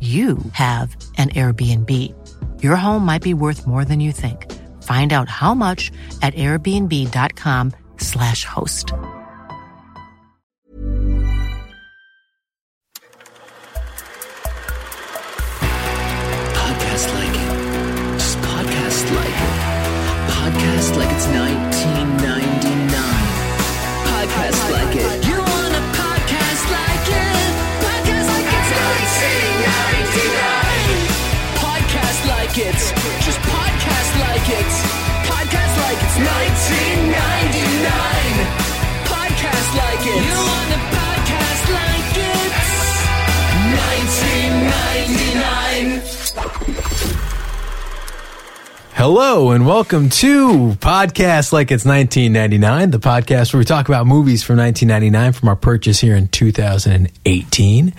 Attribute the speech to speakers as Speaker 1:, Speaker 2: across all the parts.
Speaker 1: you have an Airbnb. Your home might be worth more than you think. Find out how much at airbnb.com/slash host.
Speaker 2: podcast like just podcast like podcast like it's 1999 podcast like it you want a podcast like it podcast like it's 1999 podcast like it just podcast like it podcast like it's 1999 podcast like it you want a podcast like it 1999
Speaker 3: Hello and welcome to Podcast Like It's 1999, the podcast where we talk about movies from 1999 from our purchase here in 2018.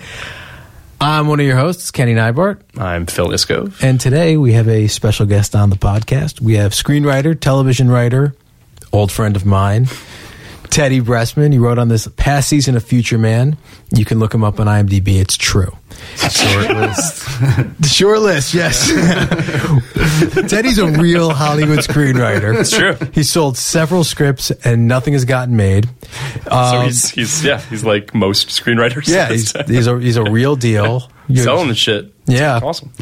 Speaker 3: I'm one of your hosts, Kenny Nybart,
Speaker 4: I'm Phil Iskov.
Speaker 3: and today we have a special guest on the podcast. We have screenwriter, television writer, old friend of mine, Teddy Bressman. He wrote on this past season of Future Man. You can look him up on IMDb. It's true.
Speaker 4: Short list.
Speaker 3: The short list, yes. Teddy's a real Hollywood screenwriter. It's
Speaker 4: true.
Speaker 3: He sold several scripts and nothing has gotten made.
Speaker 4: so
Speaker 3: Um,
Speaker 4: he's, he's yeah he's like most screenwriters.
Speaker 3: yeah,
Speaker 4: at this
Speaker 3: he's,
Speaker 4: time.
Speaker 3: he's a he's a real deal. You're-
Speaker 4: selling the shit.
Speaker 3: Yeah.
Speaker 4: awesome.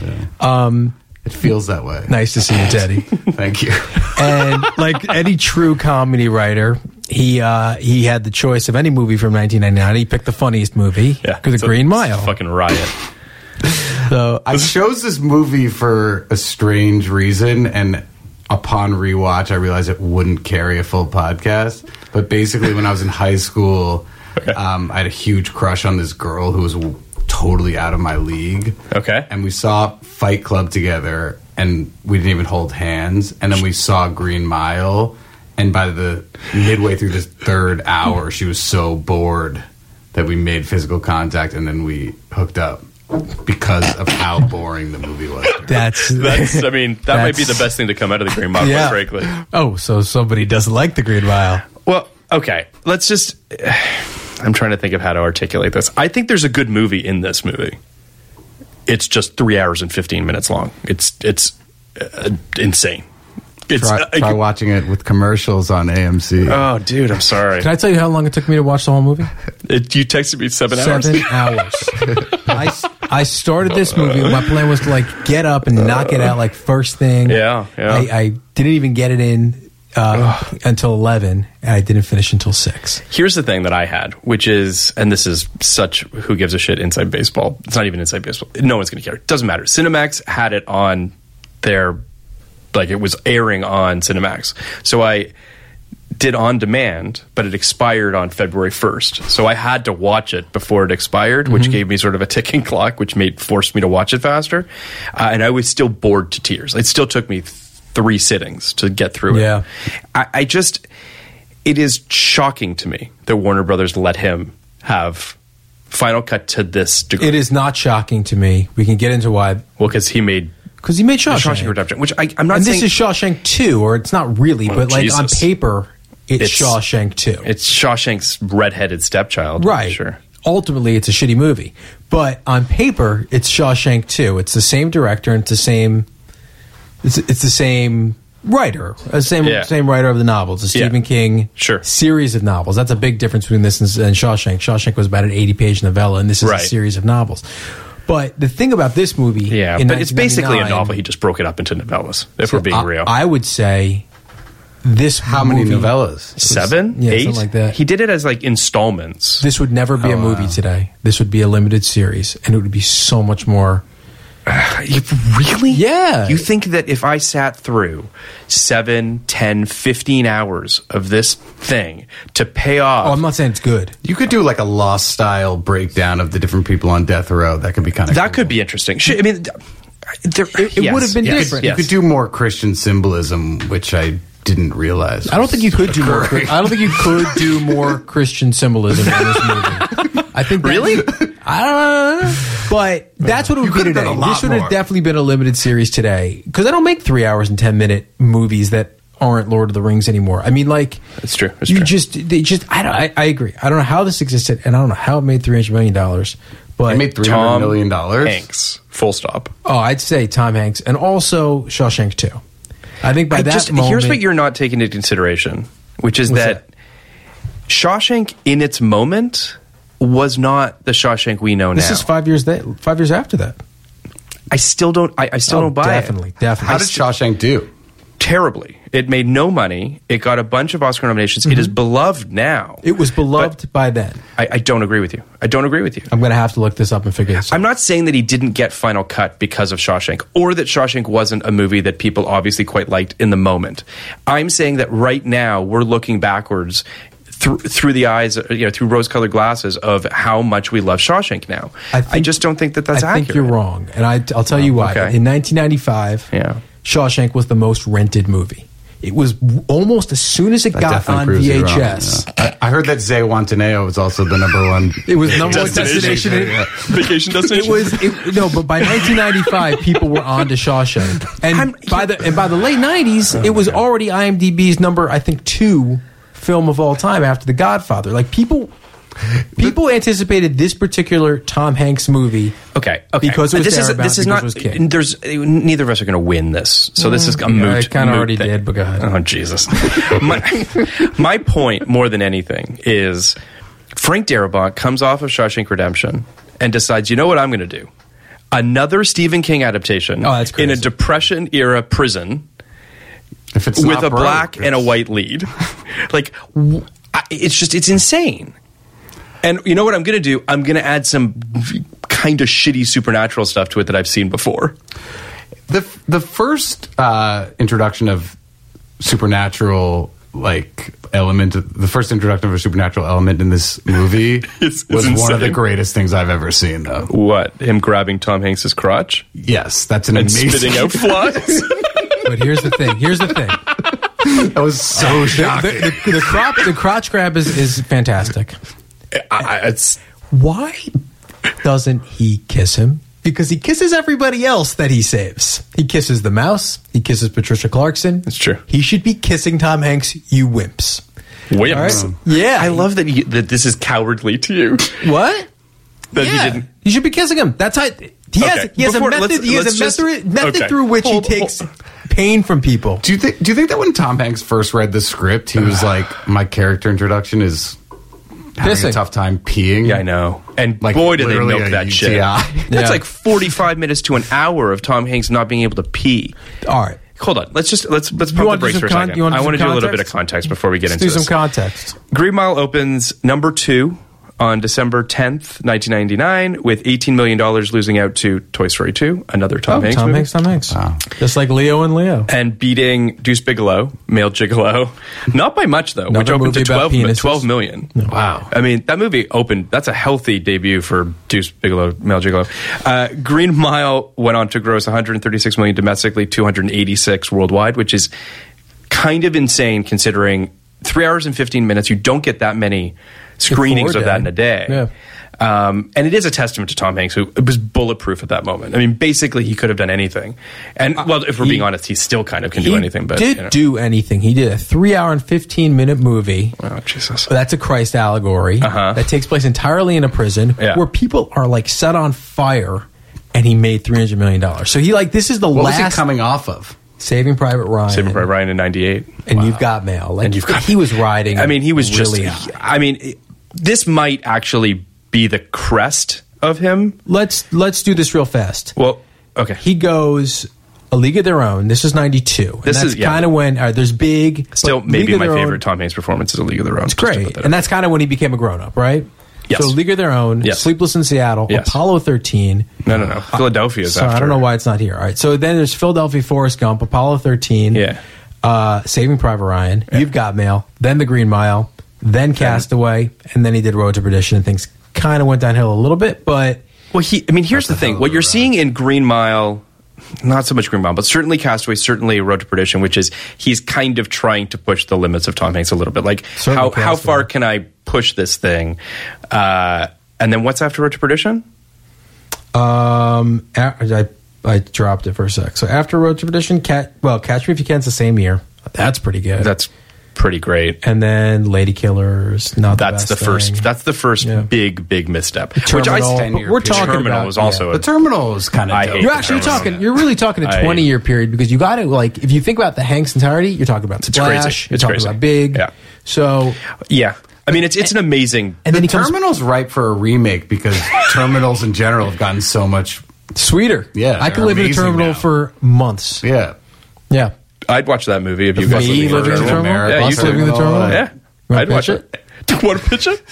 Speaker 5: It feels that way.
Speaker 3: Nice to see you, Teddy.
Speaker 5: Thank you.
Speaker 3: and like any true comedy writer, he uh, he had the choice of any movie from 1999. He picked the funniest movie,
Speaker 4: Yeah,
Speaker 3: The
Speaker 4: it's a-
Speaker 3: Green
Speaker 4: it's a
Speaker 3: Mile.
Speaker 4: Fucking riot.
Speaker 3: So
Speaker 5: I chose this movie for a strange reason, and upon rewatch, I realized it wouldn't carry a full podcast. But basically, when I was in high school, um, I had a huge crush on this girl who was w- totally out of my league.
Speaker 4: Okay.
Speaker 5: And we saw Fight Club together, and we didn't even hold hands. And then we saw Green Mile, and by the midway through this third hour, she was so bored that we made physical contact, and then we hooked up because of how boring the movie was.
Speaker 3: that's
Speaker 4: That's I mean that might be the
Speaker 3: That's-
Speaker 4: best thing to come out of the Green Mile,
Speaker 3: Yeah.
Speaker 4: quite frankly.
Speaker 3: oh, so somebody doesn't like The Green Mile.
Speaker 4: Well, okay. Let's just. I'm trying to think of how to articulate this. I think there's a good movie in this movie. It's just three hours and 15 minutes long. It's it's uh, insane. It's
Speaker 5: Try,
Speaker 4: uh,
Speaker 5: try watching it with commercials on AMC.
Speaker 4: oh, dude, I'm sorry.
Speaker 3: Can I tell you how long it took me to watch the whole movie?
Speaker 4: It- you texted me seven,
Speaker 3: Seven
Speaker 4: hours.
Speaker 3: hours. I, s- I started this movie. My plan was to like get up and knock it out like first thing.
Speaker 4: Yeah, yeah.
Speaker 3: I, I didn't even get it in uh, until eleven, and I didn't finish until six.
Speaker 4: Here's the thing that I had, which is, and this is such who gives a shit inside baseball. It's not even inside baseball. No one's going to care. It doesn't matter. Cinemax had it on their, like it was airing on Cinemax. So I did on demand, but it expired on February 1st. So I had to watch it before it expired, which gave me sort of a ticking clock, which made forced me to watch it faster. Uh, and I was still bored to tears. It still took me th- three sittings to get through
Speaker 3: Yeah.
Speaker 4: it. I, I just, it is shocking to me that Warner Brothers let him have Final Cut to this degree.
Speaker 3: It is not shocking to me. We can get into why
Speaker 4: well because he made
Speaker 3: because he made Shawshank,
Speaker 4: Shawshank Redemption, which I, I'm not.
Speaker 3: and
Speaker 4: saying,
Speaker 3: this is Shawshank Two, or it's not really,
Speaker 4: Oh,
Speaker 3: but like on
Speaker 4: Jesus.
Speaker 3: paper, it's,
Speaker 4: It's-
Speaker 3: Shawshank Two.
Speaker 4: It's Shawshank's redheaded stepchild,
Speaker 3: right.
Speaker 4: Sure.
Speaker 3: Ultimately, it's a shitty movie, but on paper, it's Shawshank Two. It's the same director and it's the same. It's, it's the same writer, uh, same
Speaker 4: Yeah.
Speaker 3: same writer of the novels, the
Speaker 4: Yeah.
Speaker 3: Stephen King
Speaker 4: Sure.
Speaker 3: series of novels. That's a big difference between this and, and Shawshank. Shawshank was about an eighty-page novella, and this is
Speaker 4: Right.
Speaker 3: a series of novels. But the thing about this movie,
Speaker 4: Yeah,
Speaker 3: in
Speaker 4: but it's basically a
Speaker 3: 1999
Speaker 4: novel. He just broke it up into novellas. If we're being
Speaker 3: I,
Speaker 4: real,
Speaker 3: I would say this
Speaker 5: How many
Speaker 3: movie-
Speaker 5: novellas?
Speaker 4: seven,
Speaker 3: yeah,
Speaker 4: eight,
Speaker 3: something like that.
Speaker 4: He did it as like installments.
Speaker 3: This would never
Speaker 5: Oh,
Speaker 3: be a movie today. This would be a limited series, and it would be so much more.
Speaker 4: You- really?
Speaker 3: Yeah.
Speaker 4: You think that if I sat through seven, ten, fifteen hours of this thing to pay off.
Speaker 3: Oh, I'm not saying it's good.
Speaker 5: You could do like a lost style breakdown of the different people on death row. That could be kind of
Speaker 4: that could be interesting. Shit, I mean, th- there, it,
Speaker 3: would have been different.
Speaker 5: You could do more Christian symbolism, which I didn't realize.
Speaker 3: I don't think you could do more.
Speaker 5: Occurring.
Speaker 3: I don't think you could do more Christian symbolism in this movie. I think that-
Speaker 4: Really?
Speaker 3: I don't know. But that's what it would be
Speaker 5: could have done
Speaker 3: today.
Speaker 5: a lot
Speaker 3: This would have
Speaker 5: more.
Speaker 3: definitely been a limited series today because I don't make three hours and ten minute movies that aren't Lord of the Rings anymore. I mean, like
Speaker 4: That's true, that's
Speaker 3: you
Speaker 4: true.
Speaker 3: just they just I, don't, I I agree. I don't know how this existed, and I don't know how it made three hundred million dollars. But
Speaker 5: They made three hundred
Speaker 4: Tom
Speaker 5: million dollars.
Speaker 4: Hanks, full stop.
Speaker 3: Oh, I'd say Tom Hanks and also Shawshank too. I think by
Speaker 4: I
Speaker 3: that
Speaker 4: just,
Speaker 3: moment,
Speaker 4: here's what you're not taking into consideration, which is
Speaker 3: What's
Speaker 4: that, Shawshank in its moment was not the Shawshank we know
Speaker 3: This
Speaker 4: now.
Speaker 3: is five years that five years after that.
Speaker 4: I still don't. I, I still
Speaker 3: Oh,
Speaker 4: don't buy
Speaker 3: definitely,
Speaker 4: it.
Speaker 3: definitely.
Speaker 5: How did Shawshank do?
Speaker 4: terribly. It made no money. It got a bunch of Oscar nominations. It is beloved now.
Speaker 3: Mm-hmm. It was beloved by then.
Speaker 4: I, I don't agree with you. I don't agree with you.
Speaker 3: I'm gonna have to look this up and figure this out.
Speaker 4: I'm not saying that he didn't get Final Cut because of Shawshank or that Shawshank wasn't a movie that people obviously quite liked in the moment. I'm saying that right now we're looking backwards through, through the eyes, you know, through rose colored glasses of how much we love Shawshank now. I, just don't think that that's
Speaker 3: I
Speaker 4: accurate. Oh,
Speaker 3: think you're wrong, and I, will tell you why.
Speaker 4: okay.
Speaker 3: In 1995,
Speaker 4: Yeah.
Speaker 3: Shawshank was the most rented movie. It was w- almost as soon as it
Speaker 5: That
Speaker 3: got
Speaker 5: definitely
Speaker 3: on
Speaker 5: proves you wrong,
Speaker 3: VHS.
Speaker 5: yeah. I, I heard that Zay Wantaneo was also the number one.
Speaker 3: It was number one
Speaker 5: Destination.
Speaker 3: destination.
Speaker 5: Yeah.
Speaker 4: Vacation
Speaker 3: It
Speaker 4: destination.
Speaker 3: was it, no, but by 1995, people were on to Shawshank, and
Speaker 4: I'm-
Speaker 3: by the and by the late 90s,
Speaker 4: Oh,
Speaker 3: it was already IMDb's number, I think, two film of all time after The Godfather. Like people, people anticipated this particular Tom Hanks movie.
Speaker 4: Okay. Okay.
Speaker 3: Because it was
Speaker 4: this is
Speaker 3: Darabont,
Speaker 4: this is
Speaker 3: because
Speaker 4: not.
Speaker 3: it was King.
Speaker 4: There's neither of us are going to win this, so this is a
Speaker 3: yeah, I
Speaker 4: moot.
Speaker 3: kinda
Speaker 4: moot
Speaker 3: already
Speaker 4: thing.
Speaker 3: did, but go ahead.
Speaker 4: Oh Jesus! my, my point more than anything is Frank Darabont comes off of Shawshank Redemption and decides, you know what, I'm going to do another Stephen King adaptation
Speaker 3: Oh, that's
Speaker 4: in a
Speaker 3: crazy.
Speaker 4: Depression era prison
Speaker 5: If it's
Speaker 4: with
Speaker 5: not
Speaker 4: a
Speaker 5: broke,
Speaker 4: black and a
Speaker 5: it's-
Speaker 4: white lead. like, w I it's just, it's insane. And you know what I'm going to do? I'm going to add some kind of shitty supernatural stuff to it that I've seen before.
Speaker 5: the f- the first uh, introduction of supernatural like element the first introduction of a supernatural element in this movie
Speaker 4: It's- it's
Speaker 5: was one of the
Speaker 4: insane.
Speaker 5: greatest things i've ever seen though
Speaker 4: What? Him grabbing Tom Hanks's crotch
Speaker 5: yes that's an
Speaker 4: and
Speaker 5: amazing
Speaker 4: spitting out flies?
Speaker 3: But here's the thing. Here's the thing.
Speaker 5: that was so
Speaker 3: The,
Speaker 5: shocking
Speaker 3: the, the, crop, the crotch grab is, is fantastic.
Speaker 4: I, I- it's,
Speaker 3: Why doesn't he kiss him? Because he kisses everybody else that he saves. He kisses the mouse. He kisses Patricia Clarkson.
Speaker 4: That's true.
Speaker 3: He should be kissing Tom Hanks, you wimps.
Speaker 4: Wimps.
Speaker 3: All right. Yeah.
Speaker 4: I love that, you, that this is cowardly to you.
Speaker 3: What?
Speaker 4: That
Speaker 3: yeah.
Speaker 4: he didn't.
Speaker 3: You should be kissing him. That's how. He has,
Speaker 4: Okay.
Speaker 3: he has
Speaker 4: Before-
Speaker 3: a
Speaker 4: let's-
Speaker 3: method, he has
Speaker 4: let's
Speaker 3: a
Speaker 4: just-
Speaker 3: method, method
Speaker 4: okay.
Speaker 3: through which
Speaker 4: Hold-
Speaker 3: he takes pain from people.
Speaker 5: do you think do you think that when tom hanks first read the script he was like my character introduction is having a
Speaker 3: Pissing.
Speaker 5: tough time peeing
Speaker 4: Yeah, I know. And
Speaker 5: Like,
Speaker 4: boy, did they
Speaker 5: literally
Speaker 4: milk
Speaker 5: a
Speaker 4: that shit.
Speaker 5: UTI.
Speaker 4: That's
Speaker 3: Yeah.
Speaker 4: like 45 minutes to an hour of Tom Hanks not being able to pee.
Speaker 3: All right.
Speaker 4: Hold on. Let's just let's let's pump the
Speaker 3: wanna do
Speaker 4: brakes
Speaker 3: some
Speaker 4: for a
Speaker 3: con-
Speaker 4: second.
Speaker 3: you wanna
Speaker 4: I
Speaker 3: do
Speaker 4: want to do
Speaker 3: some
Speaker 4: a little bit of
Speaker 3: context?
Speaker 4: context before we get
Speaker 3: Let's
Speaker 4: into
Speaker 3: do some
Speaker 4: this.
Speaker 3: context.
Speaker 4: Green Mile opens number two on December 10th, 1999, with 18 million dollars losing out to Toy Story 2, another Tom
Speaker 3: Oh,
Speaker 4: Hanks
Speaker 3: Tom
Speaker 4: movie,
Speaker 3: Hanks, Tom Hanks. Just like Leo and Leo.
Speaker 4: and beating Deuce Bigelow, male gigolo, not by much though, which
Speaker 3: Another
Speaker 4: opened to
Speaker 3: movie about
Speaker 4: 12, mi-
Speaker 3: penises.
Speaker 4: 12 million.
Speaker 5: wow
Speaker 4: I mean, that movie opened. That's a healthy debut for Deuce Bigelow, Mel Gigolo. Uh, Green Mile went on to gross 136 million domestically, 286 worldwide, which is kind of insane considering three hours and 15 minutes. You don't get that many screenings
Speaker 3: Before
Speaker 4: of
Speaker 3: day.
Speaker 4: that in a day.
Speaker 3: Yeah.
Speaker 4: Um, and it is a testament to Tom Hanks, who was bulletproof at that moment. I mean, basically, he could have done anything. And, well, if we're being honest, he still kind of can do
Speaker 3: Uh, He
Speaker 4: anything. But,
Speaker 3: did
Speaker 4: you know.
Speaker 3: do anything. He did a three hour and fifteen minute movie.
Speaker 4: Oh, Jesus.
Speaker 3: That's a Christ allegory that takes place entirely in a prison
Speaker 4: Uh-huh. Yeah.
Speaker 3: where people are like set on fire, and he made three hundred million dollars. So he like this is the
Speaker 5: What was
Speaker 3: last
Speaker 5: he coming off of?
Speaker 3: Saving Private Ryan,
Speaker 4: Saving Private Ryan in 98.
Speaker 3: and you've got mail. Like
Speaker 4: And you've got-
Speaker 3: he was riding.
Speaker 4: I mean, he was
Speaker 3: really uh,
Speaker 4: just.
Speaker 3: high.
Speaker 4: I mean, it- this might actually be the crest of him.
Speaker 3: Let's let's do this real fast.
Speaker 4: Well, okay.
Speaker 3: He goes a League of Their Own. This is ninety two.
Speaker 4: This
Speaker 3: that's
Speaker 4: is- yeah.
Speaker 3: kind of when all right, there's big but
Speaker 4: Still,
Speaker 3: League
Speaker 4: maybe
Speaker 3: of
Speaker 4: my
Speaker 3: Their Own-
Speaker 4: favorite Tom Hanks performance is A League of Their Own.
Speaker 3: It's
Speaker 4: just to put
Speaker 3: great,
Speaker 4: that
Speaker 3: and
Speaker 4: out.
Speaker 3: that's kind of when he became a grown up, right?
Speaker 4: Yes.
Speaker 3: So League of Their Own,
Speaker 4: Yes.
Speaker 3: Sleepless in Seattle,
Speaker 4: Yes.
Speaker 3: Apollo thirteen.
Speaker 4: no, no, no. Philadelphia is
Speaker 3: Uh, Sorry,
Speaker 4: after.
Speaker 3: I don't know why it's not here. All right. So then there's Philadelphia Forrest Gump, Apollo 13,
Speaker 4: Yeah.
Speaker 3: uh, Saving Private Ryan, You've Got Mail, then The Green Mile, then Castaway, and then he did Road to Perdition. And things kind of went downhill a little bit, but
Speaker 4: Well, he. I mean, here's the
Speaker 5: That's a hell
Speaker 4: thing.
Speaker 5: of
Speaker 4: What
Speaker 5: a
Speaker 4: you're
Speaker 5: ride.
Speaker 4: seeing in Green Mile, not so much Green Mile, but certainly Castaway, certainly Road to Perdition, which is he's kind of trying to push the limits of Tom Hanks a little bit. Like,
Speaker 3: Certainly
Speaker 4: how how
Speaker 3: Castaway.
Speaker 4: far can I push this thing? Uh, and then what's after Road to Perdition?
Speaker 3: um, a- I, I dropped it for a sec. So after Road to Perdition, Cat, well, Catch Me If You Can's the same year. That's pretty good.
Speaker 4: That's pretty great.
Speaker 3: and then Lady Killers, not
Speaker 4: that's the
Speaker 3: the, best
Speaker 4: first.
Speaker 3: thing.
Speaker 4: That's the first
Speaker 3: Yeah.
Speaker 4: big, big misstep. Which I
Speaker 3: Terminal,
Speaker 4: stand
Speaker 3: but we're talking
Speaker 4: Terminal
Speaker 3: about
Speaker 4: was also
Speaker 5: The terminal is kind
Speaker 4: I
Speaker 5: of.
Speaker 4: hate
Speaker 3: You're
Speaker 4: the
Speaker 3: actually
Speaker 4: Terminal.
Speaker 3: talking. You're really talking a
Speaker 4: I-
Speaker 3: 20 year period because you got it. Like if you think about the Hanks entirety, you're talking about
Speaker 4: It's crazy.
Speaker 3: Splash. You're
Speaker 4: It's
Speaker 3: talking
Speaker 4: crazy.
Speaker 3: about Big.
Speaker 4: Yeah.
Speaker 3: So
Speaker 4: yeah. I mean, it's it's an amazing.
Speaker 3: and then he comes
Speaker 5: Terminal's ripe for a remake because terminals in general have gotten so much.
Speaker 3: sweeter.
Speaker 5: Yeah,
Speaker 3: I could
Speaker 5: they're
Speaker 3: live in a
Speaker 5: amazing
Speaker 3: terminal
Speaker 5: now.
Speaker 3: for months. Yeah.
Speaker 5: Yeah,
Speaker 4: I'd watch that movie if you guys
Speaker 3: Me living in the terminal.
Speaker 4: Yeah,
Speaker 3: Us
Speaker 4: you
Speaker 3: living in the
Speaker 4: too.
Speaker 3: terminal.
Speaker 4: Yeah,
Speaker 3: Wanna
Speaker 4: I'd watch
Speaker 3: pitch
Speaker 4: it. Want to pitch it?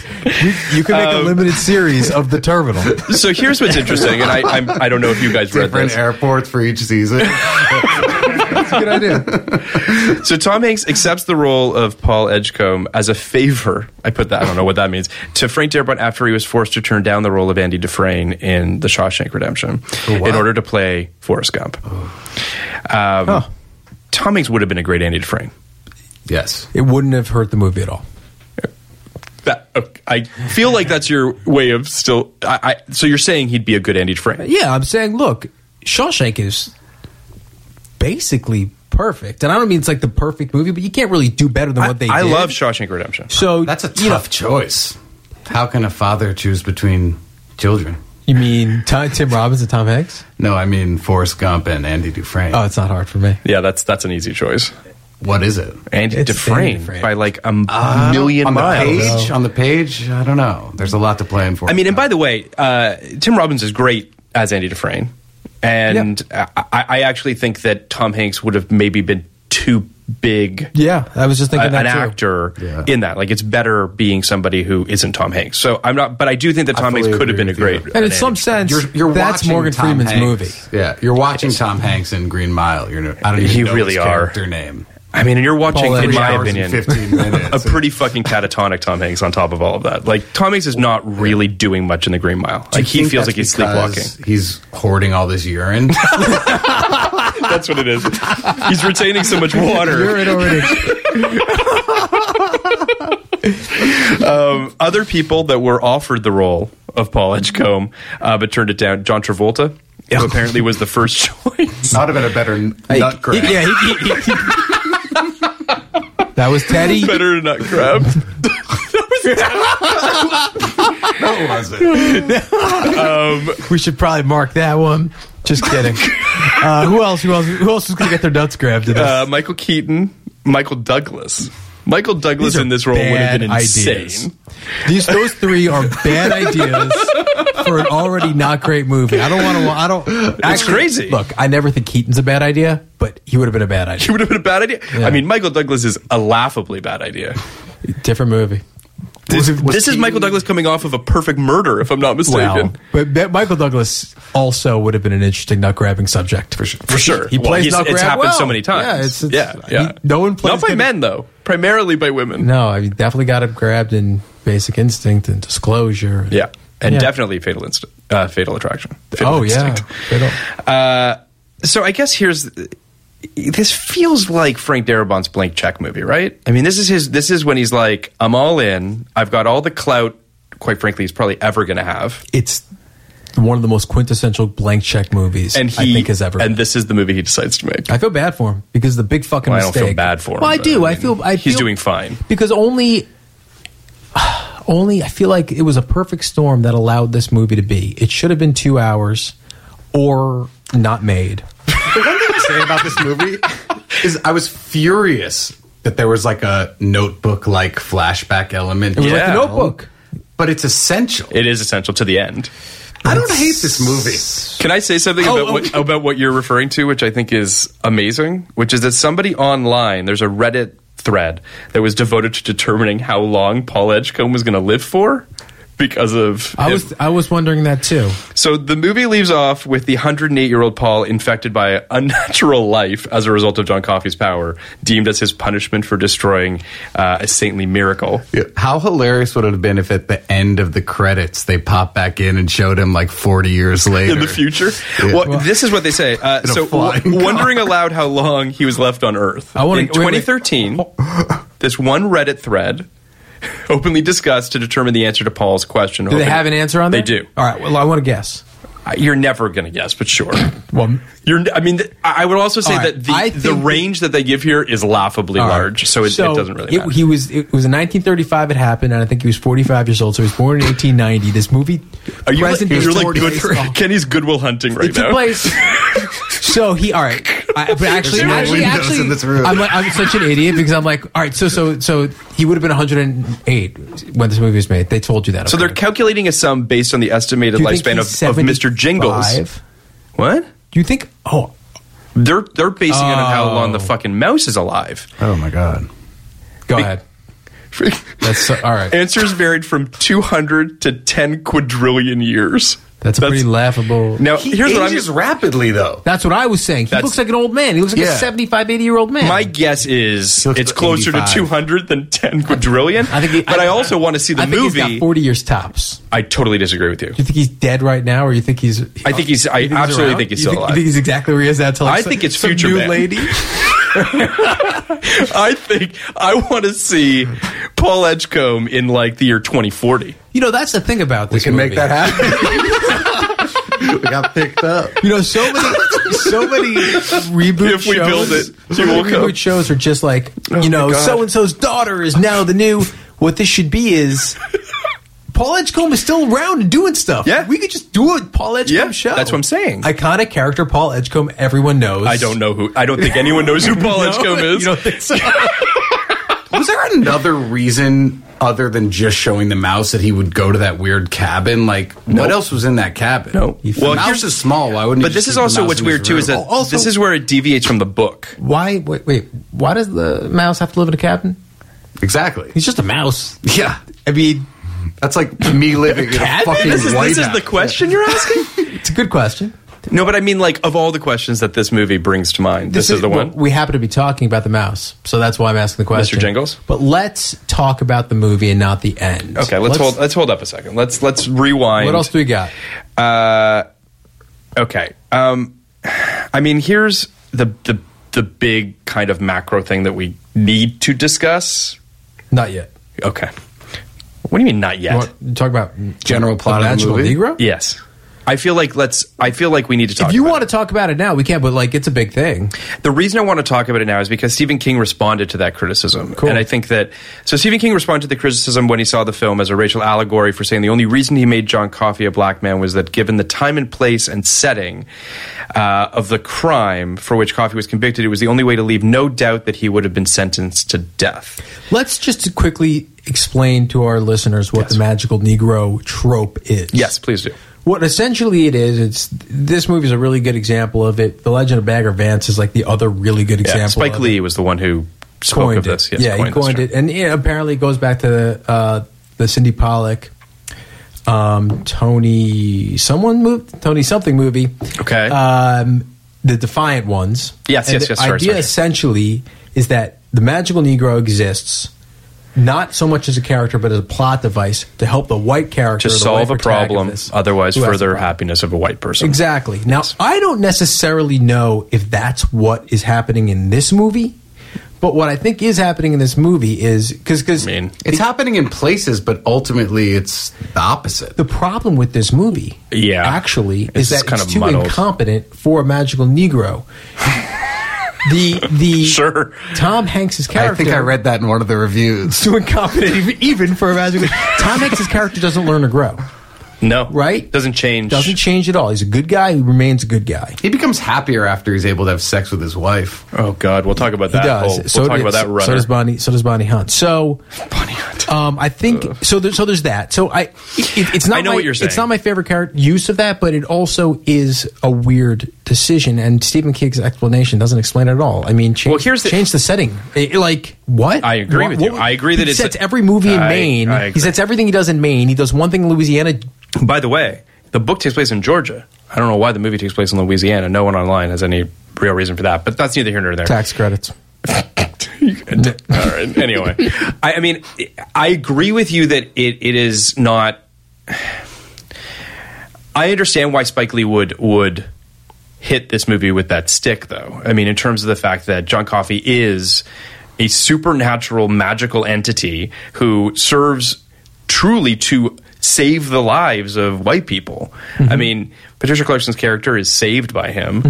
Speaker 3: You can make
Speaker 4: Um,
Speaker 3: a limited series of the terminal.
Speaker 4: So here's what's interesting, and I I'm, I don't know if you guys read
Speaker 5: different
Speaker 4: this.
Speaker 5: airports for each season.
Speaker 3: That's a good idea.
Speaker 4: So Tom Hanks accepts the role of Paul Edgecombe as a favor. I put that. I don't know what that means to Frank Darabont after he was forced to turn down the role of Andy Dufresne in The Shawshank Redemption
Speaker 3: Oh,
Speaker 4: in order to play Forrest Gump. Um, Tom Hanks would have been a great Andy Dufresne.
Speaker 5: yes,
Speaker 3: It wouldn't have hurt the movie at all.
Speaker 4: That, okay, I feel like that's your way of still. I, I, so you're saying he'd be a good Andy Dufresne?
Speaker 3: Yeah, I'm saying, look, Shawshank is basically perfect, and I don't mean it's like the perfect movie, but you can't really do better than
Speaker 4: I,
Speaker 3: what they.
Speaker 4: I
Speaker 3: did.
Speaker 4: love Shawshank Redemption.
Speaker 3: So
Speaker 5: that's a tough
Speaker 3: you know,
Speaker 5: choice. How can a father choose between children?
Speaker 3: You mean Ti- Tim Robbins and Tom Hanks?
Speaker 5: No, I mean Forrest Gump and Andy Dufresne.
Speaker 4: Uh,
Speaker 3: Oh, it's not hard for me.
Speaker 4: Yeah, that's that's an easy choice.
Speaker 5: what is it?
Speaker 4: Andy
Speaker 3: It's
Speaker 4: Dufresne,
Speaker 3: Andy Dufresne. Ah,
Speaker 4: by like a
Speaker 5: I don't-
Speaker 4: million
Speaker 5: on
Speaker 4: miles.
Speaker 5: The page, on the page, I don't know. There's a lot to plan for.
Speaker 4: I mean, and by the way, uh, Tim Robbins is great as Andy Dufresne, and I, I I actually think that Tom Hanks would have maybe been too big.
Speaker 3: Yeah, I was just
Speaker 4: a-
Speaker 3: thinking
Speaker 4: an
Speaker 3: that too.
Speaker 4: actor
Speaker 5: Yeah.
Speaker 4: in that, like it's better being somebody who isn't Tom Hanks. So I'm not, but I do think that
Speaker 5: I
Speaker 4: Tom Hanks
Speaker 5: fully
Speaker 4: could have been
Speaker 5: agree
Speaker 4: a
Speaker 5: with you.
Speaker 4: great.
Speaker 3: And in
Speaker 4: an
Speaker 3: some
Speaker 4: Andy.
Speaker 3: sense,
Speaker 5: You're, you're
Speaker 3: that's
Speaker 5: watching
Speaker 3: Morgan
Speaker 5: Tom
Speaker 3: Freeman's
Speaker 5: Hanks.
Speaker 3: movie.
Speaker 5: Yeah, you're watching Tom Hanks in Green Mile. You're, no- I don't even
Speaker 4: You
Speaker 5: know
Speaker 4: really
Speaker 5: his
Speaker 4: are.
Speaker 5: character name.
Speaker 4: I mean, and you're watching,
Speaker 3: Paul
Speaker 4: in
Speaker 3: Three
Speaker 4: my
Speaker 5: hours and
Speaker 4: opinion,
Speaker 5: 15
Speaker 4: a
Speaker 5: minutes.
Speaker 4: pretty fucking catatonic Tom Hanks on top of all of that. Like Tom Hanks is not really doing much in the Green Mile.
Speaker 5: Do you
Speaker 4: Like he
Speaker 5: think
Speaker 4: feels like
Speaker 5: that's
Speaker 4: he's
Speaker 5: because
Speaker 4: sleepwalking.
Speaker 5: He's hoarding all this urine.
Speaker 4: That's what it is. He's retaining so much water.
Speaker 3: it already.
Speaker 4: Um, other people that were offered the role of Paul Edgecombe uh, but turned it down. John Travolta, who apparently was the first choice.
Speaker 5: Not been a better n- nut grab.
Speaker 3: yeah, he- he- he- that was Teddy.
Speaker 4: Better nut crab.
Speaker 5: That was it.
Speaker 3: We should probably mark that one. Just kidding. Uh, who else? Who else? Who else is going to get their nuts grabbed? In this?
Speaker 4: Uh, Michael Keaton, Michael Douglas. Michael Douglas
Speaker 3: These are
Speaker 4: in this role would have been
Speaker 3: bad
Speaker 4: insane.
Speaker 3: ideas. These those three are bad ideas for an already not great movie. I don't want to. I don't. It's
Speaker 4: crazy.
Speaker 3: Look, I never think Keaton's a bad idea, but he would have been a bad
Speaker 4: It
Speaker 3: idea.
Speaker 4: would have been a bad idea.
Speaker 3: Yeah.
Speaker 4: I mean, Michael Douglas is a laughably bad idea.
Speaker 3: Different movie.
Speaker 4: This,
Speaker 3: was
Speaker 4: this is Michael Douglas coming off of a perfect murder, if I'm not mistaken.
Speaker 3: Wow. But Ma- Michael Douglas also would have been an interesting nut grabbing subject for sure.
Speaker 4: For sure.
Speaker 3: he
Speaker 4: Well,
Speaker 3: plays
Speaker 4: he's-
Speaker 3: nut grab
Speaker 4: It's happened
Speaker 3: well.
Speaker 4: so many times.
Speaker 3: Yeah, it's- it's-
Speaker 4: yeah, yeah.
Speaker 3: he- no one plays
Speaker 4: Not by
Speaker 3: nut-
Speaker 4: men, though. Primarily by women.
Speaker 3: No, I definitely got him grabbed in Basic Instinct and Disclosure.
Speaker 4: Yeah. And
Speaker 3: Yeah.
Speaker 4: definitely fatal inst- uh, fatal attraction. Fatal
Speaker 3: oh yeah.
Speaker 4: Instinct.
Speaker 3: Fiddle.
Speaker 4: So I guess here's this feels like Frank Darabont's blank check movie, right? I mean, this is his this is when he's like, I'm all in. I've got all the clout quite frankly, he's probably ever going to have.
Speaker 3: It's one of the most quintessential blank check movies
Speaker 4: And he
Speaker 3: I think has ever.
Speaker 4: And this is the movie he decides to make.
Speaker 3: I feel bad for him because the big fucking
Speaker 4: Well, I don't
Speaker 3: mistake.
Speaker 4: feel bad for him,
Speaker 3: Well, I
Speaker 4: but
Speaker 3: do.
Speaker 4: I
Speaker 3: I
Speaker 4: mean,
Speaker 3: feel. I
Speaker 4: he's
Speaker 3: feel-
Speaker 4: doing fine.
Speaker 3: because only, only I feel like it was a perfect storm that allowed this movie to be. It should have been two hours, or not made.
Speaker 5: say about this movie is I was furious that there was like a notebook like flashback element.
Speaker 3: It was like
Speaker 4: Yeah.
Speaker 3: the Notebook.
Speaker 5: But it's essential.
Speaker 4: It is essential to the end.
Speaker 5: I don't hate this movie.
Speaker 4: Can I say something
Speaker 3: Oh,
Speaker 4: about
Speaker 3: oh.
Speaker 4: what about what you're referring to, which I think is amazing, which is that somebody online, there's a Reddit thread that was devoted to determining how long Paul Edgecombe was going to live for because of
Speaker 3: I
Speaker 4: him.
Speaker 3: was. I was wondering that too.
Speaker 4: So the movie leaves off with the 108 year old Paul infected by unnatural life as a result of John Coffey's power, deemed as his punishment for destroying uh, a saintly miracle.
Speaker 5: How hilarious would it have been if at the end of the credits they pop back in and showed him like 40 years later
Speaker 4: in the future.
Speaker 5: Yeah.
Speaker 4: Well, this is what they say. Uh,
Speaker 5: In a
Speaker 4: so,
Speaker 5: flying
Speaker 4: w-
Speaker 5: car.
Speaker 4: wondering aloud how long he was left on Earth.
Speaker 3: I wanna-
Speaker 4: in
Speaker 3: wait, wait.
Speaker 4: 2013, this one Reddit thread openly discussed to determine the answer to Paul's question.
Speaker 3: Do they have an answer on
Speaker 4: They
Speaker 3: that?
Speaker 4: do.
Speaker 3: All right. Well, I want to guess.
Speaker 4: Uh, You're never going to guess, but sure.
Speaker 3: Well,
Speaker 4: You're. n- I mean, th- I I would also say
Speaker 3: All right.
Speaker 4: that
Speaker 3: I
Speaker 4: the, the
Speaker 3: think-
Speaker 4: range that they give here is laughably
Speaker 3: All right.
Speaker 4: large, so it, it doesn't really
Speaker 3: it-
Speaker 4: matter.
Speaker 3: he was. It was in 1935. It happened, and I think he was 45 years old. So he was born in 1890. This movie.
Speaker 4: Are you like,
Speaker 3: present
Speaker 4: you're
Speaker 3: day
Speaker 4: like
Speaker 3: story
Speaker 4: good
Speaker 3: based
Speaker 4: for
Speaker 3: on-
Speaker 4: Kenny's Goodwill Hunting right
Speaker 3: it
Speaker 4: now.
Speaker 3: took place. so he, all right. I, but actually,
Speaker 5: There's no
Speaker 3: actually,
Speaker 5: windows
Speaker 3: actually,
Speaker 5: in this room.
Speaker 3: I'm, like, I'm such an idiot because I'm like, all right. So, so, so he would have been 108 when this movie was made. They told you that.
Speaker 4: So
Speaker 3: okay.
Speaker 4: they're calculating a sum based on the estimated
Speaker 3: Do you think
Speaker 4: lifespan
Speaker 3: he's
Speaker 4: of, of Mr. Jingles.
Speaker 3: 75?
Speaker 4: What?
Speaker 3: Do you think? Oh,
Speaker 4: They're they're basing it on how
Speaker 3: Oh.
Speaker 4: long the fucking mouse is alive.
Speaker 5: oh my god
Speaker 3: go ahead. That's so, all right.
Speaker 4: Answers varied from 200 to 10 quadrillion years.
Speaker 3: That's, pretty laughable.
Speaker 4: Now, here's what I'm
Speaker 5: ages rapidly though
Speaker 3: That's what I was saying. He
Speaker 4: That's-
Speaker 3: looks like an old man. He looks like
Speaker 5: Yeah.
Speaker 3: a 75, 80 year old man.
Speaker 4: my guess is
Speaker 5: He looks
Speaker 4: it's
Speaker 5: like
Speaker 4: closer
Speaker 5: 85.
Speaker 4: to 200 than 10 quadrillion.
Speaker 3: I think he-
Speaker 4: but I, also want to see the
Speaker 3: I think
Speaker 4: movie.
Speaker 3: He's got 40 years tops.
Speaker 4: I totally disagree with you.
Speaker 3: Do you think he's dead right now, or you think he's?
Speaker 4: I think he's- I
Speaker 3: You
Speaker 4: absolutely
Speaker 3: around?
Speaker 4: think he's
Speaker 3: You
Speaker 4: still
Speaker 3: you
Speaker 4: alive.
Speaker 3: think he's exactly where he is now. till, like,
Speaker 4: I
Speaker 3: some-
Speaker 4: think it's
Speaker 3: some
Speaker 4: future
Speaker 3: new
Speaker 4: man.
Speaker 3: lady.
Speaker 4: I think I want to see Paul Edgecombe in like the year 2040.
Speaker 3: You know, that's the thing about this.
Speaker 5: we can make
Speaker 3: movie.
Speaker 5: that happen we got picked up
Speaker 3: You know, so many, so many reboot
Speaker 4: If we
Speaker 3: shows.
Speaker 4: build it,
Speaker 3: so
Speaker 4: you
Speaker 3: many
Speaker 4: will come. Oh
Speaker 3: reboot shows are just like you know,
Speaker 4: my God.
Speaker 3: so and so's daughter is now the new. What this should be is. Paul Edgecombe is still around and doing stuff.
Speaker 4: Yeah.
Speaker 3: we could just do a Paul Edgecombe
Speaker 4: Yeah,
Speaker 3: show.
Speaker 4: that's what I'm saying.
Speaker 3: Iconic character, Paul Edgecombe. Everyone knows.
Speaker 4: I don't know who. I don't think anyone knows who Paul
Speaker 3: No?
Speaker 4: Edgecombe is.
Speaker 3: You don't think so?
Speaker 5: was there another reason other than just showing the mouse that he would go to that weird cabin like what else was in that cabin
Speaker 4: No.
Speaker 5: well the mouse is small why wouldn't
Speaker 4: But
Speaker 5: he
Speaker 4: this
Speaker 5: just
Speaker 4: is
Speaker 5: keep the
Speaker 4: also
Speaker 5: mouse
Speaker 4: what's
Speaker 5: in his
Speaker 4: weird too is that
Speaker 5: room?
Speaker 3: also-
Speaker 4: this is where it deviates from the book.
Speaker 3: Why? Wait, wait. Why does the mouse have to live in a cabin?
Speaker 5: exactly
Speaker 3: He's just a mouse.
Speaker 5: yeah
Speaker 3: I mean,
Speaker 5: that's like me living in a
Speaker 3: Cabin?
Speaker 5: fucking
Speaker 4: This is,
Speaker 5: white
Speaker 4: this is the question you're asking.
Speaker 3: it's a good question.
Speaker 4: no, but I mean, like of all the questions that this movie brings to mind, this, is, the
Speaker 3: well,
Speaker 4: one.
Speaker 3: we happen to be talking about the mouse, so that's why I'm asking the question,
Speaker 4: Jingles?
Speaker 3: But let's talk about the movie and not the end.
Speaker 4: okay, let's, hold. Let's hold up a second. Let's let's rewind.
Speaker 3: What else do we got?
Speaker 4: Uh, okay. Um, I mean, here's the the the big kind of macro thing that we need to discuss.
Speaker 3: Not yet.
Speaker 4: Okay. What do you mean not yet?
Speaker 3: You want- talk about
Speaker 5: General plot of the
Speaker 3: Natural
Speaker 5: movie?
Speaker 3: Negro.
Speaker 4: Yes. I feel like let's. I feel like we need to talk.
Speaker 3: If you
Speaker 4: about
Speaker 3: want
Speaker 4: it.
Speaker 3: to talk about it now, we can. But like, it's a big thing.
Speaker 4: The reason I want to talk about it now is because Stephen King responded to that criticism. And I think that so Stephen King responded to the criticism when he saw the film as a racial allegory for saying the only reason he made John Coffey a black man was that given the time and place and setting uh, of the crime for which Coffey was convicted, it was the only way to leave no doubt that he would have been sentenced to death.
Speaker 3: Let's just quickly explain to our listeners what the magical Negro trope is.
Speaker 4: Yes, please do.
Speaker 3: What essentially it is, it's this movie is a really good example of it. The Legend of Bagger Vance is like the other really good
Speaker 4: Yeah.
Speaker 3: example.
Speaker 4: Spike
Speaker 3: of
Speaker 4: Lee
Speaker 3: it.
Speaker 4: was the one who spoke
Speaker 3: coined
Speaker 4: of this.
Speaker 3: It.
Speaker 4: Yes,
Speaker 3: yeah, he
Speaker 4: this
Speaker 3: coined
Speaker 4: term.
Speaker 3: it, and yeah, apparently it goes back to uh, the Cindy Pollock, um, Tony someone moved Tony something movie.
Speaker 4: Okay.
Speaker 3: um, the Defiant Ones.
Speaker 4: Yes,
Speaker 3: And
Speaker 4: yes,
Speaker 3: the
Speaker 4: yes, sorry,
Speaker 3: idea
Speaker 4: sorry.
Speaker 3: essentially is that the magical Negro exists. Not so much as a character, but as a plot device to help the white character
Speaker 4: to
Speaker 3: or the
Speaker 4: solve a
Speaker 3: white
Speaker 4: problem,
Speaker 3: protagonist
Speaker 4: otherwise
Speaker 3: who has a
Speaker 4: further
Speaker 3: problem.
Speaker 4: happiness of a white person.
Speaker 3: Exactly. Now,
Speaker 4: Yes.
Speaker 3: I don't necessarily know if that's what is happening in this movie, But what I think is happening in this movie is because because
Speaker 4: I mean-
Speaker 5: It's happening in places, but ultimately it's the opposite.
Speaker 3: the problem with this movie,
Speaker 4: Yeah.
Speaker 3: actually,
Speaker 4: It's
Speaker 3: is that
Speaker 4: just kind
Speaker 3: it's
Speaker 4: of
Speaker 3: too
Speaker 4: muddled.
Speaker 3: incompetent for a magical Negro. the the
Speaker 4: Sure.
Speaker 3: Tom Hanks's character.
Speaker 5: I think I read that in one of the
Speaker 3: is
Speaker 5: reviews.
Speaker 3: too incompetent even- even for a magical. Tom Hanks's character doesn't learn to grow,
Speaker 4: No.
Speaker 3: right?
Speaker 4: Doesn't change.
Speaker 3: Doesn't change at all. He's a good guy. He remains a good guy.
Speaker 5: He becomes happier after he's able to have sex with his wife.
Speaker 4: Oh God, we'll talk about
Speaker 3: He
Speaker 4: that.
Speaker 3: does.
Speaker 4: whole- we'll talk about that runner.
Speaker 3: So does Bonnie. So does Bonnie Hunt. So
Speaker 4: Bonnie Hunt.
Speaker 3: Um, I think so. There, so there's that. So I, it, it- it's not.
Speaker 4: I know
Speaker 3: my,
Speaker 4: what you're saying.
Speaker 3: It's not my favorite character use of that, but it also is a weird decision. And Stephen King's explanation doesn't explain it at all. I mean, change,
Speaker 4: Well, here's the-
Speaker 3: change the setting. It- like what?
Speaker 4: I agree with you. I agree that
Speaker 3: he
Speaker 4: it's
Speaker 3: sets
Speaker 4: a-
Speaker 3: every movie in
Speaker 4: I-
Speaker 3: Maine.
Speaker 4: I
Speaker 3: he
Speaker 4: agree.
Speaker 3: sets everything he does in Maine. He does one thing in Louisiana.
Speaker 4: By the way, the book takes place in Georgia. I don't know why the movie takes place in Louisiana. No one online has any real reason for that, but that's neither here nor there.
Speaker 3: Tax credits.
Speaker 4: All right. Anyway, I, I mean, I agree with you that it, it is not. I understand why Spike Lee would would hit this movie with that stick, though. I mean, in terms of the fact that John Coffey is a supernatural, magical entity who serves truly to save the lives of white people. I mean, Patricia Clarkson's character is saved by him.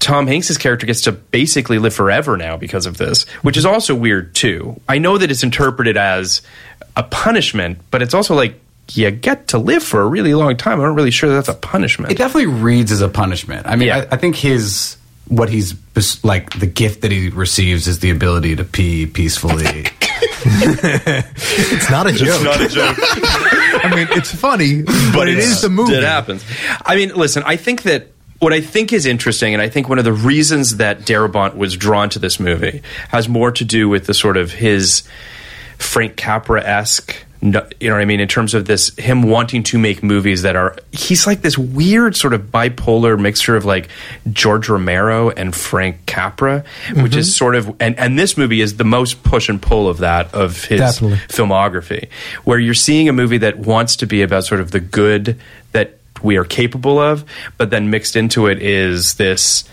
Speaker 4: Tom Hanks's character gets to basically live forever now because of this, which is also weird too. I know that it's interpreted as a punishment, but it's also like you get to live for a really long time. I'm not really sure that that's a punishment.
Speaker 5: It definitely reads as a punishment. I mean,
Speaker 4: Yeah.
Speaker 5: I, I think his what he's bes- like the gift that he receives is the ability to pee peacefully.
Speaker 3: It's not a joke.
Speaker 4: a joke.
Speaker 3: I mean, it's funny, but, it
Speaker 4: it's-
Speaker 3: is the movie.
Speaker 4: It happens. I mean, listen, I think that what I think is interesting, and I think one of the reasons that Darabont was drawn to this movie has more to do with the sort of his Frank Capra esque. You know what I mean? In terms of this, him wanting to make movies that are. He's like this weird sort of bipolar mixture of like George Romero and Frank Capra,
Speaker 3: Mm-hmm.
Speaker 4: which is sort of. And, and this movie is the most push and pull of that, of his
Speaker 3: Definitely.
Speaker 4: filmography, where you're seeing a movie that wants to be about sort of the good that we are capable of, but then mixed into it is this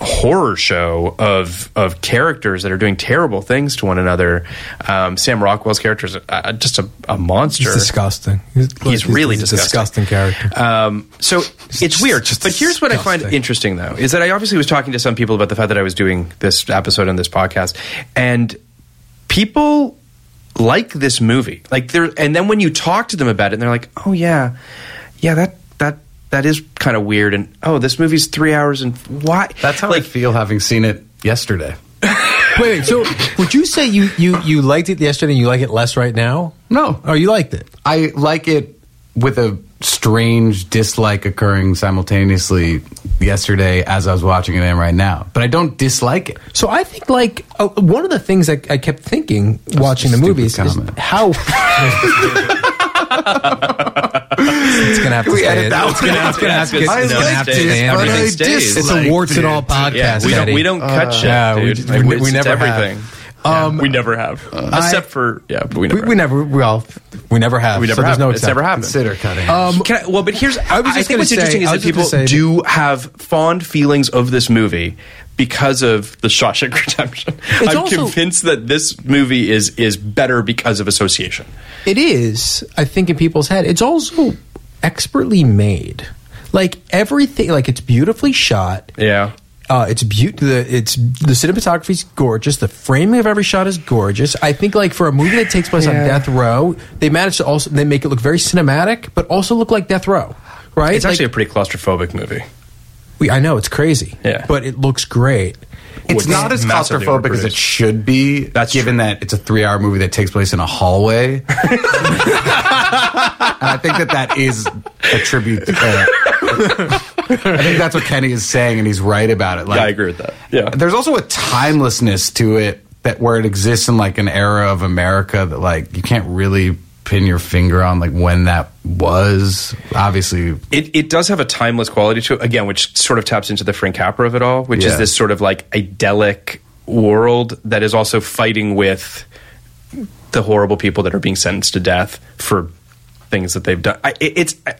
Speaker 4: horror show of of characters that are doing terrible things to one another. Um, Sam Rockwell's character is uh, just a, a monster.
Speaker 3: He's disgusting. He's,
Speaker 4: He's really
Speaker 3: a
Speaker 4: disgusting.
Speaker 3: disgusting character.
Speaker 4: Um, so it's weird.
Speaker 3: just
Speaker 4: but here's what I find
Speaker 3: disgusting.
Speaker 4: interesting, though, is that I obviously was talking to some people about the fact that I was doing this episode on this podcast, and people like this movie. Like there, and then when you talk to them about it, and they're like, "Oh yeah, yeah that that that is kind of weird," and "Oh, this movie's three hours and why?"
Speaker 5: That's how I
Speaker 4: like
Speaker 5: feel having seen it yesterday.
Speaker 3: Wait, wait, so would you say you, you, you liked it yesterday and you like it less right now?
Speaker 5: No.
Speaker 3: Oh, you liked it.
Speaker 5: I like it with a strange dislike occurring simultaneously yesterday as I was watching it and right now. But I don't dislike it.
Speaker 3: So I think like uh, one of the things I, I kept thinking watching the
Speaker 5: stupid
Speaker 3: movies
Speaker 5: comment.
Speaker 3: is how. it's gonna have to
Speaker 5: we
Speaker 3: stay.
Speaker 5: edit
Speaker 3: in.
Speaker 5: that
Speaker 3: It's gonna, it's gonna have to,
Speaker 4: one
Speaker 3: it's
Speaker 4: out?
Speaker 3: gonna
Speaker 4: I
Speaker 3: have to
Speaker 4: liked it,
Speaker 3: stay. in.
Speaker 4: but I
Speaker 3: Everything stays. It's a
Speaker 5: disliked
Speaker 3: warts and
Speaker 5: it.
Speaker 3: all podcast.
Speaker 4: Yeah, we don't
Speaker 3: Eddie. Uh,
Speaker 4: we don't cut shit,
Speaker 3: yeah, we
Speaker 4: dude.
Speaker 3: just-
Speaker 4: Like,
Speaker 3: we-
Speaker 4: it's
Speaker 3: we never have. Um, uh,
Speaker 4: everything. we never have, except for yeah, but we never.
Speaker 3: We, we never well we never have.
Speaker 4: We never
Speaker 3: so There's
Speaker 4: have.
Speaker 3: no
Speaker 4: it's never
Speaker 3: exception.
Speaker 4: happened.
Speaker 5: Consider cutting.
Speaker 3: Um,
Speaker 4: Can I, well, but here's
Speaker 3: I
Speaker 4: I,
Speaker 3: was just
Speaker 4: think what's
Speaker 3: gonna say-
Speaker 4: interesting is
Speaker 3: I was
Speaker 4: that
Speaker 3: just
Speaker 4: people
Speaker 3: gonna say-
Speaker 4: do have fond feelings of this movie because of the Shawshank Redemption.
Speaker 3: It's
Speaker 4: I'm
Speaker 3: also-
Speaker 4: convinced that this movie is is better because of association.
Speaker 3: It is, I think, in people's head. It's also expertly made. Like everything, like it's beautifully shot.
Speaker 4: Yeah.
Speaker 3: Uh, it's beaut. The it's the cinematography's gorgeous. The framing of every shot is gorgeous. I think, like for a movie that takes place on death row, they manage to also they make it look very cinematic, but also look like death row. Right?
Speaker 4: It's
Speaker 3: Like,
Speaker 4: actually a pretty claustrophobic movie.
Speaker 3: we, I know it's crazy.
Speaker 4: Yeah.
Speaker 3: But it looks great.
Speaker 5: it's
Speaker 4: Which
Speaker 5: not
Speaker 4: is
Speaker 5: as
Speaker 4: massively
Speaker 5: claustrophobic as it
Speaker 4: overproduced.
Speaker 5: should be,
Speaker 4: That's
Speaker 5: given
Speaker 4: true.
Speaker 5: that it's a three-hour movie that takes place in a hallway. and I think that that is a tribute. To, uh, I think that's what Kenny is saying, and he's right about it. Like,
Speaker 4: Yeah, I agree with that. Yeah.
Speaker 5: there's also a timelessness to it that where it exists in like an era of America that like you can't really pin your finger on like when that was. Obviously,
Speaker 4: It, it does have a timeless quality to it, again, which sort of taps into the Frank Capra of it all, which
Speaker 5: Yeah.
Speaker 4: is this sort of like idyllic world that is also fighting with the horrible people that are being sentenced to death for things that they've done. I, it, it's I,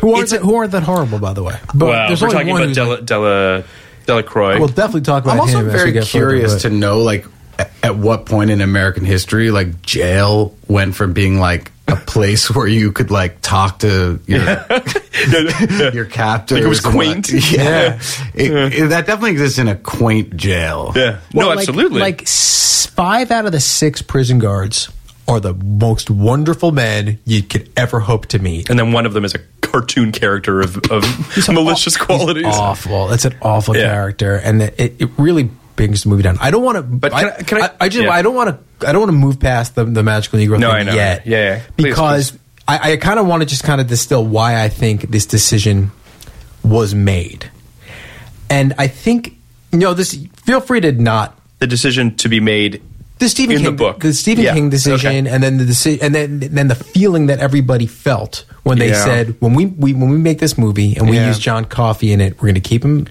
Speaker 3: Who aren't
Speaker 4: it's
Speaker 3: that, who aren't that horrible, by the way? But
Speaker 4: well, we're talking about
Speaker 3: who's
Speaker 4: Della,
Speaker 3: like-
Speaker 4: Della Delacroix.
Speaker 3: We'll definitely talk about
Speaker 5: I'm also
Speaker 3: him as we
Speaker 5: very
Speaker 3: get
Speaker 5: curious
Speaker 3: further,
Speaker 5: to know, like, a- at what point in American history, like, jail went from being like a place where you could like talk to your your captors.
Speaker 4: Like it was
Speaker 5: and,
Speaker 4: quaint.
Speaker 5: yeah, It- it- that definitely exists in a quaint jail.
Speaker 4: yeah.
Speaker 3: but-
Speaker 4: no,
Speaker 3: like-
Speaker 4: absolutely.
Speaker 3: Like s- five out of the six prison guards are the most wonderful men you could ever hope to meet.
Speaker 4: and then one of them is a cartoon character of, of
Speaker 3: He's
Speaker 4: malicious qualities.
Speaker 3: awful. That's an awful
Speaker 4: Yeah.
Speaker 3: character, and it, it- it really brings the movie down. I don't want to. But
Speaker 4: can I- can I-
Speaker 3: just.
Speaker 4: yeah.
Speaker 3: I don't want to. I don't want to move past the the magical Negro
Speaker 4: No,
Speaker 3: thing
Speaker 4: I know.
Speaker 3: yet.
Speaker 4: Yeah, yeah. Please,
Speaker 3: because
Speaker 4: please.
Speaker 3: I, I kind of want to just kind of distill why I think this decision was made, and I think you know this. Feel free to not
Speaker 4: The decision to be made
Speaker 3: the Stephen
Speaker 4: in
Speaker 3: King
Speaker 4: the book.
Speaker 3: Stephen
Speaker 4: Yeah.
Speaker 3: King decision,
Speaker 4: Okay.
Speaker 3: and then the deci- and then then the feeling that everybody felt when they
Speaker 4: Yeah.
Speaker 3: said when we, we when we make this movie and we
Speaker 4: Yeah.
Speaker 3: use John Coffey in it, we're going to keep him.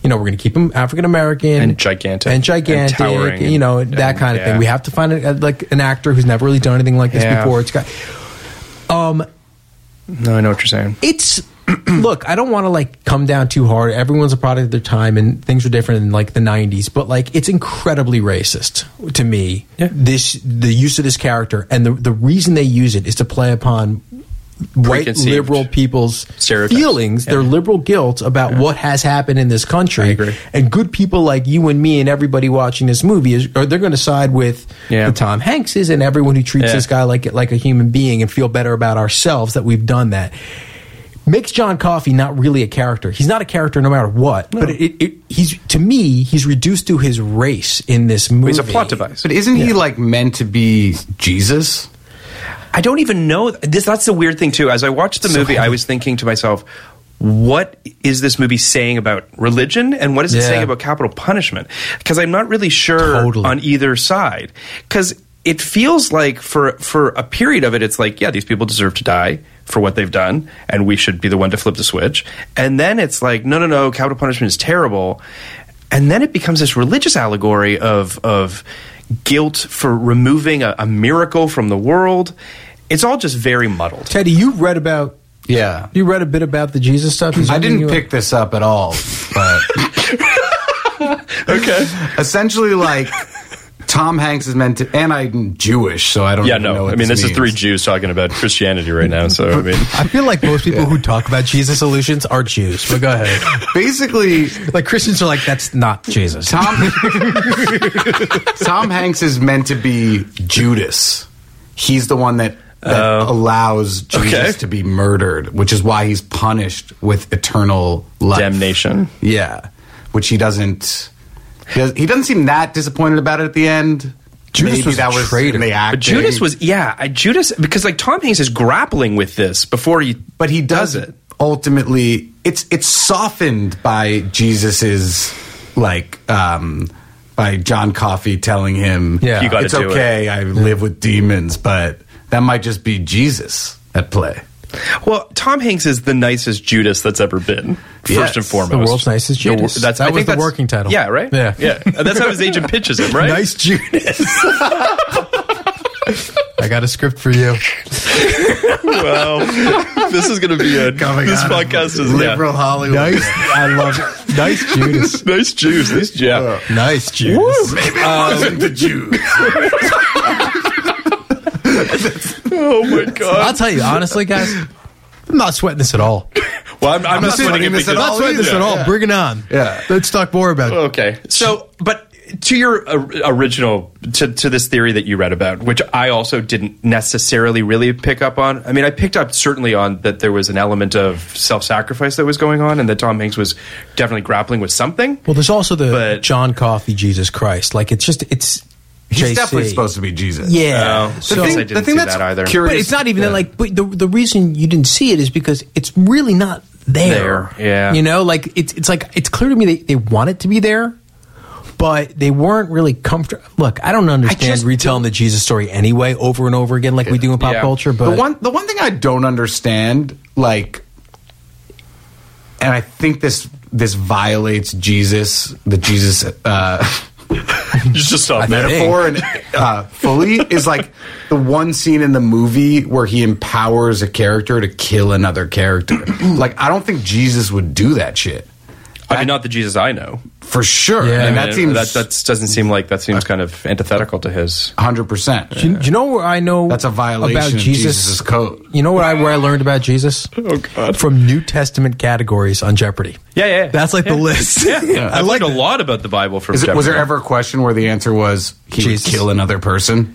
Speaker 3: You know, we're going to keep him African American
Speaker 4: And gigantic.
Speaker 3: and gigantic.
Speaker 4: And towering.
Speaker 3: you know
Speaker 4: And-
Speaker 3: that kind of
Speaker 4: yeah.
Speaker 3: thing. We have to find a, like an actor who's never really done anything like this
Speaker 4: Yeah.
Speaker 3: before. It's got
Speaker 4: No, I know what you're saying.
Speaker 3: it's look i don't want to like come down too hard everyone's a product of their time and things were different in like the 90s but like it's incredibly racist to me
Speaker 4: Yeah.
Speaker 3: this the use of this character and the, the reason they use it is to play upon white
Speaker 4: Preconceived
Speaker 3: liberal people's
Speaker 4: stereotypes.
Speaker 3: feelings their
Speaker 4: Yeah.
Speaker 3: liberal guilt about what has happened in this country
Speaker 4: I agree.
Speaker 3: and good people like you and me and everybody watching this movie is are they're going to side with
Speaker 4: Yeah.
Speaker 3: the Tom Hankses and everyone who treats
Speaker 4: Yeah.
Speaker 3: this guy like like a human being and feel better about ourselves that we've done that makes John Coffey not really a character. He's not a character no matter what. But it, it, he's to me he's reduced to his race in this movie.
Speaker 4: He's a plot device.
Speaker 5: But isn't he like meant to be Jesus?
Speaker 4: I don't even know. This that's the weird thing too. As I watched the movie, I was thinking to myself, what is this movie saying about religion, and what is it
Speaker 3: Yeah.
Speaker 4: saying about capital punishment? Because I'm not really sure
Speaker 3: Totally.
Speaker 4: on either side. Because it feels like for for a period of it, it's like, yeah, these people deserve to die for what they've done, and we should be the one to flip the switch. And then it's like, no, no, no, capital punishment is terrible. And then it becomes this religious allegory of of guilt for removing a, a miracle from the world. It's all just very muddled.
Speaker 3: Teddy, you read about
Speaker 5: Yeah.
Speaker 3: you read a bit about the Jesus stuff. Is
Speaker 5: I
Speaker 3: there
Speaker 5: didn't
Speaker 3: anything you-
Speaker 5: pick this up at all, but
Speaker 4: Okay.
Speaker 5: essentially, like Tom Hanks is meant to, and I'm Jewish, so I don't.
Speaker 4: Yeah,
Speaker 5: even know
Speaker 4: no.
Speaker 5: what
Speaker 4: I mean, this is
Speaker 5: means.
Speaker 4: three Jews talking about Christianity right now. So I mean,
Speaker 3: I feel like most people who talk about Jesus solutions are Jews. But go ahead.
Speaker 5: Basically,
Speaker 3: like Christians are like that's not Jesus.
Speaker 5: Tom Tom Hanks is meant to be Judas. He's the one that, that allows Jesus
Speaker 4: Oh. Okay.
Speaker 5: to be murdered, which is why he's punished with eternal life.
Speaker 4: damnation.
Speaker 5: Yeah, which he doesn't. He does- he doesn't seem that disappointed about it at the end.
Speaker 3: Judas was a traitor.
Speaker 5: in the
Speaker 4: But
Speaker 5: acting.
Speaker 4: Judas was yeah, I, Judas because like Tom Hanks is grappling with this before he
Speaker 5: but he does,
Speaker 4: it.
Speaker 5: ultimately it's it's softened by jesus's like um by john coffey telling him
Speaker 3: Yeah. You gotta
Speaker 5: it's
Speaker 4: do it."
Speaker 5: okay i live with demons but that might just be jesus at play
Speaker 4: Well, Tom Hanks is the nicest Judas that's ever been. First
Speaker 5: Yes.
Speaker 4: and foremost,
Speaker 3: The world's nicest
Speaker 4: wor-
Speaker 3: Judas.
Speaker 4: that's
Speaker 3: That
Speaker 4: I
Speaker 3: was
Speaker 4: think
Speaker 3: the
Speaker 4: that's-
Speaker 3: working title.
Speaker 4: Yeah, right.
Speaker 3: Yeah.
Speaker 4: yeah. That's how his agent pitches him, right?
Speaker 3: Nice Judas. I got a script for you.
Speaker 4: Well, this is going to be a
Speaker 3: Oh
Speaker 5: Oh,
Speaker 4: this podcast is yeah.
Speaker 5: liberal hollywood
Speaker 3: Nice. I love it. Nice Judas.
Speaker 4: nice Jews. These yeah.
Speaker 3: Nice Judas.
Speaker 5: maybe it wasn't the jews
Speaker 4: Oh my god.
Speaker 3: I'll tell you honestly, guys. I'm not sweating this at all.
Speaker 4: Well, I'm, I'm, not
Speaker 5: sweating
Speaker 4: sweating it
Speaker 5: this at
Speaker 4: because-
Speaker 3: Not
Speaker 5: all
Speaker 3: sweating this at all. Bring it on.
Speaker 5: Yeah. Oh.
Speaker 3: Let's talk more about it.
Speaker 4: Okay. So, but to your or- original to, to this theory that you read about, which I also didn't necessarily really pick up on. I mean, I picked up certainly on that there was an element of self-sacrifice that was going on, and that Tom Hanks was definitely grappling with something.
Speaker 3: Well, there's also the
Speaker 4: But-
Speaker 3: John Coffey, Jesus Christ. Like it's just it's.
Speaker 5: he's definitely supposed to be jesus
Speaker 3: Yeah.
Speaker 4: Oh,
Speaker 3: so,
Speaker 4: I guess I
Speaker 5: the
Speaker 4: didn't
Speaker 5: thing
Speaker 4: see
Speaker 5: that's
Speaker 4: that either.
Speaker 5: curious-
Speaker 3: but it's not even that, like. But the the reason you didn't see it is because it's really not there.
Speaker 4: There, yeah.
Speaker 3: You know, like it's it's like it's clear to me they they want it to be there. But they weren't really comfortable. Look, I don't understand
Speaker 4: just
Speaker 3: retelling the Jesus story anyway, over and over again, like we do in pop
Speaker 4: Yeah.
Speaker 3: culture. But
Speaker 5: the one the one thing I don't understand, like, and I think this this violates Jesus, the Jesus uh,
Speaker 4: It's just a
Speaker 5: metaphor, and uh, fully is like the one scene in the movie where he empowers a character to kill another character. like, I don't think Jesus would do that shit.
Speaker 4: I mean, not the Jesus I know.
Speaker 5: for sure.
Speaker 3: Yeah.
Speaker 5: Yeah,
Speaker 3: I
Speaker 5: and
Speaker 3: mean,
Speaker 5: that seems
Speaker 4: that that's, doesn't seem like that seems kind of antithetical to his.
Speaker 5: hundred percent.
Speaker 3: Do you, do you know where I know
Speaker 5: That's a violation
Speaker 3: about
Speaker 5: of
Speaker 3: Jesus?
Speaker 5: Jesus' code.
Speaker 3: You know where I where I learned about Jesus? Oh God! From New Testament categories on Jeopardy.
Speaker 4: Yeah, yeah, yeah.
Speaker 3: That's like the
Speaker 4: Yeah.
Speaker 3: list.
Speaker 4: Yeah,
Speaker 5: Yeah.
Speaker 4: I've learned a lot about the Bible from.
Speaker 5: Is it, was there
Speaker 4: Jeopardy.
Speaker 5: ever a question where the answer was he
Speaker 3: Jesus.
Speaker 5: would kill another person?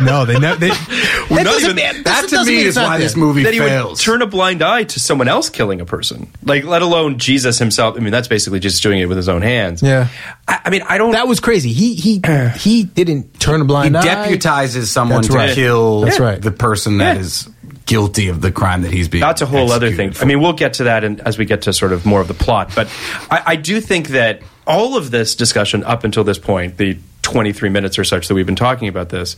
Speaker 3: No, they never. They,
Speaker 4: Well,
Speaker 3: That
Speaker 4: not
Speaker 3: doesn't
Speaker 4: even-
Speaker 3: mean-
Speaker 5: That
Speaker 3: doesn't
Speaker 5: to
Speaker 3: mean
Speaker 5: me
Speaker 3: it's
Speaker 5: is
Speaker 3: not
Speaker 5: why
Speaker 3: there.
Speaker 5: this movie
Speaker 4: that he would
Speaker 5: fails.
Speaker 4: turn a blind eye to someone else killing a person, like let alone Jesus himself. I mean, that's basically just doing it with his own hands.
Speaker 3: Yeah.
Speaker 4: I, I mean, I don't.
Speaker 3: That was crazy. He he he didn't turn a
Speaker 5: he
Speaker 3: blind eye.
Speaker 5: deputizes someone
Speaker 3: That's
Speaker 5: to
Speaker 3: right.
Speaker 5: kill
Speaker 3: That's right.
Speaker 5: the person that is guilty of the crime that he's being.
Speaker 4: that's a whole other thing.
Speaker 5: executed
Speaker 4: I mean, we'll get to that in, as we get to sort of more of the plot. But I, I do think that all of this discussion up until this point, the 23 minutes or such that we've been talking about this,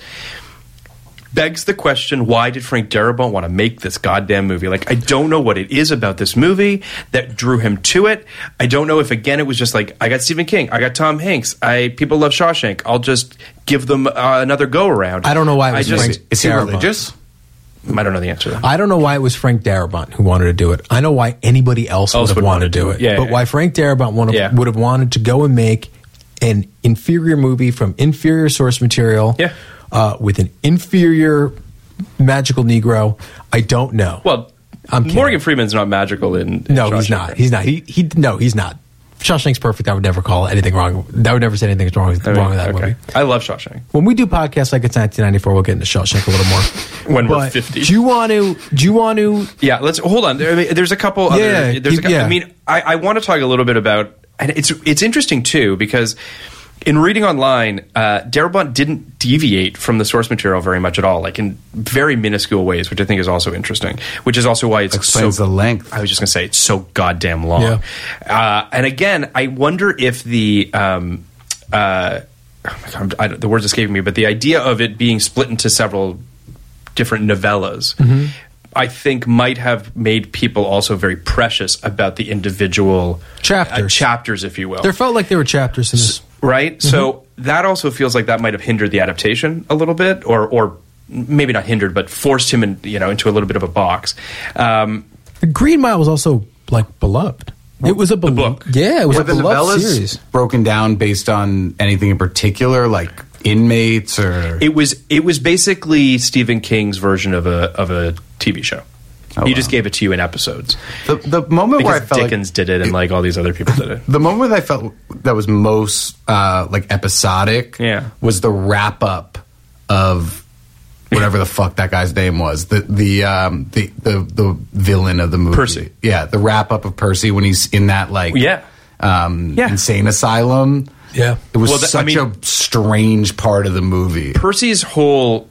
Speaker 4: begs the question why did Frank Darabont want to make this goddamn movie? Like, I don't know what it is about this movie that drew him to it. I don't know if, again, it was just like, I got Stephen King, I got Tom Hanks, I people love Shawshank, I'll just give them uh, another go around.
Speaker 3: I don't know why it
Speaker 4: I
Speaker 3: was
Speaker 4: just,
Speaker 3: Frank.
Speaker 5: Is he
Speaker 3: Darabont.
Speaker 5: religious?
Speaker 4: I don't know the answer to that.
Speaker 3: I don't know why it was Frank Darabont who wanted to do it. I know why anybody else, would
Speaker 4: Else
Speaker 3: have
Speaker 4: would
Speaker 3: wanted
Speaker 4: want
Speaker 3: to do it.
Speaker 4: Yeah,
Speaker 3: but
Speaker 4: yeah,
Speaker 3: why
Speaker 4: yeah.
Speaker 3: Frank Darabont would have,
Speaker 4: Yeah.
Speaker 3: would have wanted to go and make an inferior movie from inferior source material
Speaker 4: Yeah.
Speaker 3: uh, with an inferior magical Negro, I don't know.
Speaker 4: Well,
Speaker 3: I'm kidding.
Speaker 4: Morgan Freeman's not magical in. in
Speaker 3: No, he's
Speaker 4: Shawshank,
Speaker 3: not.
Speaker 4: right?
Speaker 3: He's not. He, he no, he's not. Shawshank's perfect. I would never call anything wrong. I would never say anything's wrong, with
Speaker 4: I mean,
Speaker 3: wrong with that
Speaker 4: Oh, okay.
Speaker 3: movie.
Speaker 4: I love Shawshank.
Speaker 3: When we do podcasts like it's 1994, we'll get into Shawshank a little more.
Speaker 4: When we're
Speaker 3: But
Speaker 4: 50.
Speaker 3: Do you want to? Do you want to?
Speaker 4: Yeah, let's hold on. There, I mean, there's a couple.
Speaker 3: Yeah,
Speaker 4: other, there's a
Speaker 3: keep-
Speaker 4: cou-
Speaker 3: yeah.
Speaker 4: I mean, I, I want to talk a little bit about, and it's it's interesting too because in reading online, uh, Darabont didn't deviate from the source material very much at all, like in very minuscule ways, which I think is also interesting. Which is also why it's
Speaker 5: Explains
Speaker 4: so,
Speaker 5: the length.
Speaker 4: I was just gonna say it's so goddamn long. Uh, and again, I wonder if the um, uh, oh my God, I don't- the words escaping me, but the idea of it being split into several different novellas, I think might have made people also very precious about the individual
Speaker 3: Chapters.
Speaker 4: uh, chapters, if you will.
Speaker 3: There felt like there were chapters in this.
Speaker 4: right. So that also feels like that might have hindered the adaptation a little bit, or or maybe not hindered, but forced him in, you know into a little bit of a box. Um,
Speaker 3: The Green Mile was also like beloved. It was a belo-
Speaker 4: book.
Speaker 3: Yeah, it was
Speaker 5: Were
Speaker 3: a
Speaker 5: the
Speaker 3: beloved
Speaker 5: novellas
Speaker 3: series.
Speaker 5: broken down based on anything in particular, like inmates or?
Speaker 4: It was it was basically Stephen King's version of a of a TV show.
Speaker 5: Oh,
Speaker 4: he
Speaker 5: wow.
Speaker 4: just gave it to you in episodes
Speaker 5: the, the moment where I
Speaker 4: because
Speaker 5: felt
Speaker 4: Dickens
Speaker 5: like,
Speaker 4: did it and like all these other people did it.
Speaker 5: The moment that I felt that was most uh, like episodic
Speaker 4: Yeah.
Speaker 5: was the wrap up of whatever the fuck that guy's name was the the um, the, the the villain of the movie
Speaker 4: Percy.
Speaker 5: Yeah, the wrap up of Percy when he's in that like
Speaker 4: Yeah.
Speaker 5: um,
Speaker 4: Yeah.
Speaker 5: insane asylum.
Speaker 3: Yeah.
Speaker 5: it was
Speaker 4: Well, th- I
Speaker 5: such
Speaker 4: mean-
Speaker 5: a strange part of the movie.
Speaker 4: Percy's whole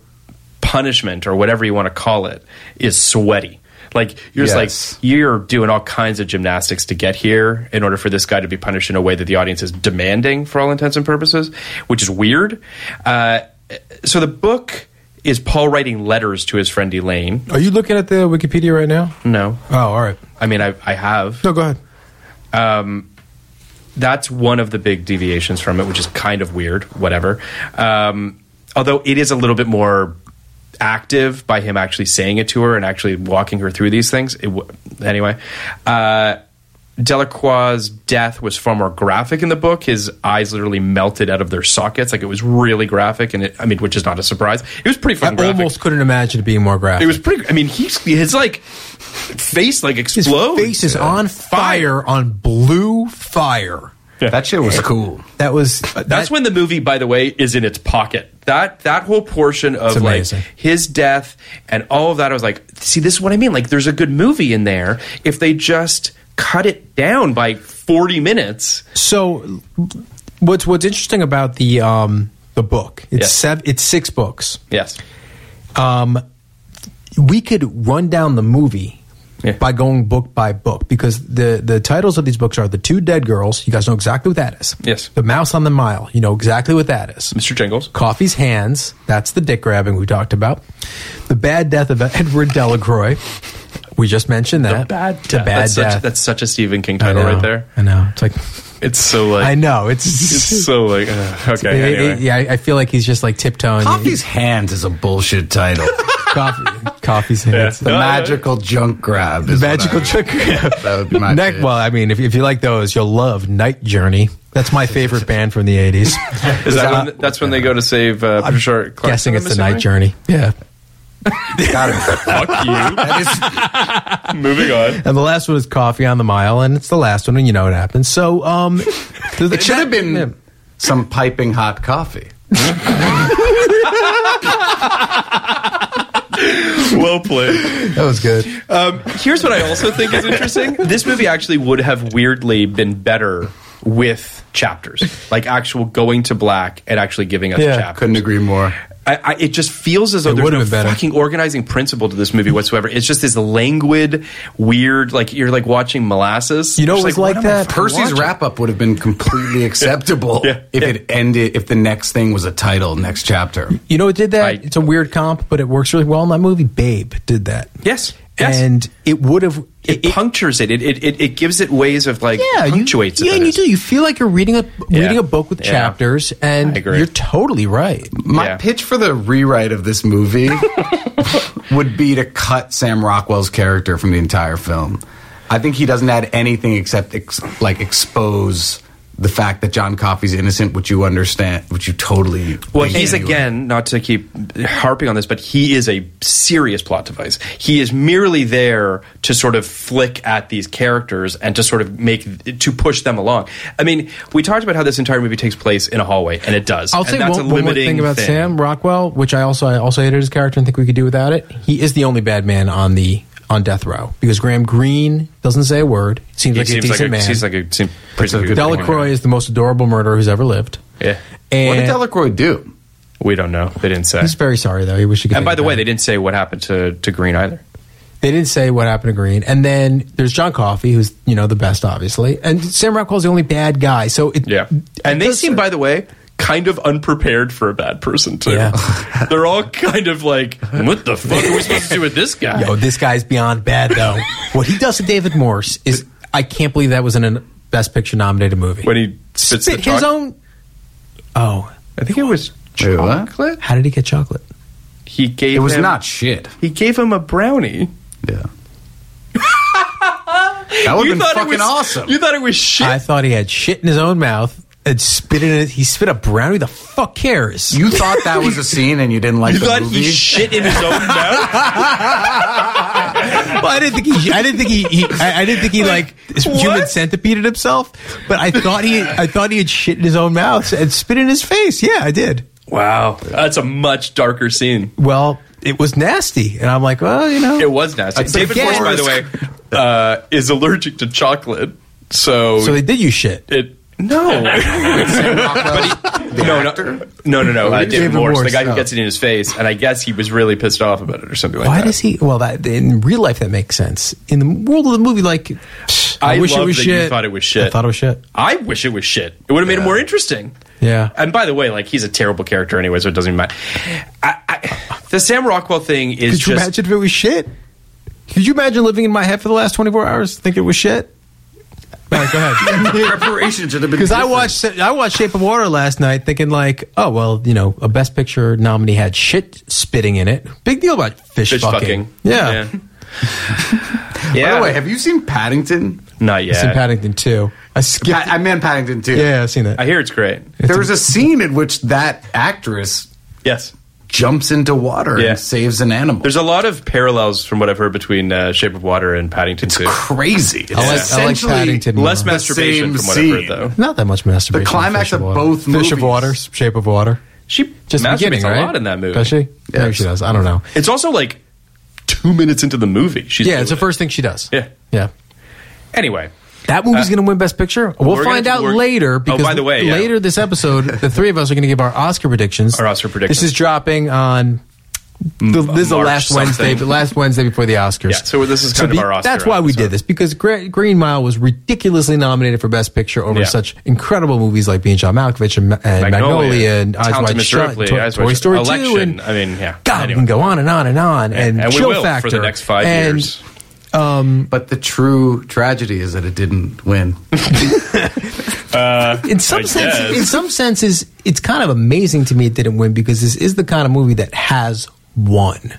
Speaker 4: punishment or whatever you want to call it is sweaty. Like you're
Speaker 5: Yes.
Speaker 4: just like you're doing all kinds of gymnastics to get here in order for this guy to be punished in a way that the audience is demanding for all intents and purposes, which is weird. Uh, so the book is Paul writing letters to his friend Elaine.
Speaker 3: Are you looking at the Wikipedia right now?
Speaker 4: No,
Speaker 3: Oh, all right.
Speaker 4: I mean I, I have.
Speaker 3: No, go ahead.
Speaker 4: that's one of the big deviations from it, which is kind of weird. Whatever. Um, although it is a little bit more active by him actually saying it to her and actually walking her through these things. It w- anyway. Uh, Delacroix's death was far more graphic in the book. His eyes literally melted out of their sockets. Like it was really graphic, and it, I mean, which is not a surprise. It was pretty
Speaker 3: I
Speaker 4: fun. graphic.
Speaker 3: almost couldn't imagine it being more graphic.
Speaker 4: It was pretty. I mean, he's his like face like
Speaker 3: His
Speaker 4: explodes.
Speaker 3: face is on fire, on blue fire.
Speaker 5: That shit was cool.
Speaker 3: That was
Speaker 4: That's when the movie, by the way, is in its pocket. That that whole portion
Speaker 3: It's
Speaker 4: of like
Speaker 3: amazing.
Speaker 4: his death and all of that, I was like, see, this is what I mean. Like, there's a good movie in there if they just cut it down by 40 minutes.
Speaker 3: So, what's what's interesting about the um, the book? It's
Speaker 4: Yes.
Speaker 3: sev- It's six books.
Speaker 4: Yes.
Speaker 3: Um, we could run down the movie
Speaker 4: Yeah.
Speaker 3: by going book by book because the the titles of these books are the two dead girls. You guys know exactly what that is.
Speaker 4: Yes.
Speaker 3: The mouse on the mile. You know exactly what that is.
Speaker 4: Mr. Jingles.
Speaker 3: Coffee's hands. That's the dick grabbing we talked about. The bad death of Edward Delacroix. We just mentioned that. The bad
Speaker 4: that's
Speaker 3: death.
Speaker 4: Such, that's such a Stephen King
Speaker 3: I
Speaker 4: title
Speaker 3: know.
Speaker 4: right there.
Speaker 3: I know. It's like
Speaker 4: It's so like.
Speaker 3: I know. It's,
Speaker 4: It's so like. uh, okay.
Speaker 3: It- it-
Speaker 4: anyway.
Speaker 3: yeah, I I feel like he's just like tiptoeing.
Speaker 5: Coffee's hands is a bullshit title.
Speaker 3: coffee, coffee's hands.
Speaker 5: The magical junk grab. The
Speaker 3: magical junk grab.
Speaker 5: that would be my
Speaker 3: Neck,
Speaker 5: pick.
Speaker 3: well, I mean, if, if you like those, you'll love Night Journey. That's my favorite band from the 80s.
Speaker 4: Is that when, that's when they go to save uh, Patricia Clarkson?
Speaker 3: Guessing
Speaker 4: I'm
Speaker 3: it's the Night
Speaker 4: assuming?
Speaker 3: Journey. Yeah.
Speaker 5: Got it.
Speaker 4: Fuck you.
Speaker 5: That is-
Speaker 4: Moving on.
Speaker 3: And the last one is Coffee on the Mile, and it's the last one, and you know what happens. So, um,
Speaker 5: It should have been some piping hot coffee.
Speaker 4: Well played.
Speaker 5: That was good.
Speaker 4: Um, here's what I also think is interesting. This movie actually would have weirdly been better with chapters, like actual going to black and actually giving us
Speaker 3: Yeah,
Speaker 4: chapters.
Speaker 5: Couldn't agree more.
Speaker 4: I, I, it just feels as though
Speaker 3: It
Speaker 4: there's
Speaker 3: would've
Speaker 4: no
Speaker 3: been better.
Speaker 4: fucking organizing principle to this movie whatsoever. It's just this languid, weird, like you're like watching molasses.
Speaker 3: You know
Speaker 4: Just
Speaker 3: what was like
Speaker 4: am I
Speaker 3: that?
Speaker 4: fucking
Speaker 5: Percy's
Speaker 4: watching?
Speaker 5: wrap up would have been completely acceptable
Speaker 4: Yeah.
Speaker 5: if
Speaker 4: Yeah.
Speaker 5: it ended if the next thing was a title, next chapter.
Speaker 3: You know, it did that.
Speaker 4: I-
Speaker 3: it's a weird comp, but it works really well in that movie. Babe did that.
Speaker 4: Yes, yes.
Speaker 3: And it would have.
Speaker 4: It, punctures it. It, it, it. it gives it ways of like
Speaker 3: yeah, you,
Speaker 4: punctuates it.
Speaker 3: yeah,
Speaker 4: that
Speaker 3: and you
Speaker 4: is.
Speaker 3: do. You feel like you're reading a
Speaker 4: Yeah.
Speaker 3: reading a book with
Speaker 4: Yeah.
Speaker 3: chapters, and
Speaker 4: I agree.
Speaker 3: you're totally right.
Speaker 5: My
Speaker 4: Yeah.
Speaker 5: pitch for the rewrite of this movie would be to cut Sam Rockwell's character from the entire film. I think he doesn't add anything except ex- like expose the fact that John Coffey's innocent, which you understand, which you totally.
Speaker 4: Well,
Speaker 5: think
Speaker 4: he's
Speaker 5: you-
Speaker 4: again not to keep harping on this, but he is a serious plot device. He is merely there to sort of flick at these characters and to sort of make to push them along. I mean, we talked about how this entire movie takes place in a hallway, and it does.
Speaker 3: I'll
Speaker 4: and
Speaker 3: say one, one more thing about Sam Rockwell, which I also I also hated his character and think we could do without it. He is the only bad man on the on death row because Graham Greene doesn't say a word. Seems
Speaker 4: He
Speaker 3: like a
Speaker 4: seems like
Speaker 3: decent
Speaker 4: a,
Speaker 3: man.
Speaker 4: seems like a seems pretty good
Speaker 3: Delacroix is the most adorable murderer who's ever lived.
Speaker 4: Yeah.
Speaker 5: What did
Speaker 3: And
Speaker 5: Delacroix do?
Speaker 4: We don't know. They didn't say.
Speaker 3: he's very sorry though. He wished he could.
Speaker 4: And
Speaker 3: think
Speaker 4: by the
Speaker 3: about
Speaker 4: way,
Speaker 3: it.
Speaker 4: they didn't say what happened to, to Green either.
Speaker 3: They didn't say what happened to Green. And then there's John Coffey, who's, you know, the best, obviously. And Sam Rockwell's the only bad guy. So it.
Speaker 4: Yeah. And they seem, by the way, kind of unprepared for a bad person, too.
Speaker 3: Yeah.
Speaker 4: They're all kind of like, what the fuck are we supposed to do with this guy?
Speaker 3: Yo, this guy's beyond bad, though. what he does to David Morse is. I can't believe that was in a Best Picture nominated movie.
Speaker 4: When he spits the
Speaker 3: Spit his
Speaker 4: chocolate-
Speaker 3: own. Oh.
Speaker 4: I think it was
Speaker 5: Wait, what?
Speaker 4: chocolate.
Speaker 3: How did he get chocolate?
Speaker 4: He gave
Speaker 5: It was
Speaker 4: him-
Speaker 5: not shit.
Speaker 4: He gave him a brownie.
Speaker 5: Yeah. that would have been fucking
Speaker 4: it was
Speaker 5: awesome.
Speaker 4: You thought it was shit.
Speaker 3: I thought he had shit in his own mouth and spit in it. He spit a brownie. The fuck cares?
Speaker 5: you thought that was a scene and you didn't like
Speaker 4: you
Speaker 5: the
Speaker 4: thought
Speaker 5: movie?
Speaker 4: he shit in his own mouth?
Speaker 3: Well, I didn't think he. I didn't think he. he I, I didn't think he like human centipeded himself. But I thought he. I thought he had shit in his own mouth and spit in his face. Yeah, I did.
Speaker 4: Wow. That's a much darker scene.
Speaker 3: Well, it was nasty, and I'm like, well, you know,
Speaker 4: It was nasty. David
Speaker 3: again-
Speaker 4: Morse, by the way, uh, is allergic to chocolate. So,
Speaker 3: So they did you shit.
Speaker 4: it. No. no, no, no, no, no. Uh, David,
Speaker 3: David
Speaker 4: Morse, the
Speaker 3: Morse,
Speaker 4: guy who
Speaker 3: no.
Speaker 4: gets it in his face, and I guess he was really pissed off about it or something like
Speaker 3: Why
Speaker 4: that.
Speaker 3: does he? Well, that in real life that makes sense. In the world of the movie, like, I,
Speaker 4: I
Speaker 3: wish it
Speaker 4: love
Speaker 3: was
Speaker 4: that you
Speaker 3: shit.
Speaker 4: thought it was shit.
Speaker 3: I thought it was shit.
Speaker 4: I wish it was shit. It would have made it more interesting.
Speaker 3: Yeah.
Speaker 4: And by the way, like he's a terrible character anyway, so it doesn't even matter. I, I, the Sam Rockwell thing is
Speaker 3: Could you
Speaker 4: just
Speaker 3: imagine if it was shit? Could you imagine living in my head for the last 24 hours? Think it was shit? All right, go ahead.
Speaker 5: Preparation should have been
Speaker 3: Because I
Speaker 5: different.
Speaker 3: watched I watched Shape of Water last night, thinking like, oh well, you know, a Best Picture nominee had shit spitting in it. Big deal about fish,
Speaker 4: fish
Speaker 3: fucking.
Speaker 4: fucking.
Speaker 3: Yeah,
Speaker 4: Yeah. yeah.
Speaker 5: By the way, have you seen Paddington?
Speaker 4: Not yet.
Speaker 3: it's in Paddington too. I skipped.
Speaker 5: Pa- I meant Paddington too.
Speaker 3: yeah, I've seen that.
Speaker 4: I hear it's great.
Speaker 5: There was a scene in which that actress
Speaker 4: Yes.
Speaker 5: jumps into water
Speaker 4: Yeah.
Speaker 5: and saves an animal.
Speaker 4: There's a lot of parallels from what I've heard between uh, Shape of Water and Paddington
Speaker 5: it's
Speaker 4: too.
Speaker 5: crazy. It's
Speaker 3: I like- I like
Speaker 5: essentially
Speaker 3: Paddington.
Speaker 4: Less
Speaker 3: The
Speaker 4: masturbation
Speaker 5: same
Speaker 4: from what I've heard
Speaker 5: scene.
Speaker 4: though.
Speaker 3: Not that much masturbation.
Speaker 5: The climax
Speaker 3: Fish
Speaker 5: of
Speaker 3: Water.
Speaker 5: both
Speaker 3: Fish of
Speaker 5: movies.
Speaker 3: Water, Shape of Water.
Speaker 4: She
Speaker 3: Just the
Speaker 4: masturbates
Speaker 3: beginning,
Speaker 4: a
Speaker 3: right?
Speaker 4: lot in that movie.
Speaker 3: Does she? Maybe
Speaker 5: Yes.
Speaker 3: she does. I don't know.
Speaker 4: It's also like two minutes into the movie. She's
Speaker 3: Yeah, it's the
Speaker 4: doing
Speaker 3: first thing she does.
Speaker 4: Yeah.
Speaker 3: yeah.
Speaker 4: it. Anyway,
Speaker 3: That movie's
Speaker 4: Uh,
Speaker 3: going to win Best Picture. We'll
Speaker 4: we're
Speaker 3: find
Speaker 4: gonna-
Speaker 3: out
Speaker 4: we're-
Speaker 3: later.
Speaker 4: Oh,
Speaker 3: Because
Speaker 4: by the way, yeah.
Speaker 3: later this episode, the three of us are going to give our Oscar predictions.
Speaker 4: Our Oscar predictions.
Speaker 3: This is dropping on. The, this is the
Speaker 4: March
Speaker 3: last Wednesday,
Speaker 4: something.
Speaker 3: but last Wednesday before the Oscars.
Speaker 4: Yeah, so this is kind of our Oscar
Speaker 3: That's why we did
Speaker 4: episode.
Speaker 3: this because Gra- Green Mile was ridiculously nominated for Best Picture over
Speaker 4: Yeah.
Speaker 3: such incredible movies like Being John Malkovich and, Ma- and
Speaker 4: Magnolia,
Speaker 3: Magnolia and Eyes
Speaker 4: Town to
Speaker 3: Wide
Speaker 4: Mr.
Speaker 3: Shut,
Speaker 4: Ripley,
Speaker 3: and Toy,
Speaker 4: Eyes Wide
Speaker 3: Toy
Speaker 4: Shut,
Speaker 3: Story Two,
Speaker 4: Election,
Speaker 3: and
Speaker 4: I mean, yeah.
Speaker 3: God, we
Speaker 4: Anyway.
Speaker 3: can go on and on and on, and,
Speaker 4: and we
Speaker 3: Chill
Speaker 4: will
Speaker 3: Factor
Speaker 4: for the next five
Speaker 3: and
Speaker 4: years.
Speaker 5: But the true tragedy is that it didn't win.
Speaker 3: in some
Speaker 4: I
Speaker 3: sense,
Speaker 4: guess.
Speaker 3: in some senses, it's kind of amazing to me it didn't win because this is the kind of movie that has won.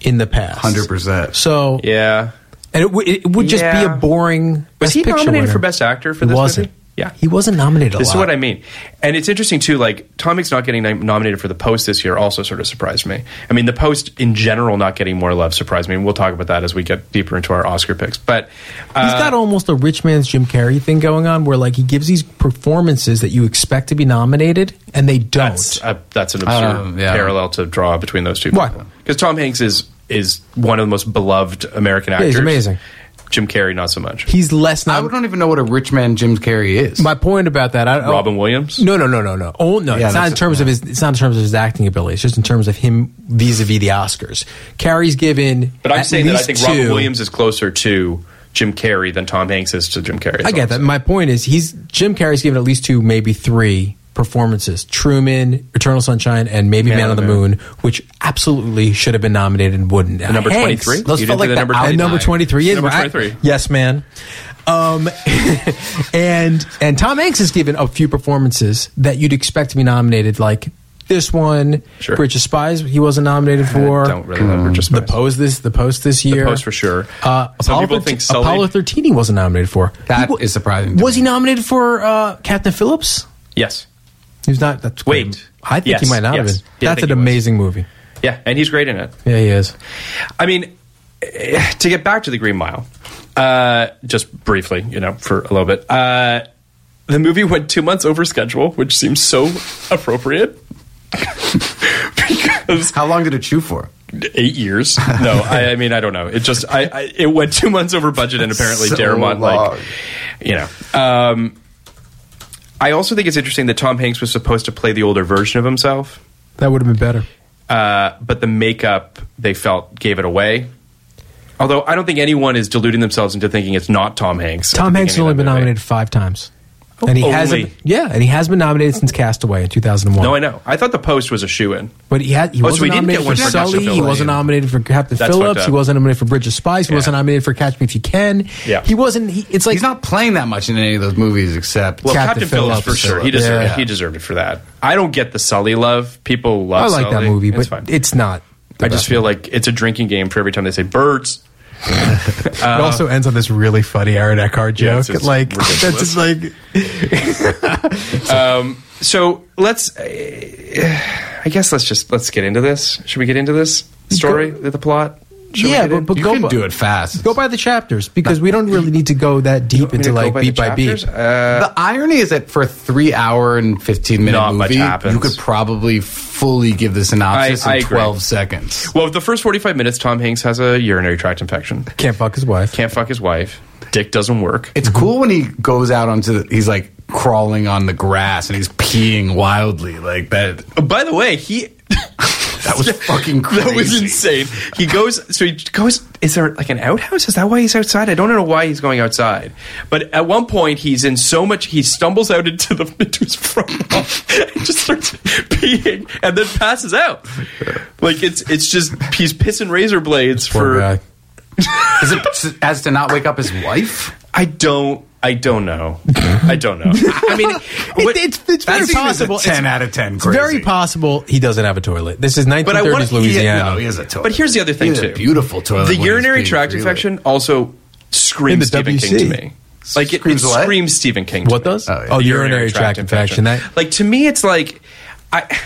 Speaker 3: in the past.
Speaker 5: Hundred percent.
Speaker 3: So,
Speaker 4: Yeah.
Speaker 3: and it, w- it would just be a
Speaker 4: Yeah.
Speaker 3: boring.
Speaker 4: Was
Speaker 3: Best
Speaker 4: he
Speaker 3: Picture
Speaker 4: nominated
Speaker 3: winner.
Speaker 4: for Best Actor for
Speaker 3: He
Speaker 4: this
Speaker 3: wasn't.
Speaker 4: movie? Yeah.
Speaker 3: he wasn't nominated. A
Speaker 4: This
Speaker 3: lot.
Speaker 4: is what I mean. And it's interesting too, like Tom Hanks not getting nom- nominated for the post this year also sort of surprised me. I mean, the post in general not getting more love surprised me, and we'll talk about that as we get deeper into our Oscar picks. But
Speaker 3: He's got
Speaker 4: uh,
Speaker 3: almost a rich man's Jim Carrey thing going on, where like he gives these performances that you expect to be nominated, and they don't.
Speaker 4: that's a, uh, that's an
Speaker 5: I
Speaker 4: absurd
Speaker 5: don't know, yeah.
Speaker 4: parallel to draw between those two
Speaker 3: Why?
Speaker 4: people. Because Tom Hanks is is one of the most beloved American
Speaker 3: he's
Speaker 4: actors.
Speaker 3: amazing.
Speaker 4: Jim Carrey, not so much.
Speaker 3: He's less.
Speaker 5: I
Speaker 3: Nom-
Speaker 5: don't even know what a rich man Jim Carrey is.
Speaker 3: My point about that, I, oh,
Speaker 4: Robin Williams?
Speaker 3: No, no, no, no, no. Oh no,
Speaker 5: Yeah,
Speaker 3: it's not
Speaker 5: that's-
Speaker 3: in terms of his. It's not in terms of his acting ability. It's just in terms of him vis-a-vis the Oscars. Carrey's given.
Speaker 4: But I'm
Speaker 3: at
Speaker 4: saying that I
Speaker 3: least
Speaker 4: think Robin
Speaker 3: two-
Speaker 4: Williams is closer to Jim Carrey than Tom Hanks is to Jim Carrey.
Speaker 3: I get that.
Speaker 4: So-
Speaker 3: My point is, he's Jim Carrey's given at least two, maybe three performances: Truman, Eternal Sunshine, and maybe Man, on the Moon, which absolutely should have been nominated and wouldn't. And
Speaker 4: number
Speaker 3: Hanks,
Speaker 4: 23?
Speaker 3: Those
Speaker 4: You
Speaker 3: felt
Speaker 4: didn't
Speaker 3: like
Speaker 4: do the
Speaker 3: the
Speaker 4: number
Speaker 3: out-
Speaker 4: 29.
Speaker 3: number twenty-three.
Speaker 4: Number
Speaker 3: I-
Speaker 4: 23.
Speaker 3: yes, man. Um, and and Tom Hanks has given a few performances that you'd expect to be nominated, like this one,
Speaker 4: Sure.
Speaker 3: Bridge of Spies. He wasn't nominated for.
Speaker 4: I don't really remember just
Speaker 3: The pose this the post this year.
Speaker 4: Post for sure.
Speaker 3: Uh,
Speaker 4: Some
Speaker 3: Apollo,
Speaker 4: people
Speaker 3: thir-
Speaker 4: think Sully-
Speaker 3: Apollo 13 he wasn't nominated for.
Speaker 5: That
Speaker 3: That is
Speaker 5: is surprising to
Speaker 3: Was
Speaker 5: me.
Speaker 3: he nominated for uh, Captain Phillips?
Speaker 4: Yes.
Speaker 3: He was not. That's
Speaker 4: Wait.
Speaker 3: great. I think he
Speaker 4: Yes,
Speaker 3: might not
Speaker 4: yes.
Speaker 3: have been.
Speaker 4: Yeah, I
Speaker 3: that's
Speaker 4: think
Speaker 3: an
Speaker 4: he was.
Speaker 3: amazing movie.
Speaker 4: Yeah, and he's great in it.
Speaker 3: Yeah, he is.
Speaker 4: I mean, eh, to get back to the Green Mile, uh, just briefly, you know, for a little bit. Uh, the movie went two months over schedule, which seems so appropriate because
Speaker 5: How long did it shoot for?
Speaker 4: eight years. No, I, I mean I don't know. It just I, I it went two months over budget, and apparently
Speaker 5: So
Speaker 4: Darabont
Speaker 5: long.
Speaker 4: like you know. Um, I also think it's interesting that Tom Hanks was supposed to play the older version of himself,
Speaker 3: That would have been better.
Speaker 4: uh, but the makeup they felt gave it away. Although I don't think anyone is deluding themselves into thinking it's not Tom Hanks. at
Speaker 3: Tom
Speaker 4: the
Speaker 3: Hanks has only
Speaker 4: beginning of that
Speaker 3: been
Speaker 4: movie.
Speaker 3: nominated five times, and he
Speaker 4: Only.
Speaker 3: hasn't. Yeah, and he has been nominated since Castaway in 2001.
Speaker 4: No, I know. I thought the post was a shoe in.
Speaker 3: But he had. He
Speaker 4: Oh, so
Speaker 3: wasn't
Speaker 4: we didn't
Speaker 3: nominated
Speaker 4: get one
Speaker 3: for,
Speaker 4: for Captain
Speaker 3: Sully. He
Speaker 4: Phillips.
Speaker 3: wasn't nominated for Captain
Speaker 4: That's fucked
Speaker 3: Phillips.
Speaker 4: up.
Speaker 3: He wasn't nominated for Bridge of Spies. He
Speaker 4: Yeah.
Speaker 3: wasn't nominated for Catch Me If You Can.
Speaker 4: Yeah.
Speaker 3: He wasn't. He, it's like
Speaker 5: He's not playing that much in any of those movies except
Speaker 4: Well,
Speaker 3: Captain
Speaker 4: Captain, Phillips,
Speaker 3: Phillips.
Speaker 4: for sure. He
Speaker 3: Phillips.
Speaker 4: deserved
Speaker 3: Yeah.
Speaker 4: it. He deserved it for that. I don't get the Sully love. People love.
Speaker 3: I like that
Speaker 4: Sully.
Speaker 3: movie,
Speaker 4: It's
Speaker 3: but
Speaker 4: fine.
Speaker 3: it's not. the
Speaker 4: I just
Speaker 3: best
Speaker 4: feel like it's a drinking game for every time they say birds.
Speaker 3: it also ends on this really funny Aaron Eckhart
Speaker 4: Uh, Yeah,
Speaker 3: joke.
Speaker 4: it's- it's
Speaker 3: like
Speaker 4: ridiculous.
Speaker 3: that's just like
Speaker 4: So let's, uh, I guess let's just let's get into this. Should we get into this story, the plot? Should we
Speaker 3: yeah,
Speaker 4: get in?
Speaker 3: but, but
Speaker 5: you
Speaker 3: go
Speaker 5: can
Speaker 3: by,
Speaker 5: do it fast.
Speaker 3: Go by the chapters because we don't really need to go that deep
Speaker 4: Want me
Speaker 3: into
Speaker 4: to go
Speaker 3: like
Speaker 4: by
Speaker 3: beat
Speaker 4: the
Speaker 3: by beat.
Speaker 4: chapters? Uh,
Speaker 5: the irony is that for a three hour and fifteen minute
Speaker 4: Not much
Speaker 5: movie,
Speaker 4: happens.
Speaker 5: you could probably fully give the synopsis
Speaker 4: I- I
Speaker 5: in
Speaker 4: agree.
Speaker 5: twelve seconds.
Speaker 4: well, the first forty-five minutes, Tom Hanks has a urinary tract infection.
Speaker 3: Can't fuck his wife.
Speaker 4: Can't fuck his wife. Dick doesn't work.
Speaker 5: It's cool when he goes out onto the, he's like crawling on the grass and he's peeing wildly like that.
Speaker 4: By the way, he
Speaker 5: That was fucking crazy.
Speaker 4: That was insane. He goes, so he goes, is there like an outhouse? Is that why he's outside? I don't know why he's going outside. But at one point, he's in so much, he stumbles out into the into his front lawn and just starts peeing and then passes out. Like it's it's just, he's pissing razor blades
Speaker 3: Poor
Speaker 4: for,
Speaker 3: guy.
Speaker 5: Is it as to not wake up his wife?
Speaker 4: I don't, I don't know. I don't know. I mean, what-
Speaker 3: It- it's it's very
Speaker 5: That scene is a
Speaker 3: possible.
Speaker 5: 10 out of 10
Speaker 3: It's
Speaker 5: crazy.
Speaker 3: very possible he doesn't have a toilet. This is
Speaker 4: But I
Speaker 3: 1930s
Speaker 4: want
Speaker 3: Louisiana.
Speaker 5: no, he has a toilet.
Speaker 4: But here's the other
Speaker 5: He
Speaker 4: thing
Speaker 5: has a
Speaker 4: too.
Speaker 5: beautiful toilet
Speaker 4: The
Speaker 5: when he's
Speaker 4: urinary
Speaker 5: peeing
Speaker 4: tract
Speaker 5: freely.
Speaker 4: infection also
Speaker 3: In the
Speaker 4: screams Stephen
Speaker 3: WC.
Speaker 4: King to me. Like it, it
Speaker 5: Screams what?
Speaker 4: screams Stephen King. To
Speaker 3: What
Speaker 4: me.
Speaker 3: does?
Speaker 5: Oh, yeah.
Speaker 3: Oh, urinary tract infection. That-
Speaker 4: like to me, it's like I.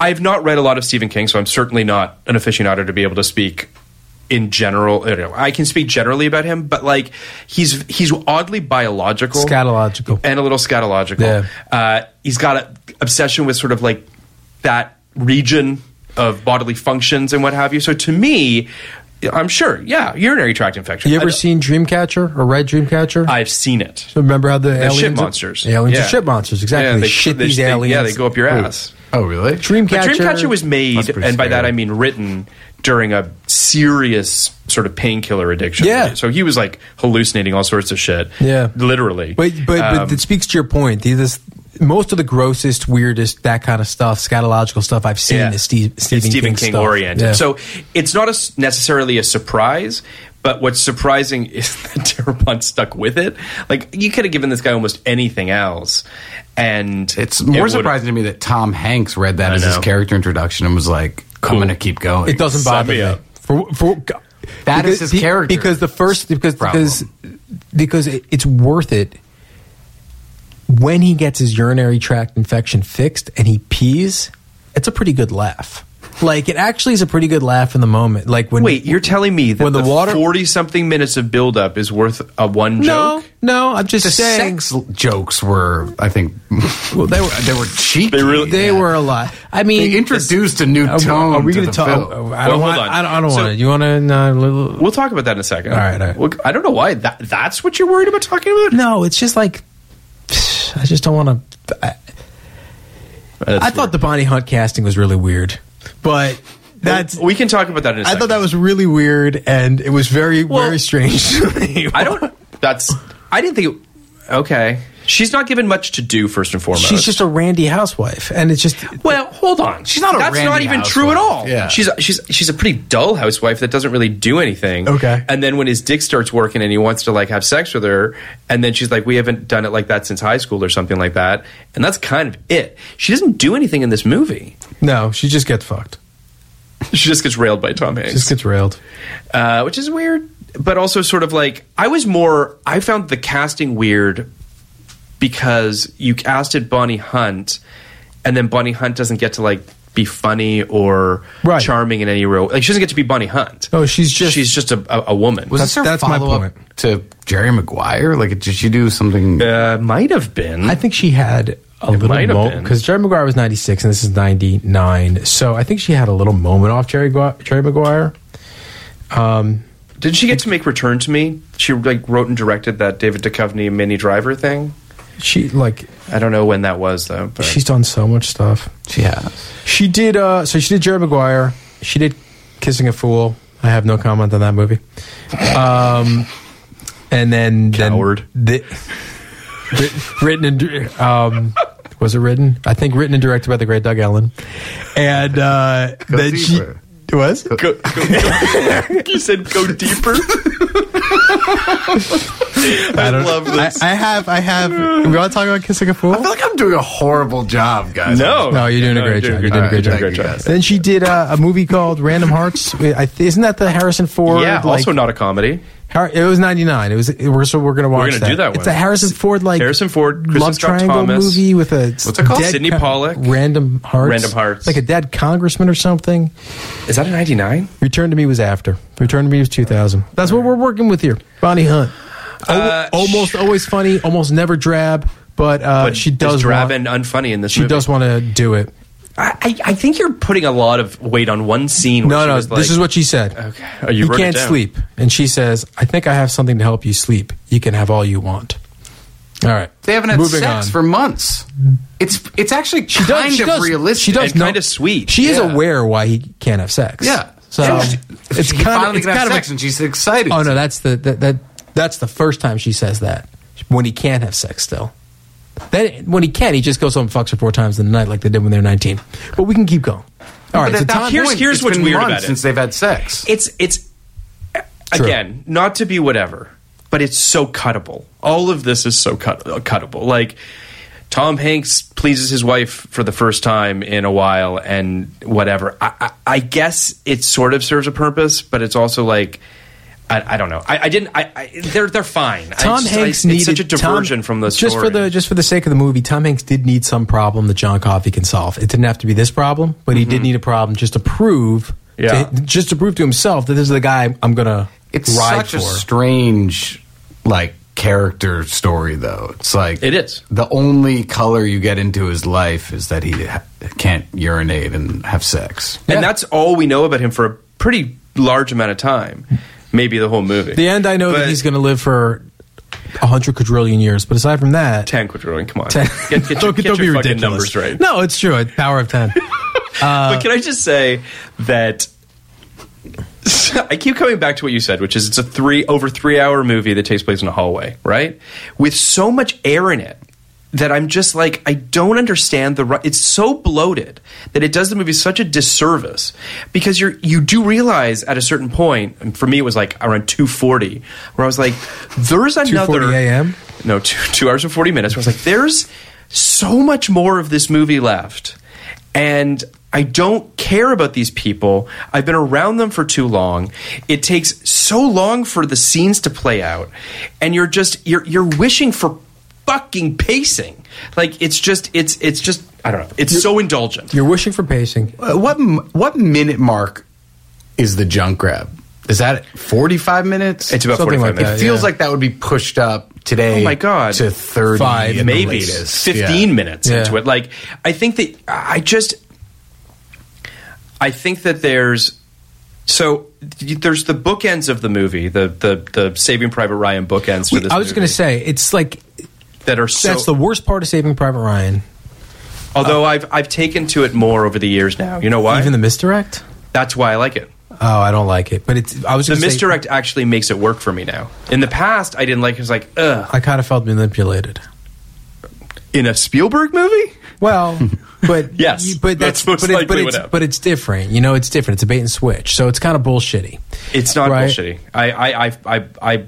Speaker 4: I've not read a lot of Stephen King, so I'm certainly not an aficionado to be able to speak in general. I don't know. I can speak generally about him, but like he's he's oddly biological,
Speaker 3: Scatological.
Speaker 4: and a little scatological.
Speaker 3: Yeah.
Speaker 4: Uh, he's got an obsession with sort of like that region of bodily functions and what have you. So to me, I'm sure, yeah, urinary tract infection.
Speaker 3: You ever
Speaker 4: I-
Speaker 3: seen Dreamcatcher or Red Dreamcatcher?
Speaker 4: I've seen it.
Speaker 3: remember how the,
Speaker 4: The
Speaker 3: aliens
Speaker 4: shit monsters.
Speaker 3: aliens
Speaker 4: yeah.
Speaker 3: are shit monsters. Exactly.
Speaker 4: Yeah,
Speaker 3: they,
Speaker 4: they
Speaker 3: shit
Speaker 4: they-
Speaker 3: these
Speaker 4: they-
Speaker 3: aliens.
Speaker 4: Yeah, they go up your ass.
Speaker 5: Oh, really?
Speaker 3: Dreamcatcher.
Speaker 4: But Dreamcatcher was made,
Speaker 5: That's pretty
Speaker 4: and by that
Speaker 5: scary.
Speaker 4: I mean written during a serious sort of painkiller addiction.
Speaker 3: Yeah.
Speaker 4: So he was like hallucinating all sorts of shit.
Speaker 3: Yeah.
Speaker 4: Literally.
Speaker 3: But but,
Speaker 4: Um,
Speaker 3: but it speaks to your point. The, this most of the grossest, weirdest, that kind of stuff, scatological stuff I've seen
Speaker 4: Yeah.
Speaker 3: is Steve,
Speaker 4: It's
Speaker 3: Stephen, King, stuff.
Speaker 4: oriented.
Speaker 3: Yeah.
Speaker 4: So it's not a s necessarily a surprise, but what's surprising is that Darabont stuck with it. Like you could have given this guy almost anything else, and
Speaker 5: It's
Speaker 4: it
Speaker 5: more
Speaker 4: would've-
Speaker 5: surprising to me that Tom Hanks read that
Speaker 4: I
Speaker 5: as his
Speaker 4: know.
Speaker 5: character introduction and was like, "I'm
Speaker 4: Cool.
Speaker 5: going to keep going."
Speaker 3: it doesn't
Speaker 4: Sign
Speaker 3: bother
Speaker 4: me
Speaker 3: me.
Speaker 4: up.
Speaker 3: For for
Speaker 5: That is his
Speaker 3: be-
Speaker 5: character.
Speaker 3: Because the first because
Speaker 5: Problem.
Speaker 3: because because it, it's worth it when he gets his urinary tract infection fixed and he pees. It's a pretty good laugh. Like it actually is a pretty good laugh in the moment. Like when
Speaker 4: Wait, you're telling me that
Speaker 3: when the, water
Speaker 4: forty something minutes of buildup is worth a one
Speaker 3: No,
Speaker 4: joke?
Speaker 3: no, I'm just
Speaker 5: The
Speaker 3: saying
Speaker 5: sex l- jokes were, I think,
Speaker 3: they were-
Speaker 5: they were cheeky.
Speaker 4: They really-
Speaker 3: they were a lot. I mean, Oh,
Speaker 5: They introduced a new
Speaker 3: Are we-
Speaker 5: tone.
Speaker 3: Are we
Speaker 5: to
Speaker 3: going
Speaker 5: the
Speaker 3: to talk? Oh,
Speaker 5: film.
Speaker 3: I don't
Speaker 4: Well, hold
Speaker 3: want.
Speaker 4: on.
Speaker 3: I don't, I don't
Speaker 4: So-
Speaker 3: want to. You want to? No,
Speaker 4: We'll talk about that in a second.
Speaker 3: All right, all right.
Speaker 4: Well, I don't know why that, that's what you're worried about talking about.
Speaker 3: no, it's just like I just don't want to. I,
Speaker 4: That's
Speaker 3: I thought the Bonnie Hunt casting was really weird, but that's.
Speaker 4: weird. we can talk about that in a
Speaker 3: I
Speaker 4: second.
Speaker 3: thought that was really weird, and it was very very strange. to me.
Speaker 4: I don't. That's. I didn't think. It, okay, she's not given much to do. First and foremost,
Speaker 3: She's just a Randy housewife, and it's just
Speaker 4: Well, hold on. She's
Speaker 5: not a
Speaker 4: That's
Speaker 5: Randy
Speaker 4: not even
Speaker 5: housewife.
Speaker 4: true at all.
Speaker 5: Yeah.
Speaker 4: She's she's she's a pretty dull housewife that doesn't really do anything.
Speaker 3: Okay.
Speaker 4: And then when his dick starts working and he wants to like have sex with her, and then she's like, "We haven't done it like that since high school or something like that," and that's kind of it. She doesn't do anything in this movie.
Speaker 3: no, she just gets fucked.
Speaker 4: She just gets railed by Tom Hanks,
Speaker 3: Just gets railed.
Speaker 4: uh, which is weird, but also sort of like I was more. I found the casting weird because you casted Bonnie Hunt, and then Bonnie Hunt doesn't get to like be funny or
Speaker 3: Right.
Speaker 4: charming in any real. Like she doesn't get to be Bonnie Hunt.
Speaker 3: No, she's just-
Speaker 4: she's just a, a, a woman.
Speaker 5: Was
Speaker 3: That's-
Speaker 5: this her
Speaker 3: that's my
Speaker 5: follow-up
Speaker 3: point.
Speaker 5: to Jerry Maguire? Like, did she do something?
Speaker 4: uh, might have been.
Speaker 3: I think she had a
Speaker 4: might
Speaker 3: little
Speaker 4: have
Speaker 3: moment
Speaker 4: been.
Speaker 3: because Jerry Maguire was 96 and this is 99. So I think she had a little moment off Jerry, Gua- Jerry Maguire. Um,
Speaker 4: Did she get to make Return to Me? She like wrote and directed that David Duchovny Mini Driver thing.
Speaker 3: she like
Speaker 4: I don't know when that was though. But.
Speaker 3: she's done so much stuff.
Speaker 5: She has.
Speaker 3: She did uh, so she did Jerry Maguire. She did Kissing a Fool. I have no comment on that movie. Um, and then then
Speaker 4: Coward.
Speaker 3: the- writ- written and dir- um, was it written? I think written and directed by the great Doug Ellen. And uh, then she
Speaker 5: deeper.
Speaker 3: was
Speaker 4: Go, go, go. you said go deeper. I,
Speaker 3: don't-
Speaker 4: love this.
Speaker 3: I, I have, I have. we want to talk about kissing a fool?
Speaker 5: I feel like I'm doing a horrible job, guys.
Speaker 4: no,
Speaker 3: no, you're doing a great job. You're doing a great
Speaker 5: job.
Speaker 3: Then she did uh, a movie called Random Hearts. I, th- isn't that the Harrison Ford?
Speaker 4: Yeah,
Speaker 3: like-
Speaker 4: also not a comedy.
Speaker 3: Har- it was ninety nine. It was. it- We're, so we're gonna watch.
Speaker 4: gonna
Speaker 3: that.
Speaker 4: do that
Speaker 3: It's
Speaker 4: one.
Speaker 3: a Harrison Ford like
Speaker 4: Harrison Ford, Kristen
Speaker 3: love
Speaker 4: Scott
Speaker 3: triangle
Speaker 4: Thomas.
Speaker 3: movie with a
Speaker 4: What's it called?
Speaker 3: dead
Speaker 4: Sidney Pollack?
Speaker 3: Random Hearts.
Speaker 4: Random Hearts.
Speaker 3: Like a dead congressman or something.
Speaker 4: Is that a 99?
Speaker 3: Return to Me was after. Return to Me was two thousand. That's what we're working with here. Bonnie Hunt. Al-
Speaker 4: Uh,
Speaker 3: almost always funny. Almost never drab. But, uh,
Speaker 4: But
Speaker 3: she does
Speaker 4: is drab
Speaker 3: want,
Speaker 4: and unfunny in this
Speaker 3: She
Speaker 4: movie.
Speaker 3: does want to do it.
Speaker 4: I, I- I think you're putting a lot of weight on one scene. where
Speaker 3: No,
Speaker 4: she
Speaker 3: no.
Speaker 4: was
Speaker 3: this
Speaker 4: like-
Speaker 3: is what she said.
Speaker 4: Okay. Oh, you wrote it
Speaker 3: can't
Speaker 4: down.
Speaker 3: sleep, and she says, "I think I have something to help you sleep. You can have all you want." All right.
Speaker 5: They haven't had
Speaker 3: Moving
Speaker 5: sex
Speaker 3: on.
Speaker 5: for months. It's it's actually
Speaker 3: She does-
Speaker 5: kind
Speaker 3: she
Speaker 5: of
Speaker 3: does-
Speaker 5: realistic.
Speaker 3: She does
Speaker 4: and
Speaker 3: know-
Speaker 4: kinda sweet.
Speaker 3: She is
Speaker 5: Yeah.
Speaker 3: aware why he can't have sex.
Speaker 5: Yeah.
Speaker 3: So um,
Speaker 5: Yeah, she-
Speaker 3: it's
Speaker 5: she
Speaker 3: kind of
Speaker 5: finally
Speaker 3: it's
Speaker 5: can have
Speaker 3: kind of
Speaker 5: sex,
Speaker 3: a-
Speaker 5: and she's excited.
Speaker 3: Oh no, that's the that, that that's the first time she says that when he can't have sex still. Then when he can, he just goes home and fucks her four times in the night like they did when they were nineteen. But we can keep going. All right.
Speaker 5: But
Speaker 3: So
Speaker 5: at that
Speaker 3: Tom,
Speaker 5: point,
Speaker 4: here's- here's
Speaker 5: it's
Speaker 4: what's
Speaker 5: been
Speaker 4: weird
Speaker 5: months
Speaker 4: about it.
Speaker 5: since they've had sex.
Speaker 4: It's it's
Speaker 3: True.
Speaker 4: again not to be whatever, but it's so cuttable. All of this is so cut, uh, cuttable. Like Tom Hanks pleases his wife for the first time in a while, and whatever. I, I, I guess it sort of serves a purpose, but it's also like. I, I don't know. I, I didn't. I, I they're they're fine. I
Speaker 3: Tom
Speaker 4: just- I-
Speaker 3: Hanks
Speaker 4: it's
Speaker 3: needed
Speaker 4: such a diversion
Speaker 3: Tom-
Speaker 4: from the
Speaker 3: just
Speaker 4: story.
Speaker 3: for the just for the sake of the movie. Tom Hanks did need some problem that John Coffey can solve. It didn't have to be this problem, but he did need a problem just to prove,
Speaker 4: Mm-hmm. Yeah.
Speaker 3: to, just to prove to himself that this is the guy I'm gonna
Speaker 5: It's
Speaker 3: ride
Speaker 5: such
Speaker 3: for.
Speaker 5: a strange, like character story, though. It's like
Speaker 4: It is.
Speaker 5: the only color you get into his life is that he ha- can't urinate and have sex.
Speaker 4: and that's all we know about him for a pretty large amount of time, maybe the whole movie.
Speaker 3: the end, I know that
Speaker 4: But-
Speaker 3: he's gonna live for a hundred quadrillion years, but aside from that,
Speaker 4: ten quadrillion. Come on, get, get your,
Speaker 3: don't,
Speaker 4: get
Speaker 3: don't
Speaker 4: your
Speaker 3: be
Speaker 4: fucking
Speaker 3: ridiculous.
Speaker 4: numbers right.
Speaker 3: No, uh, it's true. It's Power of ten.
Speaker 4: but can I just say that I keep coming back to what you said, which is it's a three over three hour movie that takes place in a hallway, right? With so much air in it that I'm just like I don't understand the. ru- It's so bloated that it does the movie such a disservice because you're you do realize at a certain point, and for me it was like around two forty, where I was like, there's another
Speaker 3: 2:40 a.m.?
Speaker 4: no two, two hours and 40 minutes where i was like there's so much more of this movie left and i don't care about these people. I've been around them for too long. It takes so long for the scenes to play out, and you're just you're you're wishing for fucking pacing. Like it's just it's it's just I don't know. It's so indulgent.
Speaker 3: You're wishing for pacing.
Speaker 5: Uh, what m- what minute mark is the junk grab? Is that 45 minutes?
Speaker 4: It's about
Speaker 3: Something
Speaker 4: forty five
Speaker 3: like that,
Speaker 4: minutes.
Speaker 5: it feels
Speaker 3: yeah.
Speaker 5: like that would be pushed up today.
Speaker 4: Oh my God.
Speaker 5: to thirty,
Speaker 3: Five,
Speaker 5: at the
Speaker 4: maybe
Speaker 5: latest.
Speaker 4: 15
Speaker 5: Yeah.
Speaker 4: minutes
Speaker 3: Yeah.
Speaker 4: into it like i think that i just i think that there's so there's the bookends of the movie the the, the saving private ryan bookends to this
Speaker 3: I was going
Speaker 4: movie
Speaker 3: to say it's like
Speaker 4: that are so
Speaker 3: that's the worst part of Saving Private Ryan.
Speaker 4: although i've i've taken to it more over the years now you know why
Speaker 3: Even the misdirect.
Speaker 4: that's why i like it
Speaker 3: Oh, I don't like it. But it's I was
Speaker 4: the
Speaker 3: gonna say,
Speaker 4: misdirect actually makes it work for me now in the past i didn't like it it was like ugh
Speaker 3: I kind of felt manipulated.
Speaker 4: in a spielberg movie
Speaker 3: Well, but
Speaker 4: Yes,
Speaker 3: you- but that's,
Speaker 4: that's most
Speaker 3: but, it, but
Speaker 4: likely what
Speaker 3: it's
Speaker 4: happened.
Speaker 3: but it's different. You know, it's different. It's a bait and switch, so it's kind of bullshitty.
Speaker 4: It's not
Speaker 3: Right.
Speaker 4: bullshitty. I I, I I I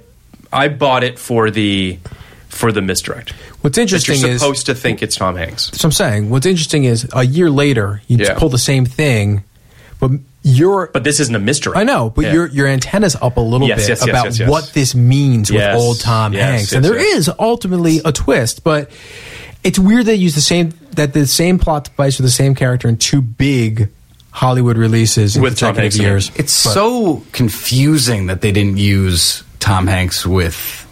Speaker 4: I bought it for the for the misdirect.
Speaker 3: What's
Speaker 4: That
Speaker 3: interesting
Speaker 4: you're
Speaker 3: is
Speaker 4: supposed to think it's Tom Hanks.
Speaker 3: so I'm saying what's interesting is a year later you
Speaker 4: Yeah.
Speaker 3: pull the same thing, but you're
Speaker 4: But this isn't a misdirect.
Speaker 3: I know, but
Speaker 4: Yeah.
Speaker 3: your your antenna's up a little
Speaker 4: Yes,
Speaker 3: bit
Speaker 4: yes, yes,
Speaker 3: about
Speaker 4: yes, yes.
Speaker 3: what this means
Speaker 4: Yes,
Speaker 3: with old Tom
Speaker 4: yes,
Speaker 3: Hanks,
Speaker 4: yes,
Speaker 3: and there is
Speaker 4: yes.
Speaker 3: ultimately a twist. But it's weird they use the same that the same plot device with the same character in two big Hollywood releases in
Speaker 4: With Tom
Speaker 3: consecutive
Speaker 4: Hanks in it.
Speaker 3: years.
Speaker 5: It's
Speaker 3: But-
Speaker 5: so confusing that they didn't use Tom Hanks with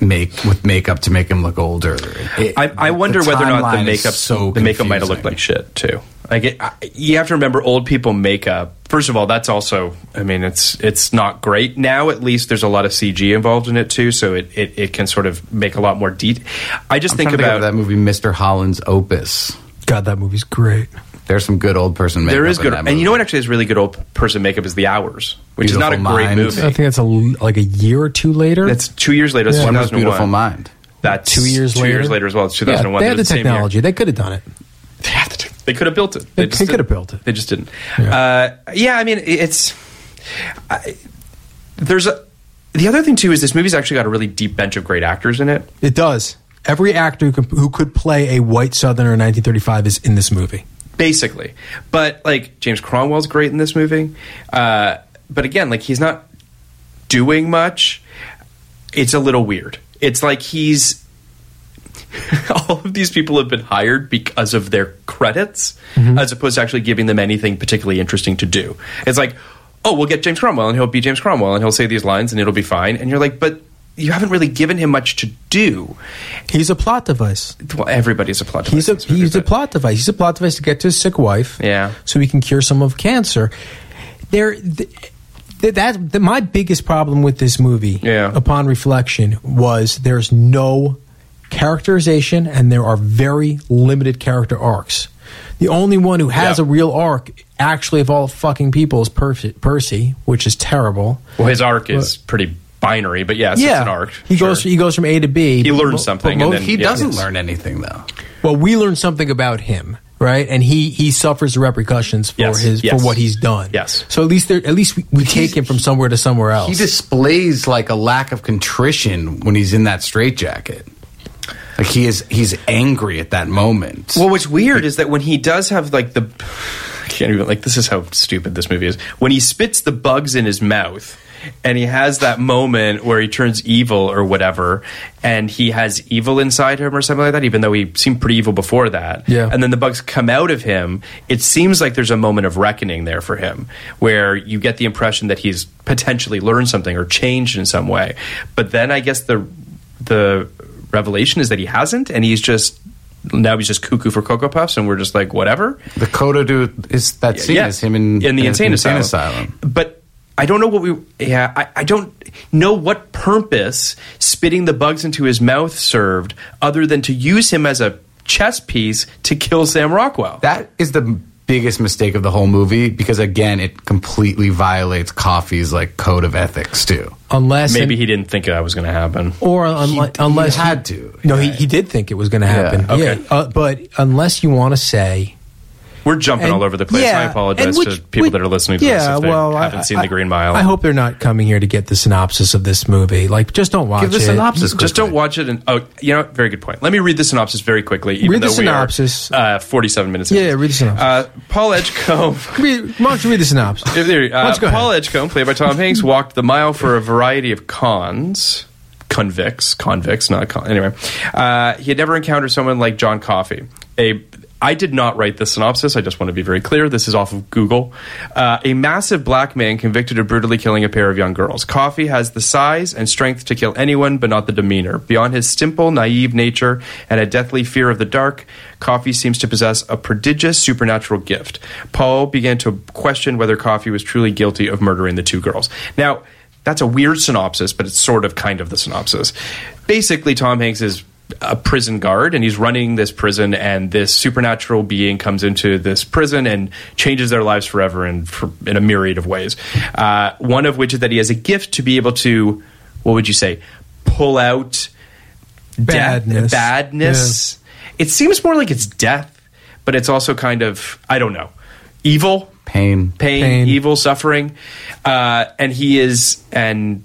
Speaker 5: make with makeup to make him look older. It-
Speaker 4: I, I
Speaker 5: the
Speaker 4: wonder whether or not the
Speaker 5: timeline is
Speaker 4: makeup the makeup might have looked like
Speaker 5: confusing.
Speaker 4: shit too. Like it, I, you have to remember old people makeup. First of all, that's also I mean it's it's not great now. At least there's a lot of CG involved in it too, so it, it, it can sort of make a lot more detail. I just
Speaker 5: I'm
Speaker 4: think
Speaker 5: trying to
Speaker 4: about
Speaker 5: think of that movie, Mr. Holland's Opus.
Speaker 3: God, that movie's great.
Speaker 5: There's some good old person makeup.
Speaker 4: there is
Speaker 5: in
Speaker 4: good,
Speaker 5: that
Speaker 4: and you know
Speaker 5: movie.
Speaker 4: what actually is really good old person makeup is The Hours, which is
Speaker 5: Beautiful
Speaker 4: not a great
Speaker 5: Mind.
Speaker 4: movie.
Speaker 3: I think that's a l- like a year or two later.
Speaker 4: That's two years later. That's
Speaker 3: Yeah.
Speaker 5: That was
Speaker 4: 2001.
Speaker 5: Beautiful Mind.
Speaker 4: That's
Speaker 3: two years later.
Speaker 4: as well. It's
Speaker 3: Yeah,
Speaker 4: 2001.
Speaker 3: they had
Speaker 4: They're
Speaker 3: the
Speaker 4: same year.
Speaker 3: technology. They could have done it.
Speaker 4: They had the tech- They could have built it.
Speaker 3: They-
Speaker 4: just
Speaker 3: they
Speaker 4: didn't.
Speaker 3: could have built it.
Speaker 4: They just didn't.
Speaker 3: Yeah.
Speaker 4: Yeah, uh, yeah I mean, i- it's I, there's a. The other thing too is this movie's actually got a really deep bench of great actors in it.
Speaker 3: It does. Every actor who, can, who could play a white Southerner in 1935 is in this movie.
Speaker 4: basically. But like James Cromwell's great in this movie, uh, but again, like he's not doing much. It's a little weird. It's like he's all of these people have been hired because of their credits,
Speaker 3: Mm-hmm.
Speaker 4: as opposed to actually giving them anything particularly interesting to do. It's like, oh, we'll get James Cromwell and he'll be James Cromwell and he'll say these lines and it'll be fine. And you're like, but you haven't really given him much to do.
Speaker 3: He's a plot device.
Speaker 4: Well, everybody's a plot.
Speaker 3: He's a
Speaker 4: device in this movie,
Speaker 3: he's a
Speaker 4: but-
Speaker 3: plot device. He's a plot device to get to his sick wife.
Speaker 4: Yeah.
Speaker 3: So he can cure some of cancer. There, th- th- that th- my biggest problem with this movie,
Speaker 4: Yeah.
Speaker 3: upon reflection, was there's no characterization and there are very limited character arcs. The only one who has
Speaker 4: Yeah.
Speaker 3: a real arc, actually, of all fucking people, is Percy, Percy which is terrible.
Speaker 4: Well, his arc is pretty binary, but yes, it's an arc.
Speaker 3: He
Speaker 4: sure.
Speaker 3: goes. He goes from A to B.
Speaker 4: He
Speaker 3: but
Speaker 4: learns
Speaker 3: mo-
Speaker 4: something,
Speaker 3: but mo-
Speaker 4: and then
Speaker 5: He
Speaker 4: yeah.
Speaker 5: doesn't learn anything though.
Speaker 3: well, we learn something about him, right? And he he suffers the repercussions for
Speaker 4: Yes,
Speaker 3: his
Speaker 4: yes.
Speaker 3: for what he's done.
Speaker 4: Yes.
Speaker 3: So at least there, at least we, we take him from somewhere to somewhere else.
Speaker 5: He displays like a lack of contrition when he's in that straitjacket. Like he is he's angry at that moment.
Speaker 4: Well, what's weird is that when he does have like the, I can't even like this is how stupid this movie is. When he spits the bugs in his mouth, and he has that moment where he turns evil or whatever, and he has evil inside him or something like that. Even though he seemed pretty evil before that,
Speaker 3: Yeah.
Speaker 4: And then the bugs come out of him. It seems like there's a moment of reckoning there for him, where you get the impression that he's potentially learned something or changed in some way. But then I guess the the revelation is that he hasn't, and he's just now he's just cuckoo for cocoa puffs, and we're just like whatever.
Speaker 5: the Coda dude is that scene is him in,
Speaker 4: the insane, asylum.
Speaker 5: asylum.
Speaker 4: But I don't know what we. Yeah, I, I don't know what purpose spitting the bugs into his mouth served, other than to use him as a chess piece to kill Sam Rockwell.
Speaker 5: That is the biggest mistake of the whole movie because again it completely violates Coffee's like code of ethics too.
Speaker 3: unless
Speaker 4: Maybe he didn't think that was going to happen.
Speaker 3: or unless
Speaker 5: he
Speaker 3: unless
Speaker 5: had to,
Speaker 3: No, he,
Speaker 5: yeah.
Speaker 3: he did think it was going to happen. Yeah.
Speaker 5: okay.
Speaker 3: Uh, but unless you want to say
Speaker 4: We're jumping
Speaker 3: And-
Speaker 4: all over the place.
Speaker 3: yeah,
Speaker 4: I
Speaker 3: and
Speaker 4: apologize
Speaker 3: which-
Speaker 4: to people
Speaker 3: which-
Speaker 4: that are listening to
Speaker 3: yeah,
Speaker 4: this if they
Speaker 3: well, I-
Speaker 4: haven't seen
Speaker 3: I-
Speaker 4: The Green Mile.
Speaker 3: I hope they're not coming here to get the synopsis of this movie. Like, just don't watch
Speaker 5: Give the
Speaker 3: it.
Speaker 5: synopsis.
Speaker 4: Just
Speaker 5: quickly.
Speaker 4: don't watch it. And oh, you know, very good point. Let me read the synopsis very quickly. Even
Speaker 3: Read the
Speaker 4: though we are,
Speaker 3: synopsis.
Speaker 4: uh, Forty-seven minutes.
Speaker 3: Yeah,
Speaker 4: in.
Speaker 3: read the synopsis.
Speaker 4: Uh, Paul Edgecombe.
Speaker 3: Read, why don't you read the synopsis?
Speaker 4: If there-
Speaker 3: Why
Speaker 4: uh,
Speaker 3: don't you go
Speaker 4: Paul
Speaker 3: ahead?
Speaker 4: Edgecombe, played by Tom Hanks, walked the mile for a variety of cons. Convicts, convicts, not con. Anyway, uh, he had never encountered someone like John Coffey. A, I did not write the synopsis. I just want to be very clear. This is off of Google. Uh, a massive black man convicted of brutally killing a pair of young girls. Coffey has the size and strength to kill anyone, but not the demeanor. Beyond his simple, naive nature and a deathly fear of the dark, Coffee seems to possess a prodigious supernatural gift. Paul began to question whether Coffee was truly guilty of murdering the two girls. Now, that's a weird synopsis, but it's sort of kind of the synopsis. Basically, Tom Hanks is a prison guard and he's running this prison and this supernatural being comes into this prison and changes their lives forever in, for, in a myriad of ways uh, one of which is that he has a gift to be able to what would you say pull out death-
Speaker 3: Badness.
Speaker 4: badness. It seems more like it's death, but it's also kind of I don't know, evil,
Speaker 5: Pain.
Speaker 4: pain,
Speaker 3: Pain.
Speaker 4: evil, suffering, uh, and he is and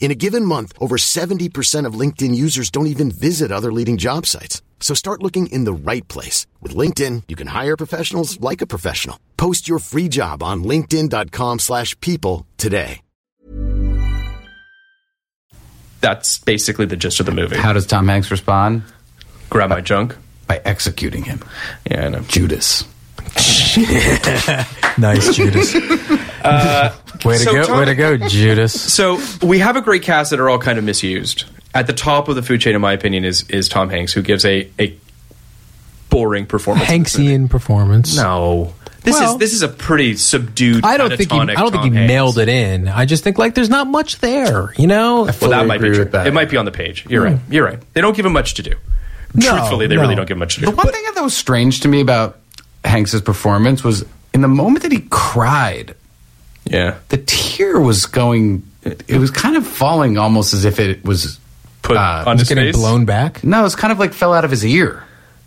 Speaker 6: In a given month, over 70% of LinkedIn users don't even visit other leading job sites. So start looking in the right place. With LinkedIn, you can hire professionals like a professional. Post your free job on linkedin.com/people slash people today.
Speaker 4: that's basically the gist of the movie.
Speaker 5: How does Tom Hanks respond?
Speaker 4: Grab my junk.
Speaker 5: By executing him.
Speaker 4: Yeah, I know.
Speaker 5: Judas.
Speaker 3: Nice, Judas. Uh, way to
Speaker 4: so
Speaker 3: go,
Speaker 4: Tom-
Speaker 3: way to go, Judas.
Speaker 4: So we have a great cast that are all kind of misused. At the top of the food chain, in my opinion, is is Tom Hanks, who gives a a boring performance.
Speaker 3: Hanksian performance.
Speaker 4: No. This
Speaker 3: Well-
Speaker 4: is this is a pretty subdued.
Speaker 3: I don't think he. I don't think he nailed it in. I just think like there's not much there. You know,
Speaker 4: Well, that Hmm.
Speaker 5: Fully
Speaker 4: might be
Speaker 5: agree
Speaker 4: true.
Speaker 5: with that.
Speaker 4: It might be on the page. You're right. You're right. They don't give him much to do.
Speaker 3: No,
Speaker 4: Truthfully, they
Speaker 3: no.
Speaker 4: really don't give him much to do.
Speaker 5: The one thing that was strange to me about Hanks's performance was in the moment that he cried,
Speaker 4: yeah,
Speaker 5: the tear was going. It was kind of falling, almost as if it was
Speaker 4: put
Speaker 5: Uh,
Speaker 4: on
Speaker 5: it's
Speaker 4: his
Speaker 3: it's getting
Speaker 4: face.
Speaker 3: blown back.
Speaker 5: No, it's kind of like fell out of his ear.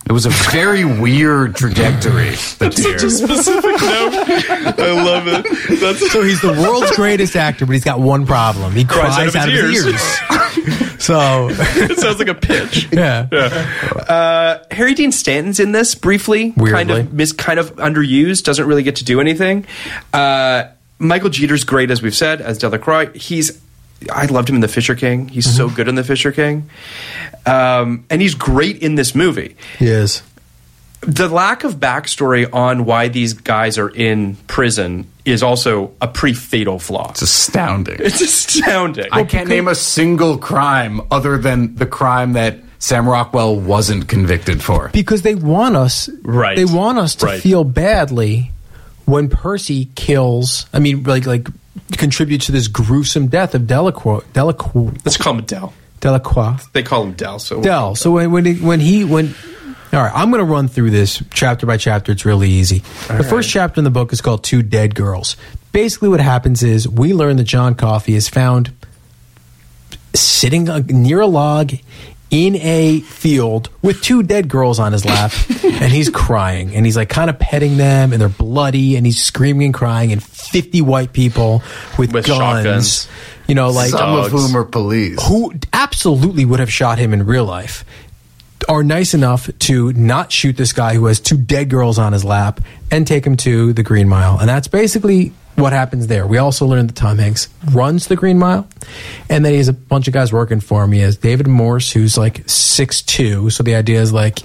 Speaker 5: It was a very weird trajectory. The tear.
Speaker 4: I love it. That's
Speaker 3: So he's the world's greatest actor, but he's got one problem: he cries,
Speaker 4: Cries
Speaker 3: out of his, ears. so
Speaker 4: it sounds like a pitch.
Speaker 3: yeah,
Speaker 4: Uh, Harry Dean Stanton's in this briefly, kind
Speaker 3: Weirdly.
Speaker 4: of mis- kind of underused, doesn't really get to do anything. Uh, Michael Jeter's great, as we've said, as Delacroix. He's I loved him in The Fisher King. He's so good in The Fisher King, um, and he's great in this movie.
Speaker 3: he is.
Speaker 4: the lack of backstory on why these guys are in prison is also a pretty fatal flaw.
Speaker 5: It's astounding.
Speaker 4: It's astounding.
Speaker 5: I can't name a single crime other than the crime that Sam Rockwell wasn't convicted for.
Speaker 3: because they want us
Speaker 4: Right.
Speaker 3: they want us to
Speaker 4: Right.
Speaker 3: feel badly when percy kills i mean like like contributes to this gruesome death of delacroix delacroix
Speaker 4: Let's call him Dell.
Speaker 3: delacroix
Speaker 4: They call him Dell. So
Speaker 3: Dell. So when when he, when he when all right, I'm going to run through this chapter by chapter. It's really easy. the first chapter in the book is called Two Dead Girls. Basically, what happens is we learn that John Coffey is found sitting uh, near a log in a field with two dead girls on his lap, and he's crying and he's like kind of petting them, and they're bloody, and he's screaming and crying, and 50 white people with,
Speaker 4: With
Speaker 3: guns,
Speaker 4: shotguns.
Speaker 3: you know, like
Speaker 5: Some
Speaker 4: dogs.
Speaker 5: of whom are police.
Speaker 3: who absolutely would have shot him in real life are nice enough to not shoot this guy who has two dead girls on his lap and take him to the Green Mile. And that's basically What happens there? We also learned that Tom Hanks runs the Green Mile, and then he has a bunch of guys working for him. He has David Morse, who's like six two. So the idea is like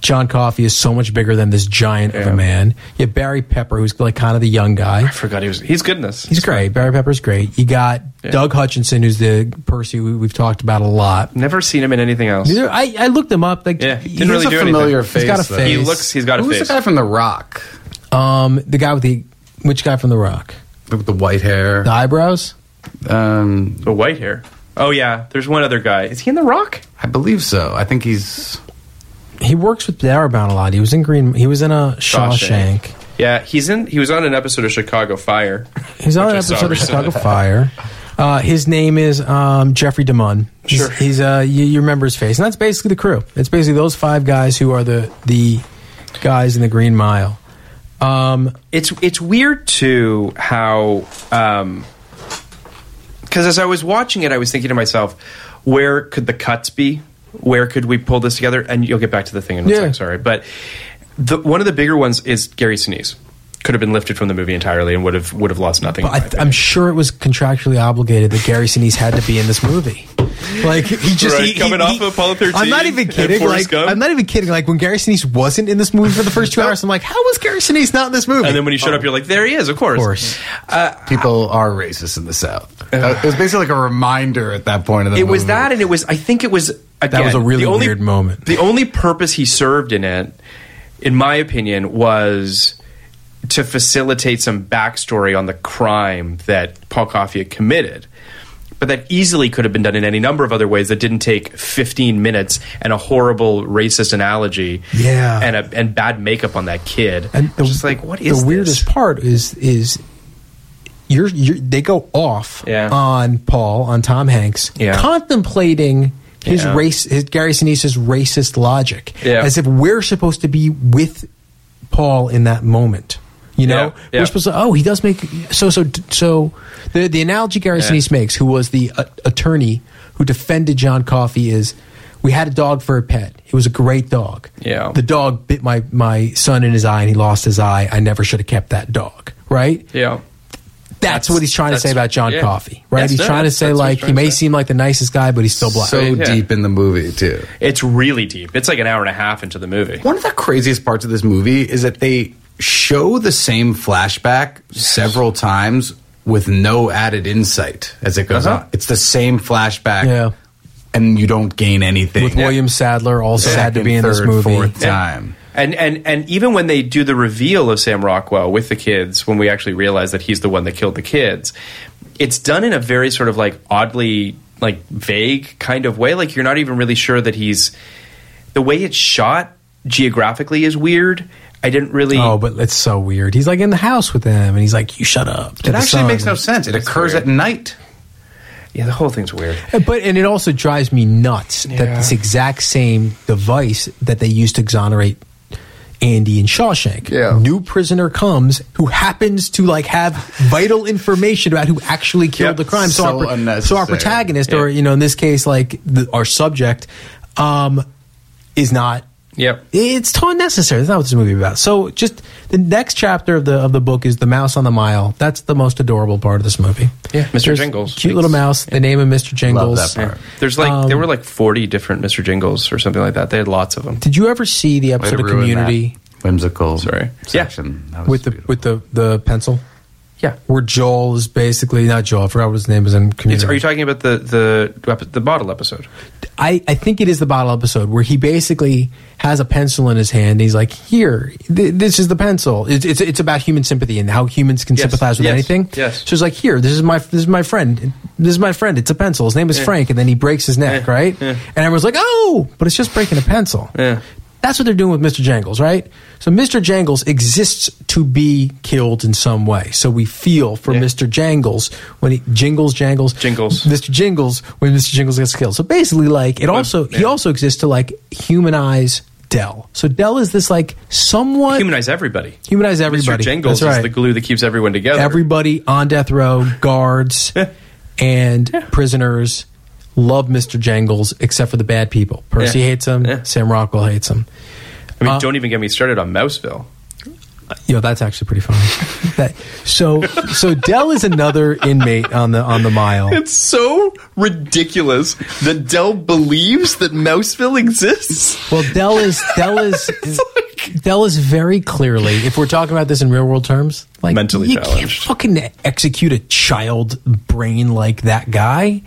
Speaker 3: John Coffey is so much bigger than this giant of a man. You have Barry Pepper, who's like kind of the young guy.
Speaker 4: I forgot he was. He's good in this.
Speaker 3: He's great. Barry Pepper's great. You got Doug Hutchinson, who's the Percy we- we've talked about a lot.
Speaker 4: Never seen him in anything else.
Speaker 3: Neither- I, I looked him up. Like,
Speaker 4: Yeah,
Speaker 3: he-
Speaker 4: didn't really
Speaker 5: He's
Speaker 4: do
Speaker 5: a
Speaker 4: anything.
Speaker 5: familiar
Speaker 4: He's
Speaker 5: face.
Speaker 3: got a
Speaker 5: though.
Speaker 3: face.
Speaker 4: He looks. He's got a
Speaker 5: Who's
Speaker 4: face.
Speaker 5: the guy from The Rock?
Speaker 3: um, the guy with the which guy from The Rock?
Speaker 5: With the white hair.
Speaker 3: The eyebrows.
Speaker 5: Um,
Speaker 4: The white hair. Oh yeah, there's one other guy. Is he in The Rock?
Speaker 5: I believe so. I think he's.
Speaker 3: He works with Darabont a lot. He was in Green. He was in a
Speaker 4: Shawshank.
Speaker 3: Shawshank.
Speaker 4: Yeah, he's in. He was on an episode of Chicago Fire.
Speaker 3: He's on an
Speaker 4: Which I saw
Speaker 3: episode of
Speaker 4: recently.
Speaker 3: Chicago Fire. Uh, his name is um, Jeffrey DeMunn. He's,
Speaker 4: Sure.
Speaker 3: he's uh, you, you remember his face, and that's basically the crew. It's basically those five guys who are the the guys in the Green Mile. Um,
Speaker 4: It's it's weird too how um, because as I was watching it, I was thinking to myself, where could the cuts be? Where could we pull this together? And you'll get back to the thing in a
Speaker 3: Yeah.
Speaker 4: second, sorry. But the, one of the bigger ones is Gary Sinise. Could have been lifted from the movie entirely and would have would have lost nothing. in my
Speaker 3: but I,
Speaker 4: opinion.
Speaker 3: I'm sure it was contractually obligated that Gary Sinise had to be in this movie. Like he just
Speaker 4: Right,
Speaker 3: he- he-
Speaker 4: coming
Speaker 3: he-
Speaker 4: off of Apollo 13
Speaker 3: I'm not even
Speaker 4: and
Speaker 3: kidding.
Speaker 4: Forrest
Speaker 3: Like,
Speaker 4: Gump.
Speaker 3: I'm not even kidding. Like when Gary Sinise wasn't in this movie for the first two hours, I'm like, how was Gary Sinise not in this movie?
Speaker 4: and then when he showed up, you're like, there he is, of course.
Speaker 3: Oh. of course.
Speaker 5: People are racist in the South. Uh, it was basically like a reminder at that point of the
Speaker 4: It was
Speaker 5: movie.
Speaker 4: that, and it was. I think it was. Again,
Speaker 3: was a really
Speaker 4: the only-
Speaker 3: weird moment.
Speaker 4: The only purpose he served in it, in my opinion, was to facilitate some backstory on the crime that Paul Coffey had committed. But that easily could have been done in any number of other ways that didn't take 15 minutes and a horrible racist analogy,
Speaker 3: Yeah.
Speaker 4: and a, and bad makeup on that kid.
Speaker 3: And the,
Speaker 4: just like what is
Speaker 3: the weirdest
Speaker 4: this?
Speaker 3: part is is you're, you're they go off
Speaker 4: Yeah.
Speaker 3: on Paul on Tom Hanks
Speaker 4: Yeah.
Speaker 3: contemplating his
Speaker 4: Yeah.
Speaker 3: race his Gary Sinise's racist logic
Speaker 4: Yeah.
Speaker 3: as if we're supposed to be with Paul in that moment. You know,
Speaker 4: Yeah, yeah.
Speaker 3: we're supposed to. Oh, he does make so so so. The the analogy Gary
Speaker 4: Yeah.
Speaker 3: Sinise makes, who was the uh, attorney who defended John Coffey, is we had a dog for a pet. It was a great dog.
Speaker 4: Yeah.
Speaker 3: The dog bit my my son in his eye and he lost his eye. I never should have kept that dog. Right?
Speaker 4: Yeah,
Speaker 3: That's, what he's trying to
Speaker 4: that's-
Speaker 3: say about John
Speaker 4: yeah.
Speaker 3: Coffey. Right?
Speaker 4: Yes,
Speaker 3: he's
Speaker 4: no,
Speaker 3: trying to
Speaker 4: that's-
Speaker 3: say
Speaker 4: that's what he's
Speaker 3: like he
Speaker 4: trying to
Speaker 3: may
Speaker 4: say.
Speaker 3: seem like the nicest guy, but he's still black.
Speaker 5: So
Speaker 4: Yeah.
Speaker 5: deep in the movie, too.
Speaker 4: it's really deep. It's like an hour and a half into the movie.
Speaker 5: One of the craziest parts of this movie is that they show the same flashback several times with no added insight as it goes
Speaker 4: Uh-huh.
Speaker 5: on. It's the same flashback,
Speaker 3: Yeah.
Speaker 5: and you don't gain anything.
Speaker 3: with William Sadler also had to
Speaker 5: Second,
Speaker 3: be in this
Speaker 5: third,
Speaker 3: movie.
Speaker 5: fourth time.
Speaker 4: And and and even when they do the reveal of Sam Rockwell with the kids, when we actually realize that he's the one that killed the kids, it's done in a very sort of like oddly like vague kind of way. Like you're not even really sure that he's the way it's shot geographically is weird. I didn't really.
Speaker 3: Oh, but it's so weird. He's like in the house with them, and he's like, "You shut up." to
Speaker 5: It
Speaker 3: the
Speaker 5: actually
Speaker 3: son.
Speaker 5: makes no sense. It occurs at night.
Speaker 4: yeah, the whole thing's weird.
Speaker 3: But and it also drives me nuts that
Speaker 4: Yeah.
Speaker 3: this exact same device that they used to exonerate Andy in Shawshank.
Speaker 5: Yeah.
Speaker 3: New prisoner comes who happens to like have vital information about who actually killed
Speaker 4: Yep.
Speaker 3: the crime.
Speaker 5: So
Speaker 3: our, pro- so
Speaker 5: unnecessary.
Speaker 3: our protagonist, or you know, in this case, like the, our subject, um, is not.
Speaker 4: Yep.
Speaker 3: It's totally necessary. That's not what this movie is about. So, just the next chapter of the of the book is the mouse on the mile. That's the most adorable part of this movie.
Speaker 4: Yeah, Mr.
Speaker 3: There's
Speaker 4: Jingles.
Speaker 3: cute little mouse. They name him Mr. Jingles.
Speaker 5: that part.
Speaker 4: There's like
Speaker 3: Um,
Speaker 4: there were like 40 different Mr. Jingles or something like that. They had lots of them.
Speaker 3: Did you ever see the
Speaker 5: Way
Speaker 3: episode
Speaker 5: to
Speaker 3: of
Speaker 5: ruin that
Speaker 3: Community
Speaker 5: whimsical
Speaker 4: Sorry.
Speaker 5: section. That was
Speaker 3: with the
Speaker 5: beautiful.
Speaker 3: with the the pencil?
Speaker 4: Yeah.
Speaker 3: Where Joel is basically not Joel. I forgot what his name is in
Speaker 4: It's,
Speaker 3: Community.
Speaker 4: are you talking about the the epi- the bottle episode?
Speaker 3: I, I think it is the bottle episode where he basically has a pencil in his hand. And he's like, "Here, th- this is the pencil. It's, it's it's about human sympathy and how humans can
Speaker 4: Yes,
Speaker 3: sympathize with
Speaker 4: yes,
Speaker 3: anything."
Speaker 4: yes.
Speaker 3: So he's like, "Here, this is my this is my friend. This is my friend. It's a pencil. His name is Frank." And then he breaks his neck,
Speaker 4: Yeah,
Speaker 3: right?
Speaker 4: yeah.
Speaker 3: And everyone's like, "Oh, but it's just breaking a pencil."
Speaker 4: Yeah.
Speaker 3: That's what they're doing with Mr. Jangles, right? So Mr. Jangles exists to be killed in some way. So we feel for
Speaker 4: Yeah.
Speaker 3: Mr. Jangles when he jingles, jangles,
Speaker 4: Jingles.
Speaker 3: Mr. Jingles when Mr. Jingles gets killed. So basically, like it also he also exists to like humanize Dell. So Dell is this like somewhat
Speaker 4: Humanize everybody.
Speaker 3: humanize everybody.
Speaker 4: Mr. Jingles
Speaker 3: That's
Speaker 4: is
Speaker 3: right.
Speaker 4: the glue that keeps everyone together.
Speaker 3: Everybody on death row, guards and prisoners love Mr. Jangles except for the bad people. Percy
Speaker 4: Yeah.
Speaker 3: hates him.
Speaker 4: Yeah.
Speaker 3: Sam Rockwell hates him.
Speaker 4: I mean,
Speaker 3: Uh,
Speaker 4: don't even get me started on Mouseville.
Speaker 3: Yo, that's actually pretty funny. That, so, so Dell is another inmate on the on the mile.
Speaker 4: It's so ridiculous that Dell believes that Mouseville exists.
Speaker 3: Well, Dell is Dell is Dell is very clearly, if we're talking about this in real world terms, like
Speaker 4: Mentally
Speaker 3: you can't
Speaker 4: challenged.
Speaker 3: fucking execute a child brain like that guy,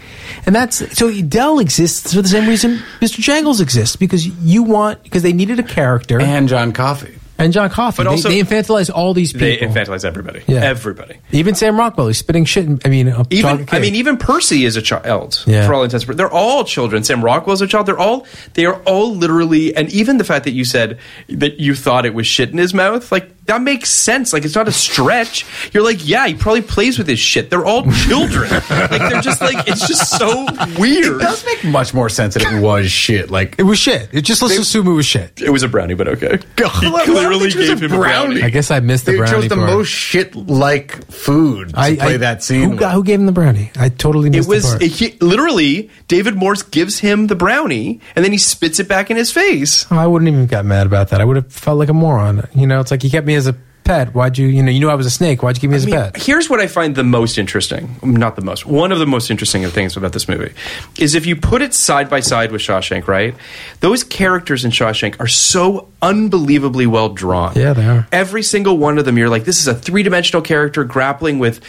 Speaker 3: and that's so Dell exists for the same reason Mr. Jangles exists because you want because they needed a character
Speaker 5: and John Coffey.
Speaker 3: and John Coffey.
Speaker 4: But
Speaker 3: they,
Speaker 4: also-
Speaker 3: they infantilize all these people.
Speaker 4: They infantilize everybody.
Speaker 3: Yeah.
Speaker 4: Everybody.
Speaker 3: Even Sam Rockwell, he's spitting shit. in- I mean, uh,
Speaker 4: Even
Speaker 3: chocolate
Speaker 4: I
Speaker 3: cake.
Speaker 4: mean, even Percy is a child
Speaker 3: Yeah.
Speaker 4: for all intents. and purposes. They're all children. Sam Rockwell's a child. They're all they are all literally. And even the fact that you said that you thought it was shit in his mouth, like that makes sense. Like it's not a stretch. You're like, yeah, he probably plays with his shit. They're all children. like they're just like it's just so
Speaker 5: It
Speaker 4: weird.
Speaker 5: does make much more sense that it was shit. Like
Speaker 3: it was shit. It just let's assume it was shit.
Speaker 4: It was a brownie, but okay.
Speaker 5: God,
Speaker 4: he
Speaker 5: why would
Speaker 4: clearly
Speaker 5: they choose
Speaker 4: gave
Speaker 5: a
Speaker 4: him a brownie.
Speaker 5: brownie?
Speaker 3: I guess I missed the
Speaker 5: they
Speaker 3: brownie
Speaker 5: chose the
Speaker 3: part.
Speaker 5: most shit like food to
Speaker 3: I,
Speaker 5: play
Speaker 3: I-
Speaker 5: that scene.
Speaker 3: Who, got, who gave him the brownie? I totally missed
Speaker 4: It
Speaker 3: the
Speaker 4: was
Speaker 3: part.
Speaker 4: it, he, literally David Morse gives him the brownie, and then he spits it back in his face.
Speaker 3: I wouldn't even got mad about that. I would have felt like a moron. You know, it's like you kept me as a pet. Why'd you? You know, you knew I was a snake. Why'd you keep me as
Speaker 4: I mean,
Speaker 3: a pet?
Speaker 4: Here's what I find the most interesting. Not the most. One of the most interesting things about this movie is if you put it side by side with Shawshank, right? Those characters in Shawshank are so unbelievably well drawn.
Speaker 3: Yeah, they are.
Speaker 4: Every single one of them, you're like, this is a three dimensional character grappling with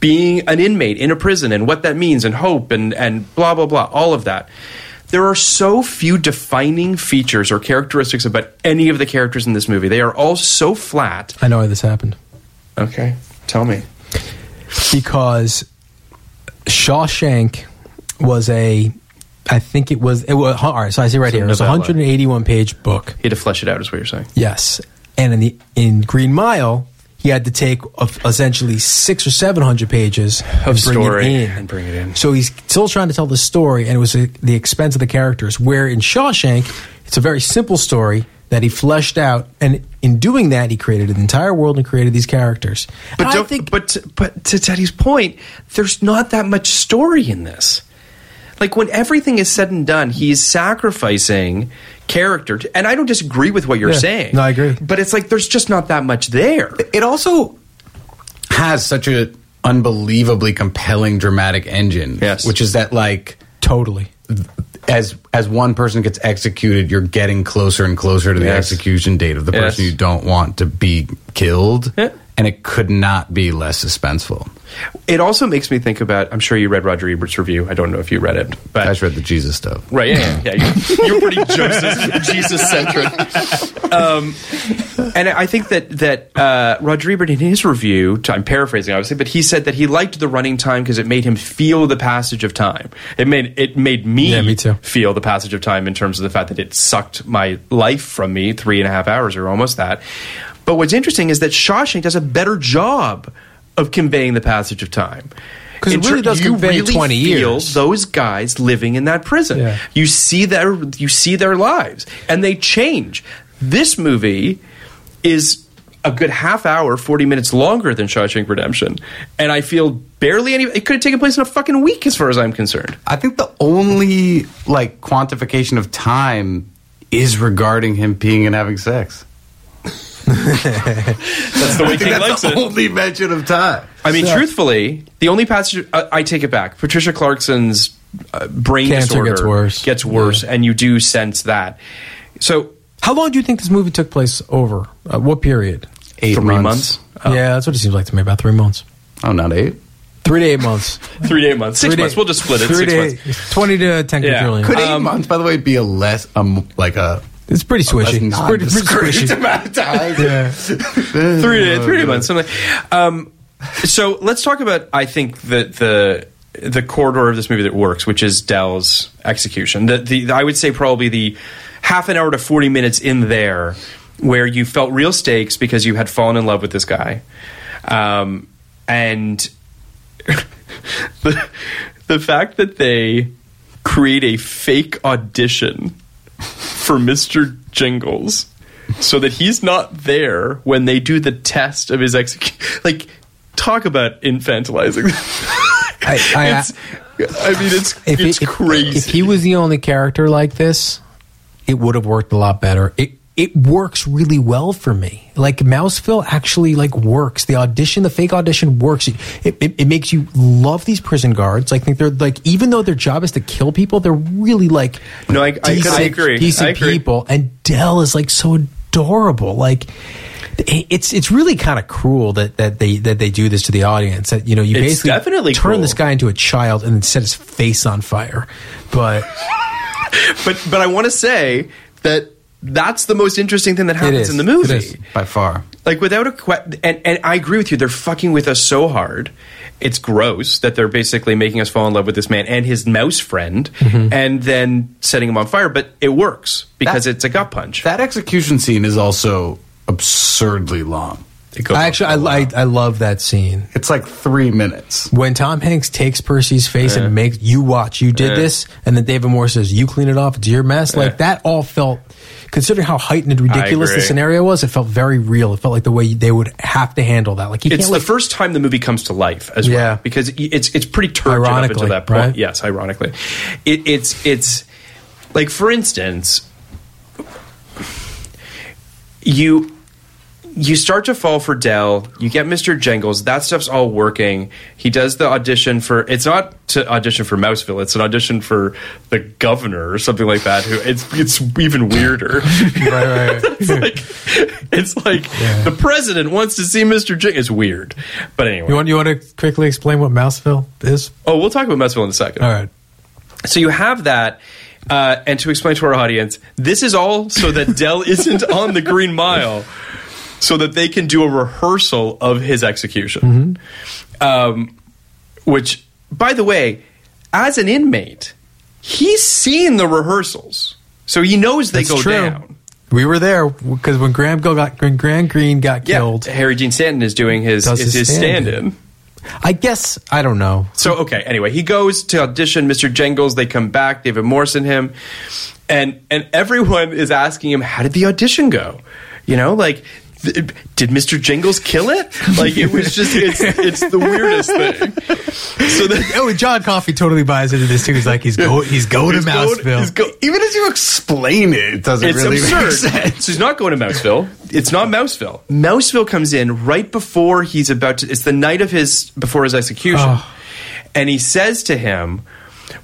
Speaker 4: being an inmate in a prison and what that means and hope and, and blah, blah, blah, all of that. There are so few defining features or characteristics about any of the characters in this movie. They are all so flat.
Speaker 3: I know why this happened
Speaker 4: Okay, tell me.
Speaker 3: because Shawshank was a. I think it was. It was all right. So I see right here. It was a
Speaker 4: novella.
Speaker 3: 181 page book.
Speaker 4: He had to flesh it out, is what you're saying.
Speaker 3: Yes, and in the in Green Mile, he had to take of essentially six or seven hundred pages
Speaker 4: Of
Speaker 3: and bring
Speaker 4: story
Speaker 3: it in.
Speaker 4: and bring it in.
Speaker 3: So he's still trying to tell the story, and it was at the expense of the characters. Where in Shawshank, it's a very simple story that he fleshed out, and in doing that, he created an entire world and created these characters.
Speaker 4: But
Speaker 3: And I
Speaker 4: don't,
Speaker 3: think,
Speaker 4: but to, but to Teddy's point, there's not that much story in this. Like when everything is said and done, he's sacrificing character, to, and I don't disagree with what you're
Speaker 3: Yeah.
Speaker 4: saying.
Speaker 3: No, I agree.
Speaker 4: But it's like there's just not that much there.
Speaker 5: it also has such a unbelievably compelling dramatic engine.
Speaker 4: Yes.
Speaker 5: Which is that like
Speaker 3: totally.
Speaker 5: as as one person gets executed, you're getting closer and closer to the
Speaker 4: Yes.
Speaker 5: execution date of the
Speaker 4: Yes.
Speaker 5: person you don't want to be killed.
Speaker 4: Yeah.
Speaker 5: And it could not be less suspenseful.
Speaker 4: It also makes me think about. I'm sure you read Roger Ebert's review. I don't know if you read it, but
Speaker 5: I just read the Jesus stuff.
Speaker 4: Right, yeah, yeah. yeah. You're, you're pretty Jesus, Jesus centric. Um, and I think that that uh, Roger Ebert, in his review, t- I'm paraphrasing obviously, but he said that he liked the running time because it made him feel the passage of time. It made it made me,
Speaker 3: Yeah, me too.
Speaker 4: feel the passage of time in terms of the fact that it sucked my life from me three and a half hours or almost that. But what's interesting is that Shawshank does a better job of conveying the passage of time
Speaker 3: 'Cause it
Speaker 4: In
Speaker 3: really does
Speaker 4: you
Speaker 3: convey 20
Speaker 4: feel
Speaker 3: years.
Speaker 4: Those guys living in that prison,
Speaker 3: Yeah.
Speaker 4: you see their you see their lives and they change. This movie is a good half hour, 40 minutes longer than Shawshank Redemption. And I feel barely any it could have taken place in a fucking week as far as I'm concerned.
Speaker 5: I think the only like quantification of time is regarding him peeing and having sex.
Speaker 4: That's the way King
Speaker 5: That's
Speaker 4: likes
Speaker 5: the
Speaker 4: it.
Speaker 5: only mention of time.
Speaker 4: I mean, truthfully, the only passage uh, I, I take it back. Patricia Clarkson's uh, brain
Speaker 3: Cancer
Speaker 4: disorder
Speaker 3: gets worse.
Speaker 4: gets worse, and you do sense that. So,
Speaker 3: How long do you think this movie took place over? Uh, what period?
Speaker 5: Eight
Speaker 4: three months,
Speaker 3: Yeah, that's what it seems like to me. About three months,
Speaker 5: Oh, not eight.
Speaker 3: three to eight months,
Speaker 4: three to eight months, six
Speaker 3: Three to
Speaker 4: months.
Speaker 3: eight-
Speaker 4: We'll just split it.
Speaker 3: three
Speaker 4: Six
Speaker 3: to
Speaker 4: months.
Speaker 3: eight- twenty to ten
Speaker 4: Yeah.
Speaker 3: quadrillion.
Speaker 5: Could eight
Speaker 4: Um,
Speaker 5: months, by the way, be a less um like a
Speaker 3: It's pretty
Speaker 5: a less
Speaker 3: swishy. It's pretty, pretty
Speaker 5: nondescript
Speaker 3: swishy.
Speaker 5: amount of time?
Speaker 3: Yeah.
Speaker 4: three to three to months. Something. like- Um, so let's talk about I think the the the corridor of this movie that works, which is Dell's execution. The, the I would say probably the half an hour to forty minutes in there where you felt real stakes because you had fallen in love with this guy, um, and the the fact that they create a fake audition for Mr. Jingles so that he's not there when they do the test of his execution. Like, talk about infantilizing.
Speaker 3: I- I-
Speaker 4: it's, I mean, it's,
Speaker 3: If
Speaker 4: it's
Speaker 3: he- if-
Speaker 4: crazy.
Speaker 3: If he was the only character like this, it would have worked a lot better. It it works really well for me. Like Mouseville actually like works. The audition, the fake audition works. It, it, it makes you love these prison guards. Like think they're like even though their job is to kill people, they're really like
Speaker 4: No, I- I- I agree.
Speaker 3: decent
Speaker 4: I agree.
Speaker 3: people. And Dell is like so adorable. Like it- it's it's really kind of cruel that that they that they do this to the audience. That you know you
Speaker 4: It's
Speaker 3: basically
Speaker 4: definitely
Speaker 3: turn
Speaker 4: cruel.
Speaker 3: this guy into a child and then set his face on fire. But
Speaker 4: but but I want to say that that's the most interesting thing that
Speaker 3: it
Speaker 4: happens
Speaker 3: is
Speaker 4: in the
Speaker 3: It is.
Speaker 4: movie.
Speaker 5: by far.
Speaker 4: Like without a que- and and I agree with you. They're fucking with us so hard. It's gross that they're basically making us fall in love with this man and his mouse friend,
Speaker 3: Mm-hmm.
Speaker 4: and then setting him on fire. But it works because
Speaker 5: That-
Speaker 4: it's a gut punch.
Speaker 5: That execution scene is also absurdly long.
Speaker 4: It goes
Speaker 3: I actually I, I I love that scene.
Speaker 5: It's like three minutes.
Speaker 3: when Tom Hanks takes Percy's face and makes you watch, you did this, and then David Moore says, "You clean it off, it's your mess." Like that all felt, considering how heightened and ridiculous the
Speaker 4: agree.
Speaker 3: scenario was, it felt very real. It felt like the way they would have to handle that. Like you
Speaker 4: it's
Speaker 3: can't
Speaker 4: the
Speaker 3: like,
Speaker 4: first time the movie comes to life as
Speaker 3: Yeah.
Speaker 4: well because i- it's it's pretty turgid up
Speaker 3: Ironically,
Speaker 4: until that point.
Speaker 3: right?
Speaker 4: Yes, ironically, it, it's it's like for instance, you you start to fall for Dell. You get Mr. Jengels. That stuff's all working. He does the audition for. It's not to audition for Mouseville. It's an audition for the governor or something like that. Who it's it's even weirder.
Speaker 3: right, right.
Speaker 4: it's like it's like the president wants to see Mr. Jing. It's weird, but anyway.
Speaker 3: You want you want to quickly explain what Mouseville is?
Speaker 4: oh, we'll talk about Mouseville in a second.
Speaker 3: All right.
Speaker 4: So you have that. Uh, and to explain to our audience, this is all so that Dell isn't on the Green Mile, so that they can do a rehearsal of his execution.
Speaker 3: Mm-hmm.
Speaker 4: Um, which, by the way, as an inmate, he's seen the rehearsals, so he knows they
Speaker 3: That's
Speaker 4: go
Speaker 3: true.
Speaker 4: down.
Speaker 3: We were there because when Graham Go got when Graham Green got
Speaker 4: Yeah,
Speaker 3: killed,
Speaker 4: Harry Dean Stanton is doing his
Speaker 3: Does
Speaker 4: is
Speaker 3: his
Speaker 4: his stand-in.
Speaker 3: stand-in. I guess I don't know.
Speaker 4: So okay, anyway, he goes to audition Mr. Jengels, they come back, David Morrison him, and and everyone is asking him, How did the audition go? You know, like th- did Mr. Jingles kill it? Like it was just it's it's the weirdest thing. So then
Speaker 3: Oh, and John Coffey totally buys into this too. He's like, he's go, he's go to
Speaker 4: He's going-
Speaker 3: Mouseville.
Speaker 4: he's go-
Speaker 5: Even as you explain it, it doesn't
Speaker 4: it's
Speaker 5: really
Speaker 4: absurd.
Speaker 5: make sense.
Speaker 4: So he's not going to Mouseville. It's not Mouseville. Mouseville comes in right before he's about to. It's the night of his before his execution,
Speaker 3: Oh.
Speaker 4: and he says to him.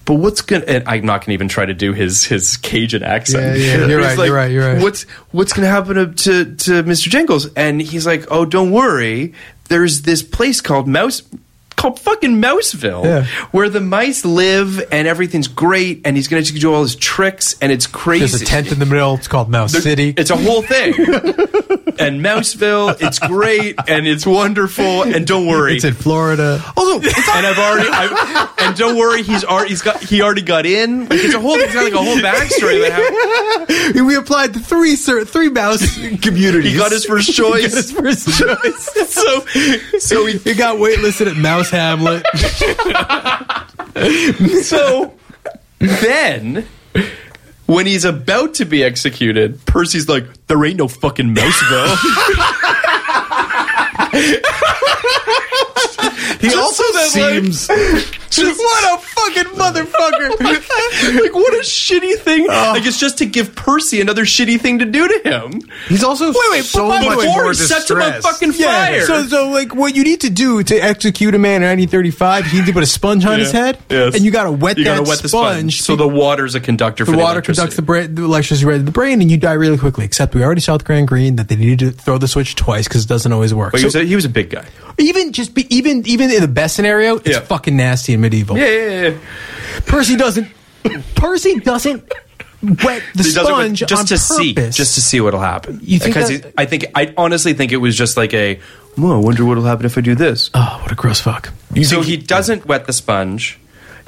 Speaker 4: But what's gonna? And I'm not gonna even try to do his his Cajun accent.
Speaker 3: Yeah, yeah, you're
Speaker 4: He's
Speaker 3: right, you're right, you're right.
Speaker 4: What's what's gonna happen to, to to Mr. Jingles? And he's like, oh, don't worry. There's this place called Mouse called fucking Mouseville
Speaker 3: Yeah.
Speaker 4: where the mice live and everything's great and he's gonna do all his tricks and it's crazy.
Speaker 3: There's a tent in the middle. It's called Mouse
Speaker 4: There-
Speaker 3: City.
Speaker 4: It's a whole thing. and Mouseville, it's great and it's wonderful. And don't worry.
Speaker 3: It's in Florida.
Speaker 4: also, and I've already, I've, and don't worry, he's already, he's got, he already got in. Like, it's a whole, it's got like a whole backstory that happened.
Speaker 3: we applied to three sir, three mouse communities.
Speaker 4: He got his first choice.
Speaker 3: He got his first choice.
Speaker 4: So, so he,
Speaker 3: he got waitlisted at Mouse Hamlet.
Speaker 4: so then when he's about to be executed, Percy's like, there ain't no fucking Mouseville.
Speaker 5: He also
Speaker 4: that, like-
Speaker 5: seems
Speaker 4: Just what a fucking motherfucker! like what a shitty thing!
Speaker 3: Ah.
Speaker 4: Like it's just to give Percy another shitty thing to do to him.
Speaker 5: He's also
Speaker 4: wait, wait,
Speaker 5: so
Speaker 4: but
Speaker 5: much
Speaker 4: before
Speaker 5: more
Speaker 4: he sets him on
Speaker 5: distressed.
Speaker 4: fucking fire.
Speaker 3: So, so like, what you need to do to execute a man in 1935, you need to put a sponge on his head,
Speaker 4: Yes.
Speaker 3: and you got to wet
Speaker 4: You
Speaker 3: that
Speaker 4: gotta wet the
Speaker 3: sponge.
Speaker 4: So the water's a conductor.
Speaker 3: the
Speaker 4: for
Speaker 3: water
Speaker 4: electricity.
Speaker 3: conducts the brain, the electricity right to the brain, and you die really quickly. Except we already saw with Grand Green that they needed to throw the switch twice because it doesn't always work.
Speaker 4: But he
Speaker 3: So
Speaker 4: was a, he was a big guy.
Speaker 3: even just be even even in the best scenario, it's
Speaker 4: Yeah.
Speaker 3: fucking nasty and medieval.
Speaker 4: Yeah, yeah, yeah.
Speaker 3: Percy doesn't. Percy doesn't wet the
Speaker 4: He does it with-
Speaker 3: sponge
Speaker 4: just
Speaker 3: on
Speaker 4: to see,
Speaker 3: purpose.
Speaker 4: just to see what'll happen.
Speaker 3: You think
Speaker 4: because
Speaker 3: that-
Speaker 4: he- I think I honestly think it was just like a. Whoa, I wonder what'll happen if I do this.
Speaker 3: Oh, what a gross fuck!
Speaker 4: so he doesn't wet the sponge.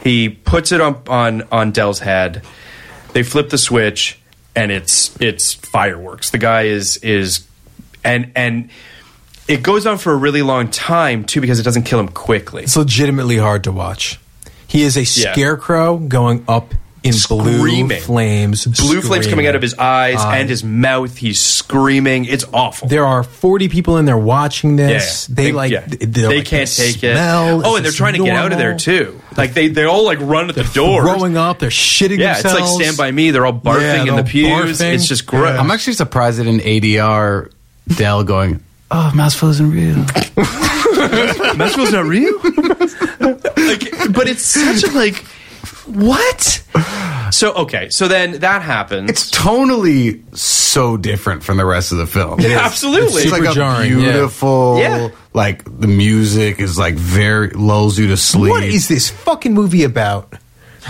Speaker 4: He puts it on on on Dell's head. They flip the switch, and it's it's fireworks. The guy is is and and it goes on for a really long time too because it doesn't kill him quickly.
Speaker 3: It's legitimately hard to watch. He is a
Speaker 4: Yeah.
Speaker 3: scarecrow going up in blue
Speaker 4: Screaming.
Speaker 3: flames.
Speaker 4: Blue flames coming out of his eyes
Speaker 3: Eyes.
Speaker 4: and his mouth. He's screaming. It's awful.
Speaker 3: There are 40 people in there watching this. They, like
Speaker 4: yeah.
Speaker 3: th-
Speaker 4: they
Speaker 3: they're like,
Speaker 4: can't
Speaker 3: "This
Speaker 4: take it.
Speaker 3: smell,
Speaker 4: oh,
Speaker 3: is
Speaker 4: and they're
Speaker 3: this
Speaker 4: trying to get out of there
Speaker 3: normal?"
Speaker 4: too. Like they they all like run at the door.
Speaker 3: Throwing up, they're shitting
Speaker 4: Yeah, it's
Speaker 3: themselves.
Speaker 4: like Stand by Me. They're all barfing
Speaker 3: Yeah,
Speaker 4: in
Speaker 3: they're
Speaker 4: the pews.
Speaker 3: barfing.
Speaker 4: It's just gross.
Speaker 3: Yeah.
Speaker 5: I'm actually surprised that in ADR, Dell going, "Oh, Mouseful isn't real."
Speaker 4: Maxwell's not real. like, but it's such a like what? So okay, so then that happens.
Speaker 5: It's tonally so different from the rest of the film.
Speaker 4: Yeah, absolutely.
Speaker 5: It's like
Speaker 3: Super
Speaker 5: a
Speaker 3: jarring, yeah.
Speaker 5: beautiful,
Speaker 4: Yeah.
Speaker 5: like the music is like very lulls you to sleep.
Speaker 3: What is this fucking movie about?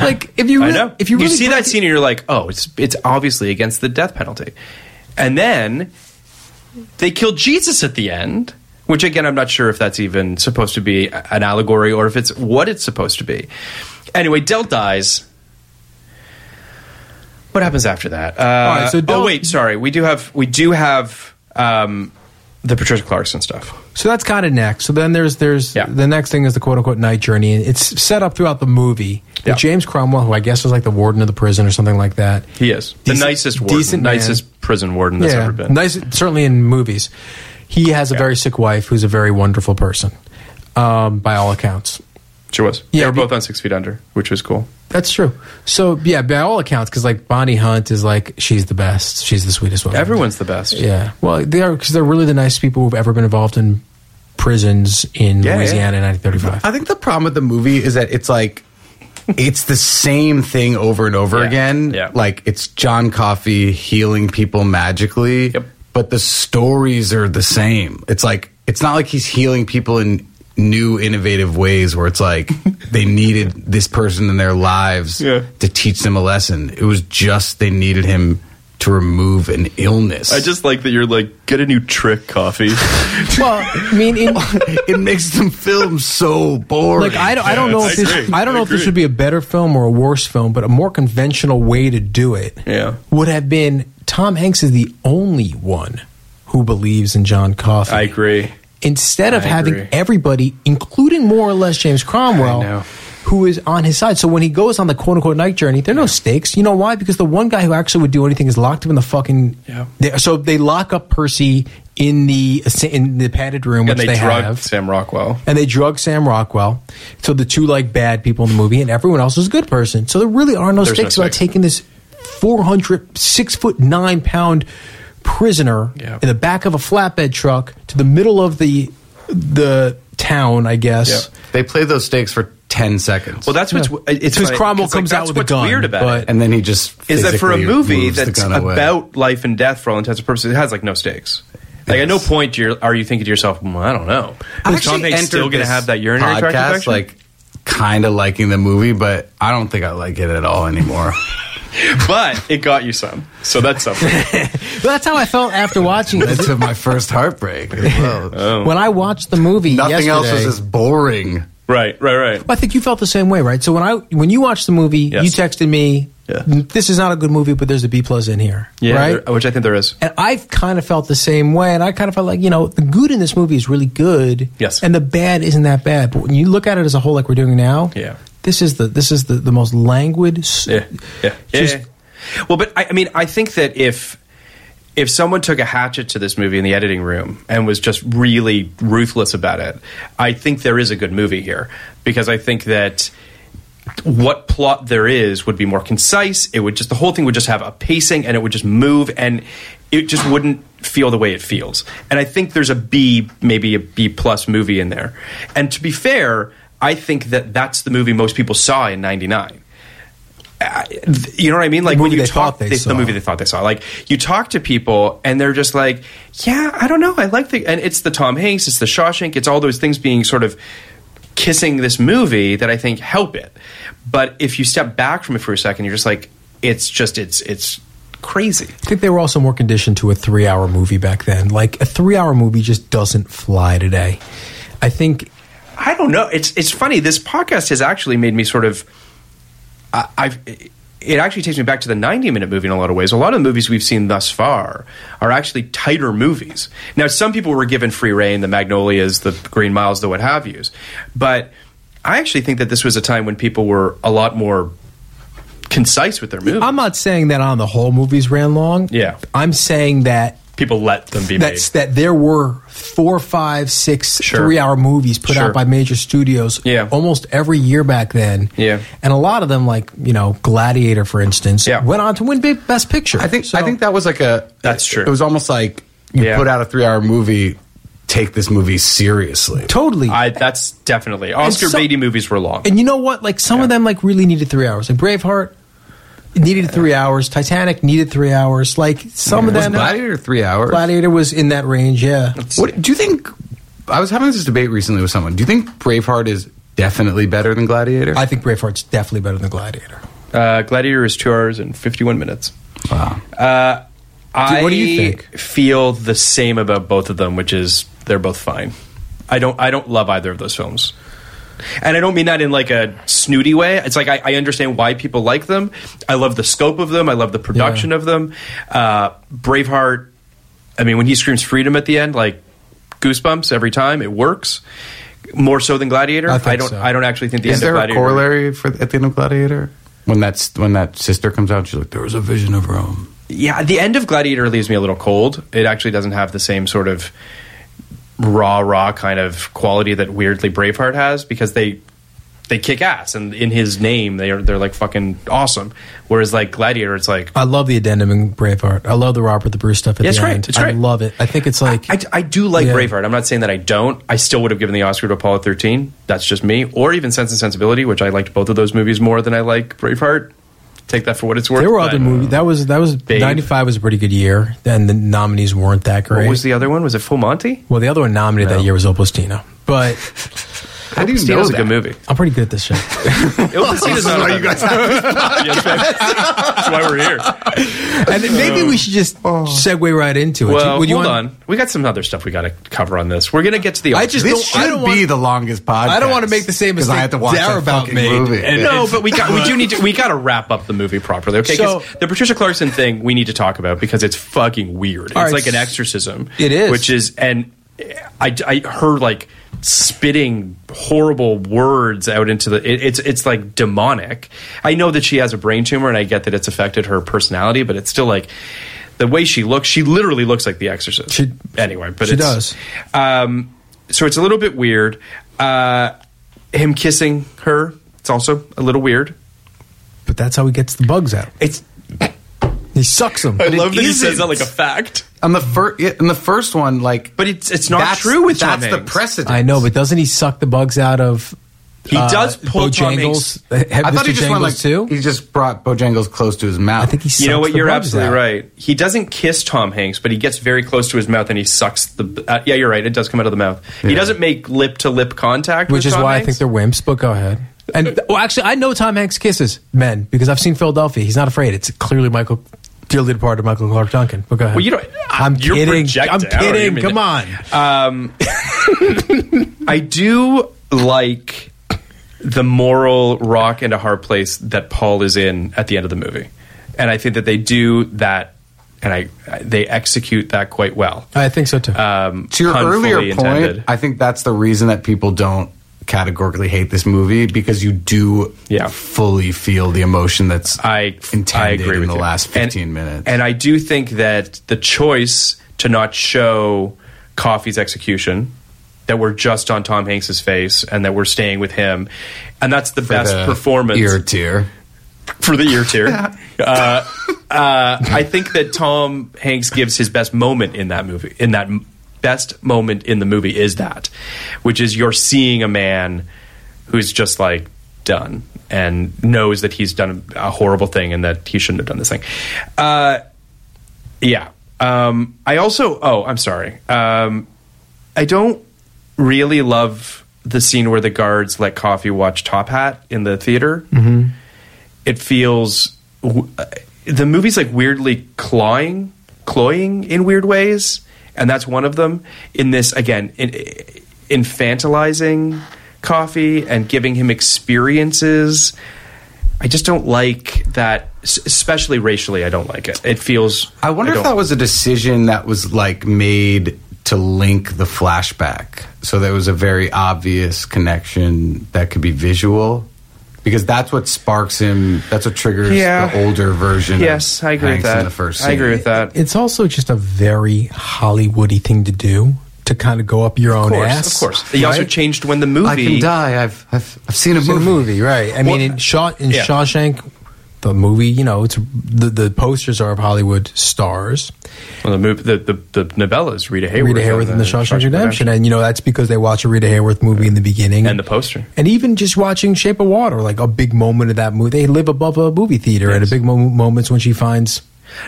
Speaker 3: Like, if you
Speaker 4: I
Speaker 3: really,
Speaker 4: know.
Speaker 3: if you really
Speaker 4: see
Speaker 3: break
Speaker 4: that
Speaker 3: it-
Speaker 4: scene and you're like, oh, it's it's obviously against the death penalty, and then they kill Jesus at the end. Which again, I'm not sure if that's even supposed to be a- an allegory or if it's what it's supposed to be. Anyway, Dell dies. What happens after that? Uh,
Speaker 3: right, so Del-
Speaker 4: oh wait, sorry, we do have we do have um, the Patricia Clarkson stuff.
Speaker 3: So that's kind of next. So then there's there's
Speaker 4: Yeah.
Speaker 3: the next thing is the quote unquote night journey, and it's set up throughout the movie. that
Speaker 4: Yeah.
Speaker 3: James Cromwell, who I guess is like the warden of the prison or something like that.
Speaker 4: He is the
Speaker 3: Decent-
Speaker 4: nicest warden,
Speaker 3: decent man.
Speaker 4: nicest prison warden that's ever been.
Speaker 3: nice. Certainly in movies, he has a very sick wife who's a very wonderful person, um, by all accounts.
Speaker 4: Sure was.
Speaker 3: Yeah,
Speaker 4: they were
Speaker 3: be-
Speaker 4: both on Six Feet Under, which was cool.
Speaker 3: That's true. So yeah, by all accounts, because like Bonnie Hunt is like she's the best. She's the sweetest woman.
Speaker 4: Everyone's the best.
Speaker 3: Yeah. Well, they are because they're really the nicest people who've ever been involved in prisons in
Speaker 4: Yeah, yeah.
Speaker 3: Louisiana in 1935.
Speaker 5: I think the problem with the movie is that it's like it's the same thing over and over
Speaker 4: Yeah.
Speaker 5: again.
Speaker 4: Yeah.
Speaker 5: Like it's John Coffey healing people magically,
Speaker 4: Yep.
Speaker 5: but the stories are the same. It's like it's not like he's healing people in new innovative ways where it's like they needed this person in their lives
Speaker 4: Yeah.
Speaker 5: to teach them a lesson. It was just they needed him to remove an illness.
Speaker 4: I just like that you're like, get a new trick coffee.
Speaker 3: Well, I mean, in,
Speaker 5: it makes them film so boring.
Speaker 3: like I don't, I don't know
Speaker 4: I
Speaker 3: if this,
Speaker 4: agree.
Speaker 3: I don't
Speaker 4: I
Speaker 3: know if this
Speaker 4: agree.
Speaker 3: should be a better film or a worse film, but a more conventional way to do it
Speaker 4: Yeah.
Speaker 3: would have been Tom Hanks is the only one who believes in John Coffey.
Speaker 4: I agree.
Speaker 3: Instead of
Speaker 4: I
Speaker 3: having
Speaker 4: agree.
Speaker 3: everybody, including more or less James
Speaker 4: I know.
Speaker 3: Cromwell, who is on his side. So when he goes on the quote unquote night journey, there are no stakes. You know why? Because the one guy who actually would do anything is locked up in the fucking.
Speaker 4: Yeah.
Speaker 3: They- so they lock up Percy in the in the padded room,
Speaker 4: and
Speaker 3: which
Speaker 4: they,
Speaker 3: they,
Speaker 4: drugged
Speaker 3: have
Speaker 4: Sam Rockwell.
Speaker 3: and they drug Sam Rockwell. So the two like bad people in the movie, and everyone else is a good person. So there really are no
Speaker 4: There's no
Speaker 3: stakes about
Speaker 4: stakes.
Speaker 3: taking this 400, six foot nine pound prisoner
Speaker 4: Yeah.
Speaker 3: in the back of a flatbed truck to the middle of the the town, I guess.
Speaker 4: Yeah.
Speaker 5: They play those stakes for ten seconds.
Speaker 4: Well, that's what's it's
Speaker 3: Because
Speaker 4: funny,
Speaker 3: Cromwell
Speaker 4: 'cause, like,
Speaker 3: comes out
Speaker 4: that's
Speaker 3: with a
Speaker 4: what's
Speaker 3: gun,
Speaker 4: Weird about
Speaker 3: but-
Speaker 4: it
Speaker 5: and then he just
Speaker 4: is that for a
Speaker 5: physically
Speaker 4: movie
Speaker 5: moves the
Speaker 4: that's
Speaker 5: gun away.
Speaker 4: about life and death for all intents and purposes, it has like no stakes. Like at no point you're, are you thinking to yourself, mm, I don't know.
Speaker 5: I
Speaker 4: Is Tom
Speaker 5: actually
Speaker 4: Hanks still
Speaker 5: entered
Speaker 4: going to
Speaker 5: this
Speaker 4: have that urinary tract
Speaker 5: podcast,
Speaker 4: infection?
Speaker 5: Like, kind of liking the movie, but I don't think I like it at all anymore.
Speaker 4: but it got you some, so that's something.
Speaker 3: But that's how I felt after watching
Speaker 5: I
Speaker 3: it.
Speaker 5: took my first heartbreak. As well.
Speaker 4: Oh.
Speaker 3: When I watched the movie,
Speaker 5: Nothing else was
Speaker 3: yesterday-
Speaker 5: as boring.
Speaker 4: right, right, right.
Speaker 3: Well, I think you felt the same way, right? So when I when you watched the movie,
Speaker 4: Yes.
Speaker 3: you texted me,
Speaker 4: Yeah.
Speaker 3: "This is not a good movie, but there's a B plus in here."
Speaker 4: Yeah,
Speaker 3: right?
Speaker 4: there- which I think there is.
Speaker 3: And I've kind of felt the same way. And I kind of felt like, you know, the good in this movie is really good.
Speaker 4: Yes.
Speaker 3: And the bad isn't that bad. But when you look at it as a whole, like we're doing now,
Speaker 4: Yeah.
Speaker 3: this is the this is the, the most languid. s-
Speaker 4: Yeah, yeah, yeah,
Speaker 3: Just,
Speaker 4: yeah. Well, but I, I mean, I think that if if someone took a hatchet to this movie in the editing room and was just really ruthless about it, I think there is a good movie here because I think that what plot there is would be more concise. It would just the whole thing would just have a pacing and it would just move and it just wouldn't feel the way it feels. And I think there's a B, maybe a B plus movie in there. And to be fair, I think that that's the movie most people saw in '99 you know what I mean? Like when
Speaker 3: movie
Speaker 4: you
Speaker 3: they
Speaker 4: talk,
Speaker 3: thought they
Speaker 4: they-
Speaker 3: saw.
Speaker 4: the movie they thought they saw. Like you talk to people, and they're just like, "Yeah, I don't know. I like the." And it's the Tom Hanks, it's the Shawshank, it's all those things being sort of kissing this movie that I think help it. But if you step back from it for a second, you're just like, it's just it's it's crazy.
Speaker 3: I think they were also more conditioned to a three hour movie back then. Like a three hour movie just doesn't fly today. I think
Speaker 4: I don't know. It's it's funny. This podcast has actually made me sort of. I, I've. It actually takes me back to the 90 minute movie in a lot of ways. A lot of the movies we've seen thus far are actually tighter movies. Now, some people were given free reign, the Magnolias, the Green Miles, the what have yous. But I actually think that this was a time when people were a lot more concise with their movie.
Speaker 3: I'm not saying that on the whole movies ran long.
Speaker 4: Yeah.
Speaker 3: I'm saying that
Speaker 4: People let them be made.
Speaker 3: that's that there were four, five, six
Speaker 4: Sure.
Speaker 3: three-hour movies put
Speaker 4: Sure.
Speaker 3: out by major studios.
Speaker 4: Yeah.
Speaker 3: almost every year back then.
Speaker 4: Yeah.
Speaker 3: and a lot of them, like you know, Gladiator, for instance,
Speaker 4: Yeah.
Speaker 3: went on to win Big Best Picture.
Speaker 5: I think
Speaker 3: So-
Speaker 5: I think that was like a
Speaker 4: That's
Speaker 5: it-
Speaker 4: true.
Speaker 5: It was almost like you
Speaker 4: Yeah.
Speaker 5: put out a three hour movie, take this movie seriously.
Speaker 3: totally.
Speaker 4: I, that's definitely Oscar
Speaker 3: so-
Speaker 4: Beatty movies were long.
Speaker 3: and you know what? Like some of them, like really needed three hours. Like Braveheart needed three hours. Titanic needed three hours. Like some of
Speaker 5: Was
Speaker 4: uh,
Speaker 3: them.
Speaker 5: Gladiator three hours.
Speaker 3: Gladiator was in that range. Yeah.
Speaker 5: What do you think? I was having this debate recently with someone. Do you think Braveheart is definitely better than Gladiator?
Speaker 3: I think Braveheart's definitely better than Gladiator.
Speaker 4: Uh, Gladiator is two hours and fifty-one minutes.
Speaker 5: wow.
Speaker 4: I
Speaker 3: what do you think?
Speaker 4: feel the same about both of them, which is they're both fine. I don't I don't love either of those films. And I don't mean that in like a snooty way. It's like I, I understand why people like them. I love the scope of them. I love the production
Speaker 3: Yeah.
Speaker 4: of them. Uh, Braveheart. I mean, when he screams freedom at the end, like goosebumps every time. It works more so than Gladiator.
Speaker 3: I think
Speaker 4: don't.
Speaker 3: so.
Speaker 4: I don't actually think the end
Speaker 5: is there
Speaker 4: of
Speaker 5: a
Speaker 4: Gladiator.
Speaker 5: corollary for at the end of Gladiator? When that's when that sister comes out, she's like, "There was a vision of Rome."
Speaker 4: Yeah, the end of Gladiator leaves me a little cold. It actually doesn't have the same sort of raw, raw kind of quality that weirdly Braveheart has because they they kick ass and in his name they are they're like fucking awesome. Whereas like Gladiator, it's like
Speaker 3: I love the addendum in Braveheart. I love the Robert the Bruce stuff at
Speaker 4: That's
Speaker 3: the
Speaker 4: right,
Speaker 3: end.
Speaker 4: that's right.
Speaker 3: I love it. I think it's like
Speaker 4: I, I do like
Speaker 3: Yeah.
Speaker 4: Braveheart. I'm not saying that I don't. I still would have given the Oscar to Apollo 13. That's just me. Or even Sense and Sensibility, which I liked both of those movies more than I like Braveheart. Take that for what it's worth.
Speaker 3: there were
Speaker 4: but-
Speaker 3: other movies. That was that was
Speaker 4: Babe.
Speaker 3: ninety five was a pretty good year. Then the nominees weren't that great.
Speaker 4: What was the other one? Was it Full Monty?
Speaker 3: well, the other one nominated that year was Opostino, but
Speaker 5: How do you
Speaker 4: Steel's a
Speaker 5: that?
Speaker 4: good movie.
Speaker 3: I'm pretty good at this show.
Speaker 4: This is
Speaker 5: why you guys
Speaker 4: That's why we're here.
Speaker 3: and maybe we should just
Speaker 5: Oh.
Speaker 3: segue right into it.
Speaker 4: Well,
Speaker 3: Would you
Speaker 4: hold
Speaker 3: want-
Speaker 4: on. We got some other stuff we got to cover on this. We're gonna get to the.
Speaker 3: I just
Speaker 5: This
Speaker 3: don't, I
Speaker 5: should
Speaker 3: don't
Speaker 5: be
Speaker 3: want,
Speaker 5: the longest podcast.
Speaker 3: I don't want to make the same
Speaker 5: 'cause
Speaker 3: mistake
Speaker 5: I have to watch
Speaker 3: Dare
Speaker 5: that
Speaker 3: about
Speaker 5: fucking
Speaker 3: made.
Speaker 5: movie.
Speaker 3: And-
Speaker 4: no, but we got we do need to we got to wrap up the movie properly, okay?
Speaker 3: So-
Speaker 4: 'Cause the Patricia Clarkson thing we need to talk about because it's fucking weird. It's
Speaker 3: All right,
Speaker 4: like an
Speaker 3: s-
Speaker 4: exorcism.
Speaker 3: it is.
Speaker 4: which is and I I heard like spitting horrible words out into the it, it's it's like demonic. I know that she has a brain tumor and I get that it's affected her personality, but it's still like. The way she looks, she literally looks like The Exorcist.
Speaker 3: She-
Speaker 4: anyway, but
Speaker 3: she
Speaker 4: it's,
Speaker 3: does.
Speaker 4: Um, so it's a little bit weird. Uh, him kissing her, it's also a little weird.
Speaker 3: but that's how he gets the bugs out.
Speaker 4: It's.
Speaker 3: He sucks them.
Speaker 4: I love that he
Speaker 5: isn't.
Speaker 4: says that like a fact.
Speaker 5: on the first in the first one, like,
Speaker 4: But it's- it's not
Speaker 5: that's-
Speaker 4: true with Tom
Speaker 5: that's the
Speaker 4: Hanks.
Speaker 5: precedent.
Speaker 3: I know, but doesn't he suck the bugs out of? uh,
Speaker 4: He does pull Tom Hanks-
Speaker 3: Bojangles. Have
Speaker 5: I thought
Speaker 3: Mr.
Speaker 5: he just went
Speaker 3: Jangles
Speaker 5: like
Speaker 3: too.
Speaker 5: he just brought Bojangles close to his mouth.
Speaker 3: I think he. Sucks
Speaker 4: You know what?
Speaker 3: the
Speaker 4: You're
Speaker 3: bugs
Speaker 4: absolutely
Speaker 3: out.
Speaker 4: right. He doesn't kiss Tom Hanks, but he gets very close to his mouth and he sucks the. Uh, yeah, you're right. It does come out of the mouth. He doesn't make lip to lip contact,
Speaker 3: which
Speaker 4: with
Speaker 3: is
Speaker 4: Tom
Speaker 3: why I think
Speaker 4: Hanks.
Speaker 3: they're wimps. But go ahead. And well, actually, I know Tom Hanks kisses men because I've seen Philadelphia. He's not afraid. It's clearly Michael, dearly departed Michael Clark Duncan. But go ahead.
Speaker 4: Well, you don't. uh,
Speaker 3: I'm
Speaker 4: you're
Speaker 3: kidding.
Speaker 4: projecting.
Speaker 3: I'm
Speaker 4: I don't
Speaker 3: kidding.
Speaker 4: even-
Speaker 3: Come on.
Speaker 4: Uh, I do like the moral rock and a hard place that Paul is in at the end of the movie, and I think that they do that, and I they execute that quite well.
Speaker 3: I think so too.
Speaker 4: Um,
Speaker 5: to your
Speaker 4: pun
Speaker 5: earlier
Speaker 4: fully
Speaker 5: point,
Speaker 4: intended.
Speaker 5: I think that's the reason that people don't categorically hate this movie because you do
Speaker 4: Yeah.
Speaker 5: fully feel the emotion that's
Speaker 4: I
Speaker 5: intended
Speaker 4: I agree
Speaker 5: in
Speaker 4: with
Speaker 5: the
Speaker 4: you.
Speaker 5: last 15
Speaker 4: and,
Speaker 5: minutes.
Speaker 4: And I do think that the choice to not show Coffee's execution, that we're just on Tom Hanks's face and that we're staying with him, and that's the best
Speaker 5: the
Speaker 4: performance
Speaker 5: ear tear.
Speaker 4: for the ear tier. uh, uh, I think that Tom Hanks gives his best moment in that movie. In that m- best moment in the movie is that, which is you're seeing a man who's just like done and knows that he's done a horrible thing and that he shouldn't have done this thing. Uh, yeah. Um, I also. Oh, I'm sorry. Um, I don't really love the scene where the guards let Coffee watch Top Hat in the theater. Mm-hmm. It feels w- uh, the movie's like weirdly clawing, cloying in weird ways, and that's one of them. In this again, in, infantilizing Coffee and giving him experiences. I just don't like that, s- especially racially. I don't like it. It feels.
Speaker 5: I wonder if
Speaker 4: don't-
Speaker 5: that was a decision that was like made to link the flashback, so there was a very obvious connection that could be visual. because that's what sparks him. That's what triggers
Speaker 4: Yeah.
Speaker 5: the older version.
Speaker 4: Yes,
Speaker 5: of
Speaker 4: I agree
Speaker 5: Hanks
Speaker 4: with that.
Speaker 5: In the first,
Speaker 4: I agree
Speaker 5: scene.
Speaker 4: with that.
Speaker 3: It's also just a very Hollywoody thing to do to kind of go up your own
Speaker 4: Of course,
Speaker 3: ass.
Speaker 4: of course. They also
Speaker 3: right?
Speaker 4: changed when the movie.
Speaker 5: I can die. I've I've, I've seen a
Speaker 3: It's a
Speaker 5: movie.
Speaker 3: movie, right? I mean, in, Shaw, in
Speaker 4: yeah.
Speaker 3: Shawshank, the movie, you know, it's the the posters are of Hollywood stars.
Speaker 4: Well, the, mov- the, the, the novella is Rita Hayworth.
Speaker 3: Rita Hayworth in the Shawshank Redemption. and you know that's because they watch a Rita Hayworth movie in the beginning
Speaker 4: And the poster.
Speaker 3: and even just watching Shape of Water, like a big moment of that movie. They live above a movie theater, and a
Speaker 4: Yes.
Speaker 3: big mo- moments when she finds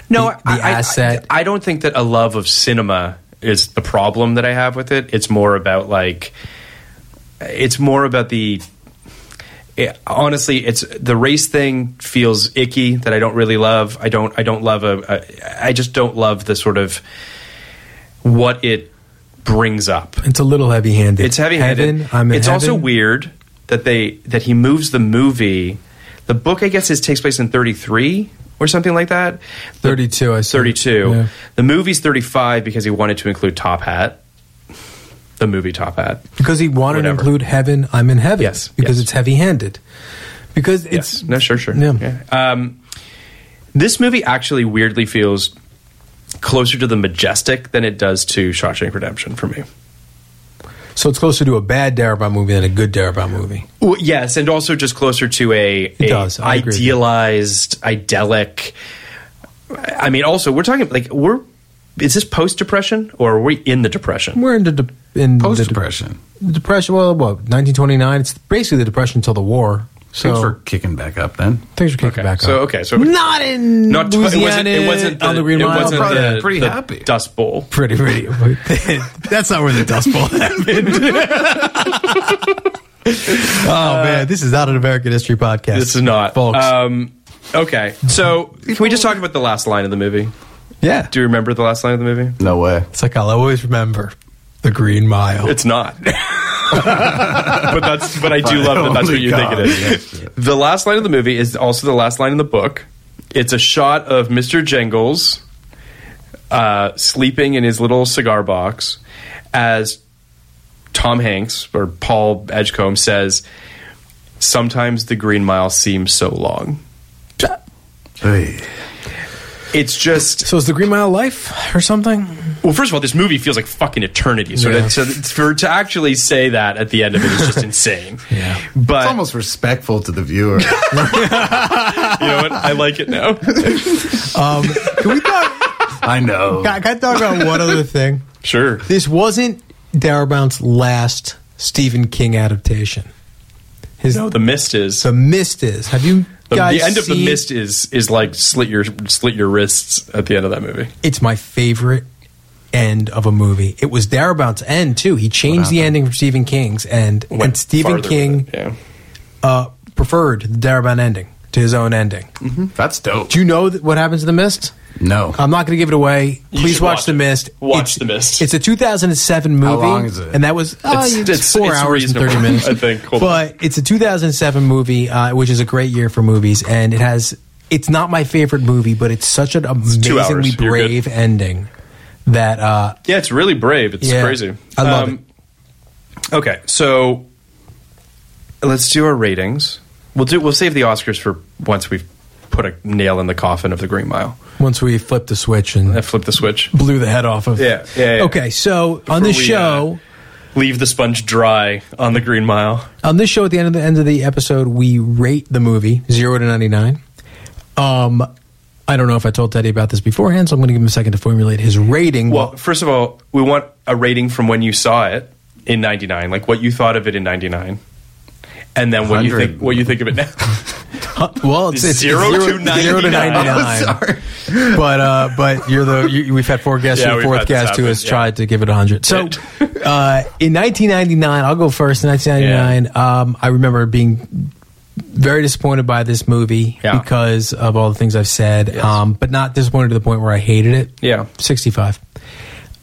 Speaker 4: No,
Speaker 3: the, the
Speaker 4: I,
Speaker 3: asset.
Speaker 4: I, I don't think that a love of cinema is the problem that I have with it. It's more about like, it's more about the. it- honestly, it's the race thing feels icky that I don't really love. I don't. I don't love a. a I just don't love the sort of what it brings up.
Speaker 3: it's a little heavy-handed.
Speaker 4: It's heavy handed.
Speaker 3: Heaven, I'm in
Speaker 4: It's also
Speaker 3: heaven.
Speaker 4: weird that they that he moves the movie. The book, I guess, is takes place in thirty three or something like that.
Speaker 3: 32, I see.
Speaker 4: Thirty two.
Speaker 3: Yeah.
Speaker 4: The movie's thirty five because he wanted to include Top Hat. The movie Top Hat.
Speaker 3: because he wanted
Speaker 4: Whatever.
Speaker 3: to include heaven. I'm in heaven.
Speaker 4: Yes,
Speaker 3: because
Speaker 4: yes.
Speaker 3: it's heavy-handed. Because it's
Speaker 4: yes. No, sure, sure.
Speaker 3: Yeah.
Speaker 4: Um, this movie actually weirdly feels closer to the majestic than it does to Shawshank Redemption for me.
Speaker 3: so it's closer to a bad Darabont movie than a good Darabont movie.
Speaker 4: Well, yes, and also just closer to a, a
Speaker 3: does. I agree with you.
Speaker 4: idealized, idyllic. I mean, also we're talking like we're. Is this post depression or are we in the depression?
Speaker 3: We're in the de- in the de-
Speaker 5: Post depression.
Speaker 3: the depression. Well, what 1929? It's basically the depression until the war.
Speaker 5: Thanks
Speaker 3: So
Speaker 5: for kicking back up. Then
Speaker 3: things are kicking back
Speaker 4: So
Speaker 3: up.
Speaker 4: okay, so
Speaker 3: not in
Speaker 4: not
Speaker 3: Louisiana.
Speaker 4: it wasn't it wasn't the,
Speaker 3: on the Green
Speaker 4: it
Speaker 3: Mile.
Speaker 4: wasn't
Speaker 5: Probably
Speaker 4: the,
Speaker 5: pretty
Speaker 4: the
Speaker 5: happy.
Speaker 4: Dust Bowl.
Speaker 3: pretty pretty. That's not where the Dust Bowl happened. oh man, this is out of American History podcast.
Speaker 4: Uh, This is not
Speaker 3: folks.
Speaker 4: Um, okay, so can we just talk about the last line of the movie?
Speaker 3: yeah,
Speaker 4: Do you remember the last line of the movie?
Speaker 5: no way.
Speaker 3: it's like I'll always remember the Green Mile.
Speaker 4: It's not. but that's but I do love that that's what you think it is.
Speaker 5: Yes.
Speaker 4: The last line of the movie is also the last line in the book. It's a shot of Mr. Jengles uh, sleeping in his little cigar box as Tom Hanks or Paul Edgecombe says, "Sometimes the green mile seems so long." It's just
Speaker 3: so is the Green Mile life or something?
Speaker 4: well. First of all, this movie feels like fucking eternity. So,
Speaker 3: Yeah.
Speaker 4: that, so for to actually say that at the end of it is just insane.
Speaker 3: Yeah.
Speaker 4: but
Speaker 5: It's almost respectful to the viewer.
Speaker 4: you know what? I like it now.
Speaker 3: Um, can we talk?
Speaker 5: I know.
Speaker 3: Can, can I talk about one other thing?
Speaker 4: Sure.
Speaker 3: This wasn't Darabont's last Stephen King adaptation. His
Speaker 4: No, the mist is
Speaker 3: The
Speaker 4: the,
Speaker 3: Mist is. Have you
Speaker 4: the
Speaker 3: guys
Speaker 4: end of the
Speaker 3: seen-
Speaker 4: mist is is like slit your slit your wrists at the end of that movie.
Speaker 3: It's my favorite end of a movie. It was Darabont's end too. He changed the ending from Stephen King's and and
Speaker 4: Went farther
Speaker 3: Stephen
Speaker 4: with
Speaker 3: King
Speaker 4: it, yeah.
Speaker 3: uh, preferred the Darabont ending to his own ending.
Speaker 5: That's dope.
Speaker 3: Do you know th- what happens to the Mist?
Speaker 5: No.
Speaker 3: I'm not going to give it away.
Speaker 4: You
Speaker 3: Please
Speaker 4: should
Speaker 3: watch,
Speaker 4: watch
Speaker 3: The
Speaker 4: it.
Speaker 3: Mist.
Speaker 4: Watch
Speaker 3: it's,
Speaker 4: The Mist.
Speaker 3: It's a 2007 movie.
Speaker 5: long is it?
Speaker 3: And that was oh,
Speaker 4: It's-
Speaker 3: it's,
Speaker 4: it's-
Speaker 3: four
Speaker 4: it's
Speaker 3: hours and 30
Speaker 4: reasonable,
Speaker 3: minutes.
Speaker 4: I think. Hold
Speaker 3: but it's a 2007 movie, uh, which is a great year for movies, and it has. It's not my favorite movie, but it's such an
Speaker 4: two hours.
Speaker 3: amazingly
Speaker 4: You're good.
Speaker 3: brave ending that uh,
Speaker 4: Yeah, it's really brave. It's
Speaker 3: Yeah.
Speaker 4: crazy. Um,
Speaker 3: I love
Speaker 4: Okay, so let's do our ratings. We'll do. We'll save the Oscars for once we've put a nail in the coffin of the Green Mile.
Speaker 3: once we flip the switch
Speaker 4: I
Speaker 3: and
Speaker 4: flip the switch.
Speaker 3: blew the head off of.
Speaker 4: Yeah, yeah, yeah.
Speaker 3: Okay, so on this show.
Speaker 4: Before we, uh, leave the sponge dry on the Green Mile.
Speaker 3: On this show, at the end of the end of the episode, we rate the movie zero to ninety nine. Um, I don't know if I told Teddy about this beforehand, so I'm going to give him a second to formulate his rating.
Speaker 4: Well, first of all, we want a rating from when you saw it in '99, like what you thought of it in '99, and then what you
Speaker 5: 100.
Speaker 4: think what you think of it now.
Speaker 3: Huh? well, it's, it's
Speaker 4: Zero
Speaker 3: it's
Speaker 4: to 99.
Speaker 3: sorry, but uh, but you're the you, we've had four guests.
Speaker 4: Yeah,
Speaker 3: your
Speaker 4: we've
Speaker 3: fourth
Speaker 4: had this
Speaker 3: guest who
Speaker 4: happen,
Speaker 3: has
Speaker 4: yeah.
Speaker 3: tried to give it hundred. So uh, in 1999, I'll go first. In 1999, um, I remember being very disappointed by this movie
Speaker 4: Yeah.
Speaker 3: because of all the things I've said, um, but not disappointed to the point where I hated it.
Speaker 4: Yeah.
Speaker 3: 65.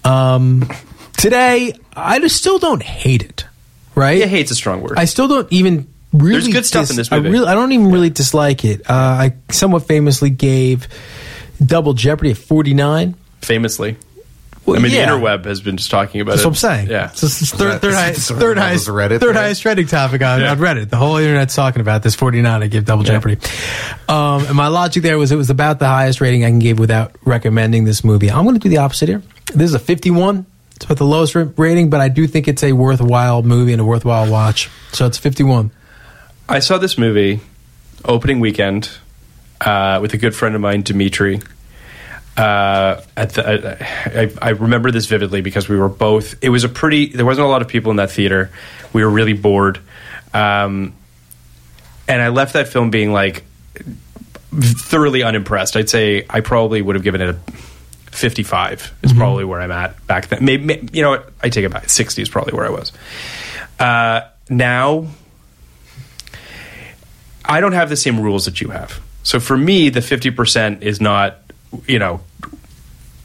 Speaker 3: Um, today, I just still don't hate it, right?
Speaker 4: yeah, hate's a strong word.
Speaker 3: I still don't even really.
Speaker 4: There's good stuff in this movie.
Speaker 3: I, really, I don't even really dislike it. Uh, I somewhat famously gave Double Jeopardy a 49.
Speaker 4: Famously,
Speaker 3: Well,
Speaker 4: I mean,
Speaker 3: yeah.
Speaker 4: the interweb has been just talking about
Speaker 3: That's
Speaker 4: it.
Speaker 3: what I'm saying.
Speaker 4: Yeah.
Speaker 3: So this is third,
Speaker 5: Reddit-
Speaker 3: third,
Speaker 5: this
Speaker 3: highest,
Speaker 5: is the
Speaker 3: third
Speaker 5: Reddit
Speaker 3: highest,
Speaker 5: was Reddit,
Speaker 3: third
Speaker 5: right?
Speaker 3: highest trending topic on,
Speaker 4: Yeah.
Speaker 3: on Reddit. The whole internet's talking about this 49. I give double jeopardy. Um, and my logic there was it was about the highest rating I can give without recommending this movie. I'm going to do the opposite here. This is a 51. It's about the lowest ra- rating, but I do think it's a worthwhile movie and a worthwhile watch. So it's 51.
Speaker 4: I saw this movie opening weekend uh, with a good friend of mine, Dimitri. Uh, at the, I, I, I remember this vividly because we were both. It was a pretty. There wasn't a lot of people in that theater. We were really bored, um, and I left that film being like thoroughly unimpressed. I'd say I probably would have given it a 55. Is probably where I'm at back then. Maybe, may- you know what? I take it back. 60 is probably where I was. Uh, now I don't have the same rules that you have. So for me, the 50% is not, you know,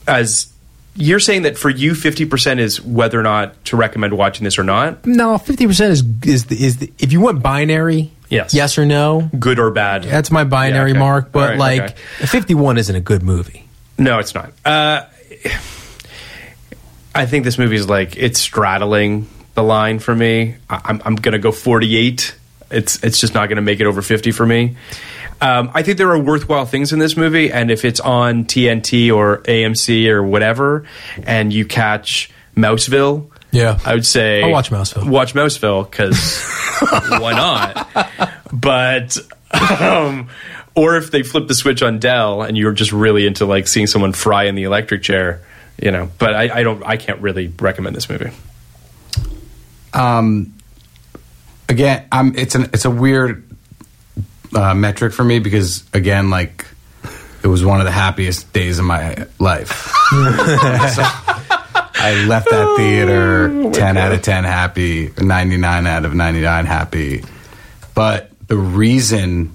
Speaker 4: as you're saying that for you, 50% is whether or not to recommend watching this or not,
Speaker 3: No, 50% is, is, the, is the, if you want binary,
Speaker 4: Yes.
Speaker 3: yes or no,
Speaker 4: good or bad.
Speaker 3: that's my binary
Speaker 4: Yeah, okay.
Speaker 3: mark.
Speaker 4: All
Speaker 3: But
Speaker 4: right,
Speaker 3: like,
Speaker 4: okay.
Speaker 3: 51 isn't a good movie.
Speaker 4: No, it's not. Uh, I think this movie is like it's straddling the line for me. I, I'm, I'm gonna go 48. It's it's just not gonna make it over 50 for me. Um, I think there are worthwhile things in this movie, and if it's on TNT or AMC or whatever, and you catch Mouseville,
Speaker 3: Yeah.
Speaker 4: I would say
Speaker 3: I'll watch Mouseville.
Speaker 4: Watch Mouseville because why not? But um, or if they flip the switch on Dell and you're just really into like seeing someone fry in the electric chair, you know. But I, I don't, I can't really recommend this movie.
Speaker 5: um, again, um, it's an it's a weird uh, metric for me because again, like it was one of the happiest days of my life. So, I left that theater ten out of ten happy, ninety nine out of ninety nine happy. But the reason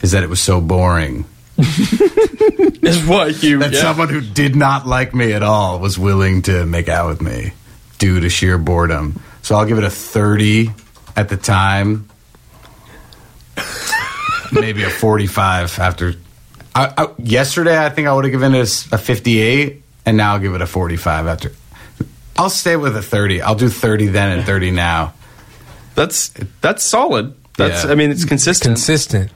Speaker 5: is that it was so boring
Speaker 4: Is what you?
Speaker 5: that someone who did not like me at all was willing to make out with me due to sheer boredom. So I'll give it a 30 at the time. Maybe a 45 after. I, I, yesterday, I think I would have given it a s- a 58, and now I'll give it a 45 after. I'll stay with a 30. I'll do 30 then and 30 now.
Speaker 4: that's that's solid. That's
Speaker 5: Yeah.
Speaker 4: I mean, it's consistent.
Speaker 3: Consistent.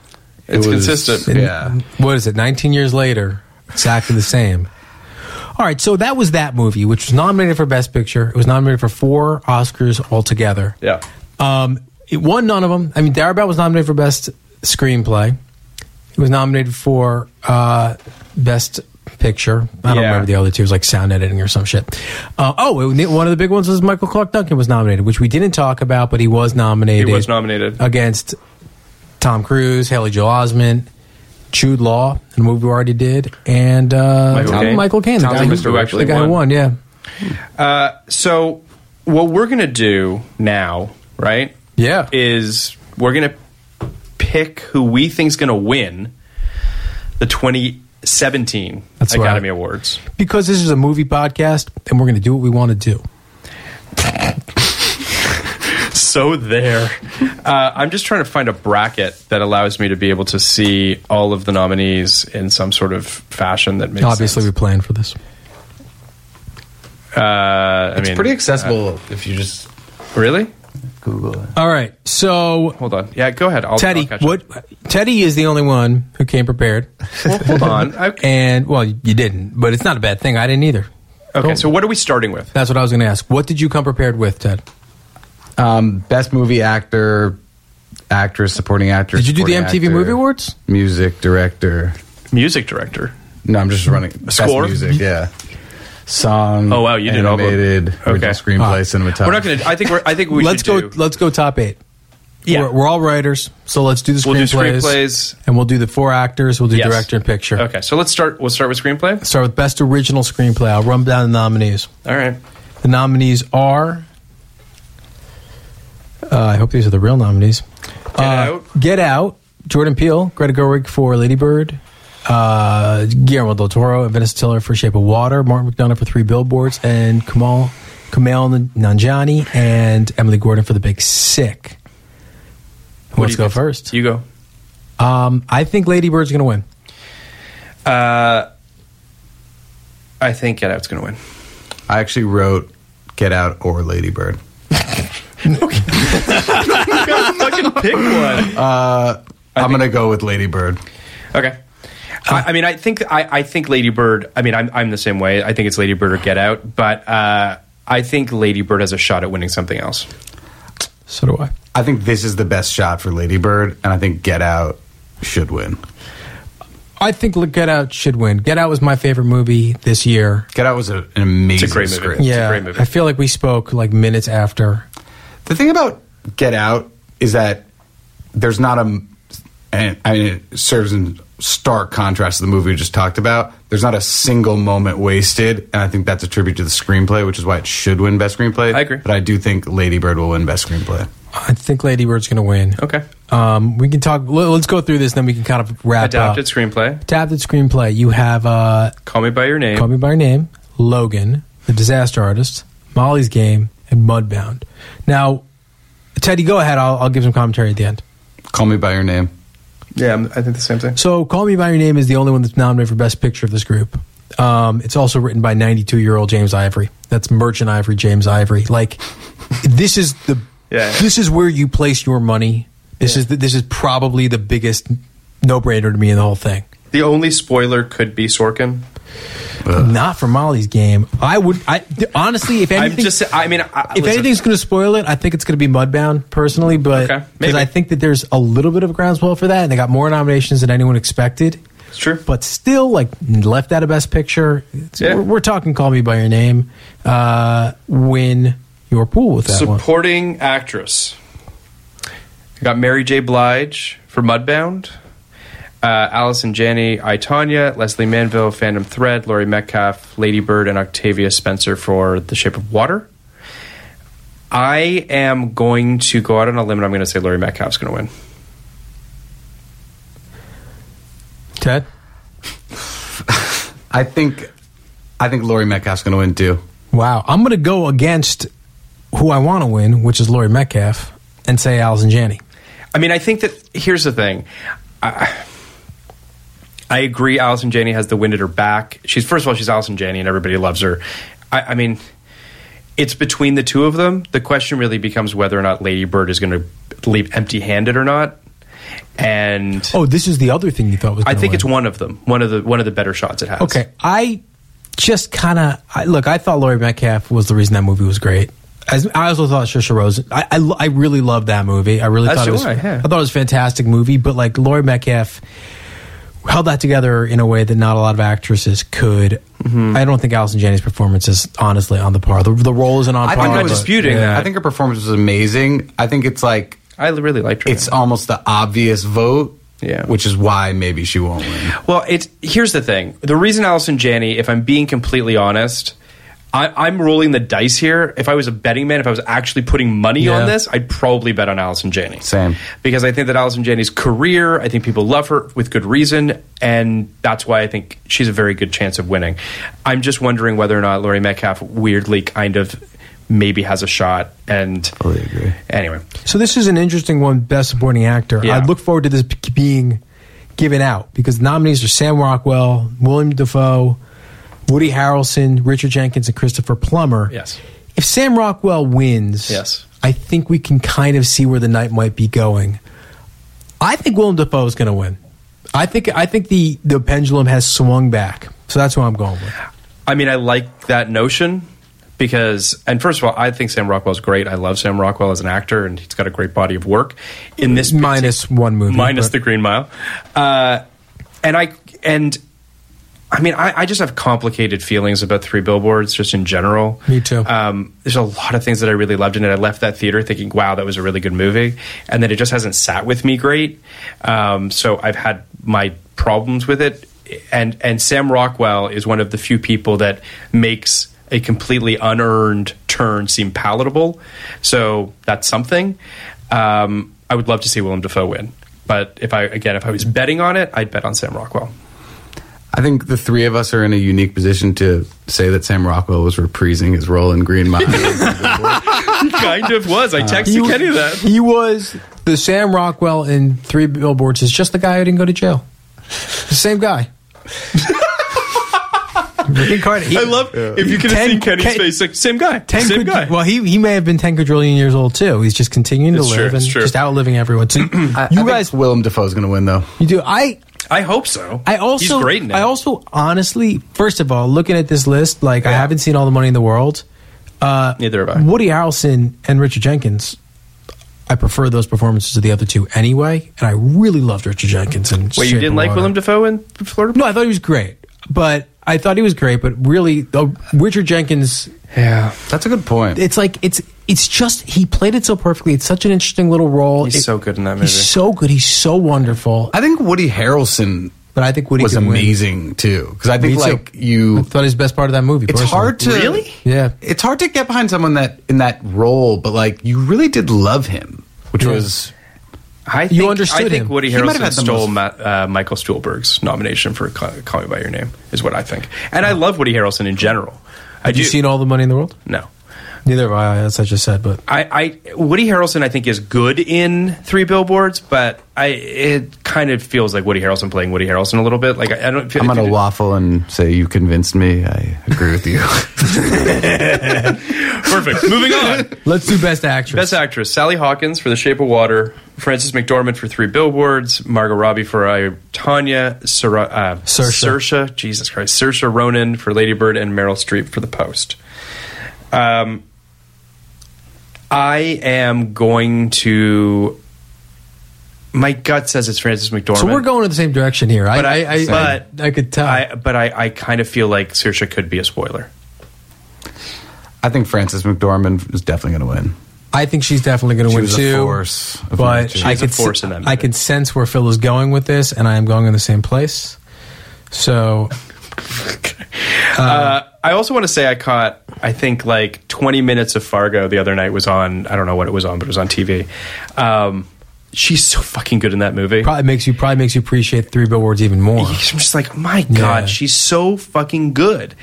Speaker 4: it's
Speaker 5: It was-
Speaker 4: consistent.
Speaker 5: Yeah.
Speaker 3: what is it 19 years later exactly the same all right so that was that movie which was nominated for best picture it was nominated for four oscars altogether
Speaker 4: Yeah.
Speaker 3: um, it won none of them i mean darabelle was nominated for best screenplay it was nominated for uh, best picture i don't
Speaker 4: Yeah.
Speaker 3: remember the other two it was like sound editing or some shit uh, oh it, one of the big ones was michael clark duncan was nominated which we didn't talk about but he was
Speaker 4: He
Speaker 3: nominated
Speaker 4: was nominated.
Speaker 5: Uh,
Speaker 3: against Tom Cruise, Haley Joel Osment, Jude Law, in a movie we already did, and uh,
Speaker 4: Michael
Speaker 3: Tom-
Speaker 4: Caine.
Speaker 3: Michael Caine, the
Speaker 4: Tom
Speaker 3: guy,
Speaker 4: Cruise who
Speaker 3: who,
Speaker 4: actually
Speaker 3: the guy who won.
Speaker 4: won.
Speaker 3: Yeah,
Speaker 4: so what we're gonna do now, right?
Speaker 3: Yeah.
Speaker 4: Is we're gonna pick who we think's gonna win the 2017
Speaker 3: That's right.
Speaker 4: Academy Awards.
Speaker 3: because this is a movie podcast, and we're going to do what we want to do.
Speaker 4: so there. Uh, I'm just trying to find a bracket that allows me to be able to see all of the nominees in some sort of fashion that makes
Speaker 3: Obviously, we
Speaker 4: sense.
Speaker 3: planned for this.
Speaker 4: Uh, I mean,
Speaker 5: accessible
Speaker 4: Uh,
Speaker 5: if you just
Speaker 4: Really?
Speaker 5: Google it.
Speaker 3: All right, so
Speaker 4: Hold on. Yeah, go ahead. I'll, I'll
Speaker 3: Teddy,
Speaker 4: catch
Speaker 3: what?
Speaker 4: up.
Speaker 3: Teddy is the only one who came prepared,
Speaker 4: Well, hold on. Okay.
Speaker 3: and well, you didn't, but it's not a bad thing. I didn't either.
Speaker 4: okay. So what are we starting with?
Speaker 3: That's what I was going to ask. What did you come prepared with, Ted?
Speaker 5: Um, best movie actor, actress, supporting actor.
Speaker 3: Did you do the
Speaker 5: supporting
Speaker 3: MTV Movie Awards?
Speaker 5: Music director.
Speaker 4: Music director.
Speaker 5: No, I'm just running best
Speaker 4: Score?
Speaker 5: music, yeah. Song.
Speaker 4: Oh wow, you did all the-
Speaker 5: animated, original screenplay, cinematography.
Speaker 4: We're not going to. I think we're. I think we
Speaker 3: let's go.
Speaker 4: should do-
Speaker 3: Let's go top eight.
Speaker 4: Yeah.
Speaker 3: we're, we're all writers, so let's do the
Speaker 4: We'll do
Speaker 3: screenplays.
Speaker 4: screenplays.
Speaker 3: and we'll do the four actors. We'll do
Speaker 4: Yes.
Speaker 3: director and picture.
Speaker 4: Okay, so let's start. We'll start with screenplay.
Speaker 3: Start with best original screenplay. I'll run down the nominees.
Speaker 4: All right.
Speaker 3: The nominees are. Uh, I hope these are the real nominees. Get
Speaker 4: Out.
Speaker 3: Get Out. Jordan Peele, Greta Gerwig for Lady Bird, uh, Guillermo del Toro and Venice Tiller for Shape of Water, Martin McDonough for Three Billboards, and Kamal Kamal Nanjani and Emily Gordon for The Big Sick. Who
Speaker 4: What do
Speaker 3: wants
Speaker 4: you
Speaker 3: to go
Speaker 4: think?
Speaker 3: first?
Speaker 4: You go.
Speaker 3: Um, I think Lady Bird's going to win.
Speaker 4: Uh, I think Get Out's going to win.
Speaker 5: I actually wrote Get Out or Lady Bird.
Speaker 4: fucking pick one.
Speaker 5: I'm going to go with Lady Bird.
Speaker 4: Uh, Okay. I, I mean, I think I, I think Lady Bird. I mean, I'm I'm the same way. I think it's Lady Bird or Get Out, but uh, I think Lady Bird has a shot at winning something else.
Speaker 3: So do I.
Speaker 5: I think this is the best shot for Lady Bird, and I think Get Out should win.
Speaker 3: I think Look, Get Out should win. Get Out was my favorite movie this year.
Speaker 5: Get Out was a, an amazing
Speaker 4: great movie.
Speaker 5: script.
Speaker 4: It's a
Speaker 3: yeah,
Speaker 4: great movie.
Speaker 3: I feel like we spoke like minutes after.
Speaker 5: The thing about Get Out is that there's not a. And I mean, it serves in stark contrast to the movie we just talked about. There's not a single moment wasted, and I think that's a tribute to the screenplay, which is why it should win Best Screenplay.
Speaker 4: I agree.
Speaker 5: But I do think Lady Bird will win Best Screenplay.
Speaker 3: I think Lady Bird's going to win.
Speaker 4: Okay.
Speaker 3: Um, we can talk. let- Let's go through this, then we can kind of wrap
Speaker 4: Adapted
Speaker 3: up.
Speaker 4: screenplay.
Speaker 3: Adapted screenplay. You have uh,
Speaker 4: Call me by your name.
Speaker 3: Call Me by Your Name, Logan, The Disaster Artist, Molly's Game, and Mudbound. Now, Teddy, go ahead. I'll, I'll give some commentary at the end.
Speaker 5: Call Me By Your Name.
Speaker 4: yeah, I'm- I think the same thing.
Speaker 3: So, Call Me by Your Name is the only one that's nominated for Best Picture of this group. Um, it's also written by 92 year old James Ivory. That's Merchant Ivory, James Ivory. Like, this is the
Speaker 4: Yeah.
Speaker 3: this is where you place your money. This is the, this is probably the biggest no brainer to me in the whole thing.
Speaker 4: The only spoiler could be Sorkin.
Speaker 3: Not for Molly's game. I would. I th- honestly, if anything,
Speaker 4: I'm just. I mean, I,
Speaker 3: if
Speaker 4: listen,
Speaker 3: anything's going to spoil it, I think it's going to be Mudbound personally, but
Speaker 4: Okay,
Speaker 3: because
Speaker 4: maybe.
Speaker 3: I think that there's a little bit of groundswell for that, and they got more nominations than anyone expected.
Speaker 4: it's true.
Speaker 3: But still, like left out of Best Picture. It's-
Speaker 4: Yeah.
Speaker 3: We're, we're talking Call Me by Your Name. Uh, win your pool with that one.
Speaker 4: supporting actress. We got Mary J. Blige for Mudbound. Uh, Allison Janney, I Tanya, Leslie Manville, Phantom Thread, Laurie Metcalf, Lady Bird, and Octavia Spencer for The Shape of Water. I am going to go out on a limb and I'm going to say Laurie Metcalf's going to win.
Speaker 3: Ted,
Speaker 5: I think, I think Laurie Metcalf's going to win too.
Speaker 3: wow, I'm going to go against who I want to win, which is Laurie Metcalf, and say Allison Janney.
Speaker 4: I mean, I think that here's the thing. I, I agree. Allison Janney has the wind at her back. She's first of all, she's Allison Janney, and everybody loves her. I, I mean, it's between the two of them. The question really becomes whether or not Lady Bird is going to leave empty-handed or not. And
Speaker 3: Oh, this is the other thing you thought was.
Speaker 4: I
Speaker 3: gonna
Speaker 4: think
Speaker 3: win.
Speaker 4: it's one of them. One of the one of the better shots it has.
Speaker 3: Oh, Okay, I just kind of look. I thought Laurie Metcalf was the reason that movie was great. As, I also thought Saoirse Rosen. I, I, lo- I really loved that movie. I really
Speaker 4: As
Speaker 3: thought
Speaker 4: Uh, do
Speaker 3: it was.
Speaker 4: I, yeah.
Speaker 3: thought it was a fantastic movie. But like Laurie Metcalf held that together in a way that not a lot of actresses could.
Speaker 4: Mm-hmm.
Speaker 3: I don't think Allison Janney's performance is honestly on the par. The, the role isn't on
Speaker 5: I
Speaker 3: par.
Speaker 5: think
Speaker 4: I'm not
Speaker 5: it was-
Speaker 4: disputing that.
Speaker 5: I think her performance was amazing. I think it's like
Speaker 4: I really liked her.
Speaker 5: it's almost the obvious vote.
Speaker 4: Yeah.
Speaker 5: Which is why maybe she won't win.
Speaker 4: Well, it's here's the thing. The reason Allison Janney, if I'm being completely honest, I, I'm rolling the dice here. If I was a betting man, if I was actually putting money on
Speaker 3: Yeah.
Speaker 4: this, I'd probably bet on Allison Janney.
Speaker 5: Same.
Speaker 4: Because I think that Allison Janney's career, I think people love her with good reason, and that's why I think she's a very good chance of winning. I'm just wondering whether or not Laurie Metcalf weirdly kind of maybe has a shot and
Speaker 5: Totally agree.
Speaker 4: anyway.
Speaker 3: So this is an interesting one, Best Supporting Actor.
Speaker 4: Yeah.
Speaker 3: I look forward to this b- being given out because the nominees are Sam Rockwell, William Defoe, Woody Harrelson, Richard Jenkins, and Christopher Plummer.
Speaker 4: Yes.
Speaker 3: If Sam Rockwell wins,
Speaker 4: Yes.
Speaker 3: I think we can kind of see where the night might be going. I think Willem Dafoe is going to win. I think I think the the pendulum has swung back. So that's what I'm going with.
Speaker 4: I mean, I like that notion because, and first of all, I think Sam Rockwell's great. I love Sam Rockwell as an actor, and he's got a great body of work. In this
Speaker 3: Minus one movie,
Speaker 4: minus
Speaker 3: but-
Speaker 4: the Green Mile, uh, and I and I mean, I, I just have complicated feelings about Three Billboards just in general.
Speaker 3: Me too.
Speaker 4: Um, there's a lot of things that I really loved in it. I left that theater thinking, "Wow, that was a really good movie," and then it just hasn't sat with me great. Um, so I've had my problems with it, and and Sam Rockwell is one of the few people that makes a completely unearned turn seem palatable. So that's something. Um, I would love to see Willem Dafoe win, but if I again, if I was betting on it, I'd bet on Sam Rockwell.
Speaker 5: I think the three of us are in a unique position to say that Sam Rockwell was reprising his role in Green Mile.
Speaker 4: kind of was. I texted
Speaker 3: You-
Speaker 4: Kenny that.
Speaker 3: Uh, He was the Sam Rockwell in Three Billboards. Is just the guy who didn't go to jail. The same guy. Rick Carter. he-
Speaker 4: I love if you can have
Speaker 3: Ten-
Speaker 4: seen Kenny's
Speaker 3: Ken-
Speaker 4: face, like same guy,
Speaker 3: Ten
Speaker 4: same
Speaker 3: quadri-
Speaker 4: guy.
Speaker 3: Well, he he may have been ten quadrillion years old too. He's just continuing
Speaker 4: It's
Speaker 3: to
Speaker 4: true,
Speaker 3: live and
Speaker 4: it's true.
Speaker 3: just outliving everyone. So
Speaker 5: I,
Speaker 3: you guys,
Speaker 5: Willem Dafoe's going to win though.
Speaker 3: you do. I
Speaker 4: I hope so.
Speaker 3: I also
Speaker 4: he's great. Now.
Speaker 3: I also honestly, first of all, looking at this list, like I
Speaker 4: Yeah.
Speaker 3: haven't seen all the money in the world.
Speaker 4: neither have I.
Speaker 3: Woody Harrelson and Richard Jenkins. I prefer those performances to the other two anyway, and I really loved Richard Jenkins. And
Speaker 4: Wait, you didn't like Willem Dafoe in Florida?
Speaker 3: No, I thought he was great, but I thought he was great, but really, the Richard Jenkins
Speaker 4: Yeah,
Speaker 5: That's a good point.
Speaker 3: it's like it's it's just he played it so perfectly. It's such an interesting little role.
Speaker 4: He's
Speaker 3: It-
Speaker 4: so good in that
Speaker 3: He's
Speaker 4: movie.
Speaker 3: so good. He's so wonderful.
Speaker 5: I think Woody Harrelson
Speaker 3: But I think Woody
Speaker 5: was
Speaker 3: could win.
Speaker 5: amazing too because I think
Speaker 3: Me too.
Speaker 5: like
Speaker 3: I
Speaker 5: you,
Speaker 3: thought his best part of that movie.
Speaker 5: it's
Speaker 3: personally.
Speaker 5: hard to
Speaker 4: Really?
Speaker 3: Yeah.
Speaker 5: It's hard to get behind someone that in that role, but like you really did love him, which
Speaker 3: Yeah.
Speaker 5: was
Speaker 4: I
Speaker 3: You understood
Speaker 4: I think
Speaker 3: him.
Speaker 4: Woody
Speaker 5: He might have
Speaker 4: Harrelson
Speaker 5: had the
Speaker 4: stole
Speaker 5: most-
Speaker 4: Ma- uh, Michael Stuhlberg's nomination for Call, Call Me by Your Name, is what I think. And I love Woody Harrelson in general. I
Speaker 3: Have
Speaker 4: do.
Speaker 3: you seen all the money in the world?
Speaker 4: no.
Speaker 3: Neither have I. That's what I just said, but
Speaker 4: I, I Woody Harrelson I think is good in Three Billboards, but I it kind of feels like Woody Harrelson playing Woody Harrelson a little bit. Like I, I don't. Feel,
Speaker 5: I'm gonna
Speaker 4: it-
Speaker 5: waffle and say you convinced me. I agree with you.
Speaker 4: Perfect. Moving on.
Speaker 3: let's do best actress.
Speaker 4: Best actress: Sally Hawkins for The Shape of Water, Frances McDormand for Three Billboards, Margot Robbie for I, Tanya, Sara, uh,
Speaker 3: Saoirse.
Speaker 4: Saoirse- Jesus Christ, Saoirse Ronan for Lady Bird, and Meryl Streep for The Post. Um, I am going to. My gut says it's Frances McDormand.
Speaker 3: So we're going in the same direction here.
Speaker 4: But
Speaker 3: I, I, I,
Speaker 4: but
Speaker 3: I, could tell.
Speaker 4: I, but I, I kind of feel like Saoirse could be a spoiler.
Speaker 5: I think Frances McDormand is definitely gonna win.
Speaker 3: I think she's definitely going to
Speaker 5: She
Speaker 3: win
Speaker 5: was a
Speaker 3: too.
Speaker 5: force of
Speaker 3: but
Speaker 5: nature.
Speaker 3: I
Speaker 4: She's a
Speaker 3: can
Speaker 4: force in that movie.
Speaker 3: I can sense where Phil is going with this, and I am going in the same place. So
Speaker 4: Uh, I also want to say I caught, I think, like 20 minutes of Fargo the other night was on, I don't know what it was on, but it was on TV. Um, she's so fucking good in that movie.
Speaker 3: probably makes you probably makes you appreciate Three Billboards even more.
Speaker 4: I'm just like, my God,
Speaker 3: Yeah.
Speaker 4: she's so fucking good.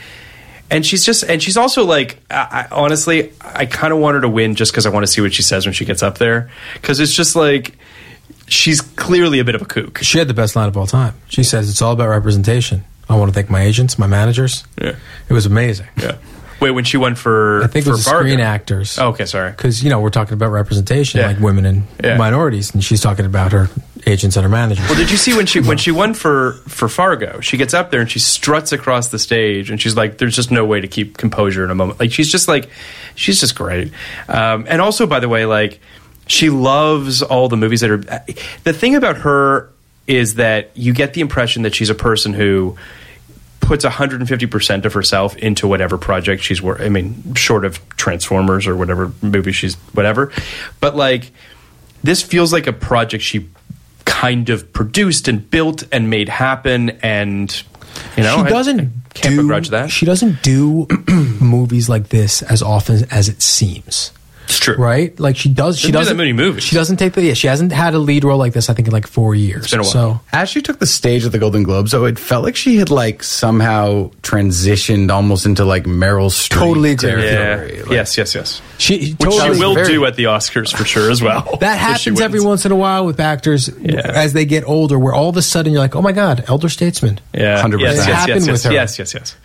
Speaker 4: And she's just, and she's also like, I, I, honestly, I kind of want her to win just because I want to see what she says when she gets up there. Because it's just like, she's clearly a bit of a kook.
Speaker 3: She had the best line of all time. She says it's all about representation. I want to thank my agents, my managers.
Speaker 4: Yeah.
Speaker 3: It was amazing.
Speaker 4: Yeah. Wait, when she won for,
Speaker 3: I think
Speaker 4: for
Speaker 3: it was the
Speaker 4: Fargo.
Speaker 3: screen actors.
Speaker 4: Oh, okay, sorry.
Speaker 3: Because you know we're talking about representation,
Speaker 4: Yeah.
Speaker 3: like women and
Speaker 4: Yeah.
Speaker 3: minorities, and she's talking about her agents and her managers.
Speaker 4: Well, did you see when she when she won for for Fargo? She gets up there and she struts across the stage, and she's like, "There's just no way to keep composure in a moment." Like she's just like, she's just great. Um, and also, by the way, like she loves all the movies that are. The thing about her is that you get the impression that she's a person who puts 150% of herself into whatever project she's working. I mean, short of Transformers or whatever movie she's whatever. But like this feels like a project she kind of produced and built and made happen and you know
Speaker 3: she
Speaker 4: I-
Speaker 3: doesn't
Speaker 4: I can't
Speaker 3: do,
Speaker 4: begrudge that.
Speaker 3: She doesn't do movies like this as often as it seems.
Speaker 4: it's true.
Speaker 3: Right? Like she does. She
Speaker 4: Doesn't do that
Speaker 3: doesn't
Speaker 4: many movies.
Speaker 3: She doesn't take the. Yeah, she hasn't had a lead role like this. I think in like four years.
Speaker 4: been a while.
Speaker 3: So
Speaker 5: As she took the stage at the Golden Globes, though, it felt like she had like somehow transitioned almost into like Meryl Streep.
Speaker 3: Totally agree with you.
Speaker 4: Yeah.
Speaker 5: territory. Like,
Speaker 4: yes, yes, yes.
Speaker 3: she
Speaker 4: Which
Speaker 3: totally.
Speaker 4: she will
Speaker 5: very-
Speaker 4: do at the Oscars for sure as well.
Speaker 3: that
Speaker 4: if she
Speaker 3: happens
Speaker 4: wins.
Speaker 3: every once in a while with actors
Speaker 4: Yeah.
Speaker 3: as they get older, where all of a sudden you're like, "Oh my god, elder statesman."
Speaker 4: Yeah.
Speaker 5: 100%.
Speaker 4: Yes,
Speaker 5: It
Speaker 4: yes, yes,
Speaker 3: happened
Speaker 4: yes,
Speaker 3: with her. Oh,
Speaker 4: yes, yes, yes.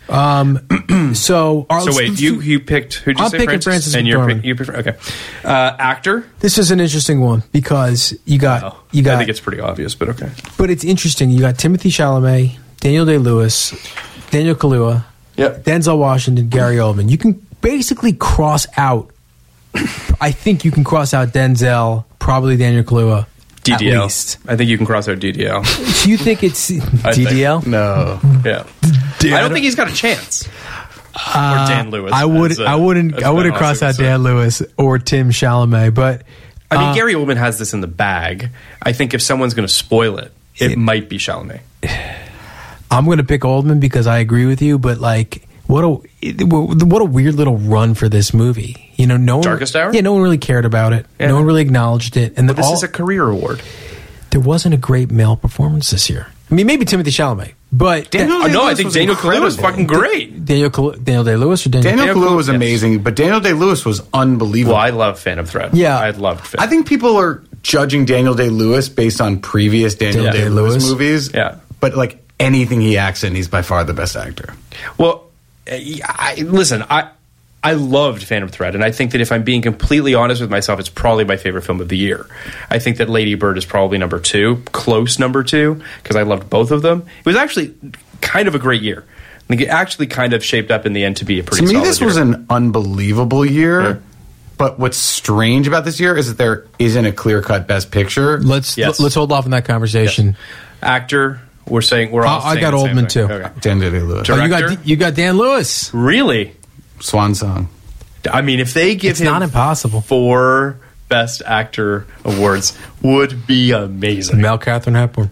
Speaker 3: So, our,
Speaker 4: So wait, you you picked who did you
Speaker 3: I'm
Speaker 4: say
Speaker 3: picking Frances
Speaker 4: and you're
Speaker 3: McDormand.
Speaker 4: pick- you prefer, okay. Uh, actor?
Speaker 3: This is an interesting one because you got
Speaker 4: Oh,
Speaker 3: you
Speaker 4: I
Speaker 3: got
Speaker 4: think it's pretty obvious, but okay.
Speaker 3: But it's interesting. You got Timothy Chalamet, Daniel Day Lewis, Daniel Kaluuya,
Speaker 4: Yep.
Speaker 3: Denzel Washington, Gary Oldman. You can basically cross out. I think you can cross out Denzel, probably Daniel Kaluuya. At
Speaker 4: DDL.
Speaker 3: least.
Speaker 4: I think you can cross out DDL.
Speaker 3: Do you think it's
Speaker 4: think-
Speaker 3: DDL?
Speaker 5: No.
Speaker 4: yeah. I don't think he's got a chance. or Dan Lewis.
Speaker 3: I would.
Speaker 4: as, uh,
Speaker 3: I
Speaker 4: as
Speaker 3: wouldn't. I
Speaker 4: Ben
Speaker 3: wouldn't cross
Speaker 4: Austin
Speaker 3: out
Speaker 4: said.
Speaker 3: Dan Lewis or Tim Chalamet, but
Speaker 4: I
Speaker 3: Uh,
Speaker 4: mean, Gary Oldman has this in the bag. I think if someone's going to spoil it, it, might be Chalamet.
Speaker 3: I'm going to pick Oldman because I agree with you. But like, what a what a weird little run for this movie. You know, no one,
Speaker 4: Darkest Hour?
Speaker 3: Yeah, no one really cared about it.
Speaker 4: Yeah.
Speaker 3: No one really acknowledged it. And the,
Speaker 4: But this
Speaker 3: all,
Speaker 4: is a career award.
Speaker 3: there wasn't a great male performance this year. I mean, maybe Timothy Chalamet, but
Speaker 5: Daniel-
Speaker 4: Oh, no, I
Speaker 5: Lewis
Speaker 4: think
Speaker 5: was
Speaker 4: Daniel Kaluuya was fucking
Speaker 5: incredible.
Speaker 4: great.
Speaker 3: Daniel Kal- Daniel Day Lewis or Daniel.
Speaker 5: Daniel
Speaker 4: Daniel
Speaker 5: Kaluuya
Speaker 4: Kaluuya,
Speaker 5: was
Speaker 4: yes.
Speaker 5: amazing, but Daniel Day Lewis was unbelievable.
Speaker 4: Well, I love Phantom Thread.
Speaker 3: Yeah.
Speaker 4: I loved Phantom
Speaker 5: I think people are judging Daniel Day Lewis based on previous Daniel
Speaker 3: Daniel
Speaker 5: Day
Speaker 3: Day-Lewis.
Speaker 5: Lewis movies.
Speaker 4: Yeah.
Speaker 5: But like anything he acts in, he's by far the best actor.
Speaker 4: Well, eh, I, listen, I I loved Phantom Thread, and I think that if I'm being completely honest with myself, it's probably my favorite film of the year. I think that Lady Bird is probably number two, close number two, because I loved both of them. It was actually kind of a great year. I think it actually kind of shaped up in the end to be a
Speaker 5: to
Speaker 4: pretty.
Speaker 5: me
Speaker 4: solid
Speaker 5: this
Speaker 4: year.
Speaker 5: was an unbelievable year
Speaker 4: Yeah.
Speaker 5: but what's strange about this year is that there isn't a clear-cut best picture
Speaker 3: Let's
Speaker 4: Yes.
Speaker 3: let's hold off on that conversation.
Speaker 4: actor. We're saying we're all.
Speaker 3: I- I
Speaker 4: saying
Speaker 3: got
Speaker 4: the same
Speaker 3: Oldman,
Speaker 4: thing.
Speaker 3: too.
Speaker 4: Okay.
Speaker 5: dan day-lewis
Speaker 3: Oh, you
Speaker 4: Director?
Speaker 3: got you got Dan Lewis.
Speaker 4: Really?
Speaker 5: swan song
Speaker 4: I mean, if they give
Speaker 3: It's
Speaker 4: him
Speaker 3: not impossible.
Speaker 4: four Best Actor awards, would be amazing.
Speaker 3: Mel Catherine Hepburn.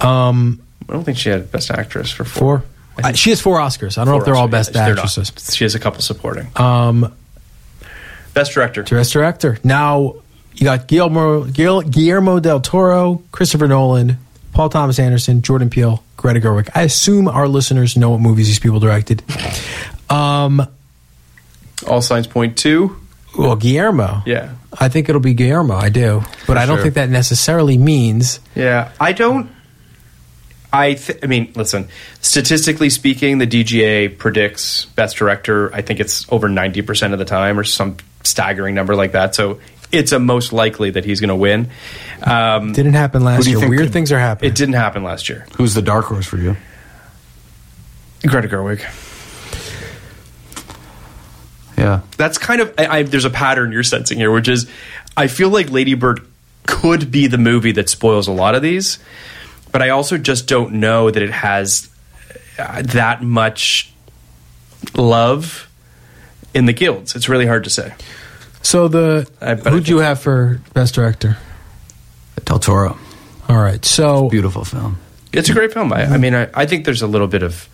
Speaker 3: Um,
Speaker 4: I don't think she had Best Actress for four.
Speaker 3: four. Uh, she has four Oscars. I don't know if they're all
Speaker 4: Four
Speaker 3: best
Speaker 4: Oscars. Yeah, they're not.
Speaker 3: actresses.
Speaker 4: She has a couple supporting.
Speaker 3: Um,
Speaker 4: Best Director.
Speaker 3: best director. Now you got Guillermo Guil- Guillermo del Toro, Christopher Nolan, Paul Thomas Anderson, Jordan Peele, Greta Gerwig. I assume our listeners know what movies these people directed. Um,
Speaker 4: All signs point to.
Speaker 3: well, Guillermo.
Speaker 4: Yeah.
Speaker 3: I think it'll be Guillermo. I do, but I don't
Speaker 4: sure.
Speaker 3: think that necessarily means
Speaker 4: Yeah, I don't. I th- I mean, listen. Statistically speaking, the DGA predicts best director. I think it's over ninety percent of the time, or some staggering number like that. So it's a most likely that he's going to win. Um,
Speaker 3: didn't happen
Speaker 5: Who
Speaker 3: last
Speaker 5: do you
Speaker 3: year.
Speaker 5: think
Speaker 3: Weird
Speaker 5: could-
Speaker 3: things are happening.
Speaker 4: it didn't happen last year.
Speaker 5: who's the dark horse for you
Speaker 4: Greta Gerwig.
Speaker 5: yeah
Speaker 4: That's kind of I, I, there's a pattern you're sensing here, which is I feel like Lady Bird could be the movie that spoils a lot of these, but I also just don't know that it has uh, that much love in the guilds. It's really hard to say.
Speaker 3: So the
Speaker 4: I- but I
Speaker 3: who'd you
Speaker 4: think-
Speaker 3: have for best director?
Speaker 5: del toro
Speaker 3: All right, so
Speaker 5: beautiful film
Speaker 4: It's a great film. I, I mean, I, I think there's a little bit of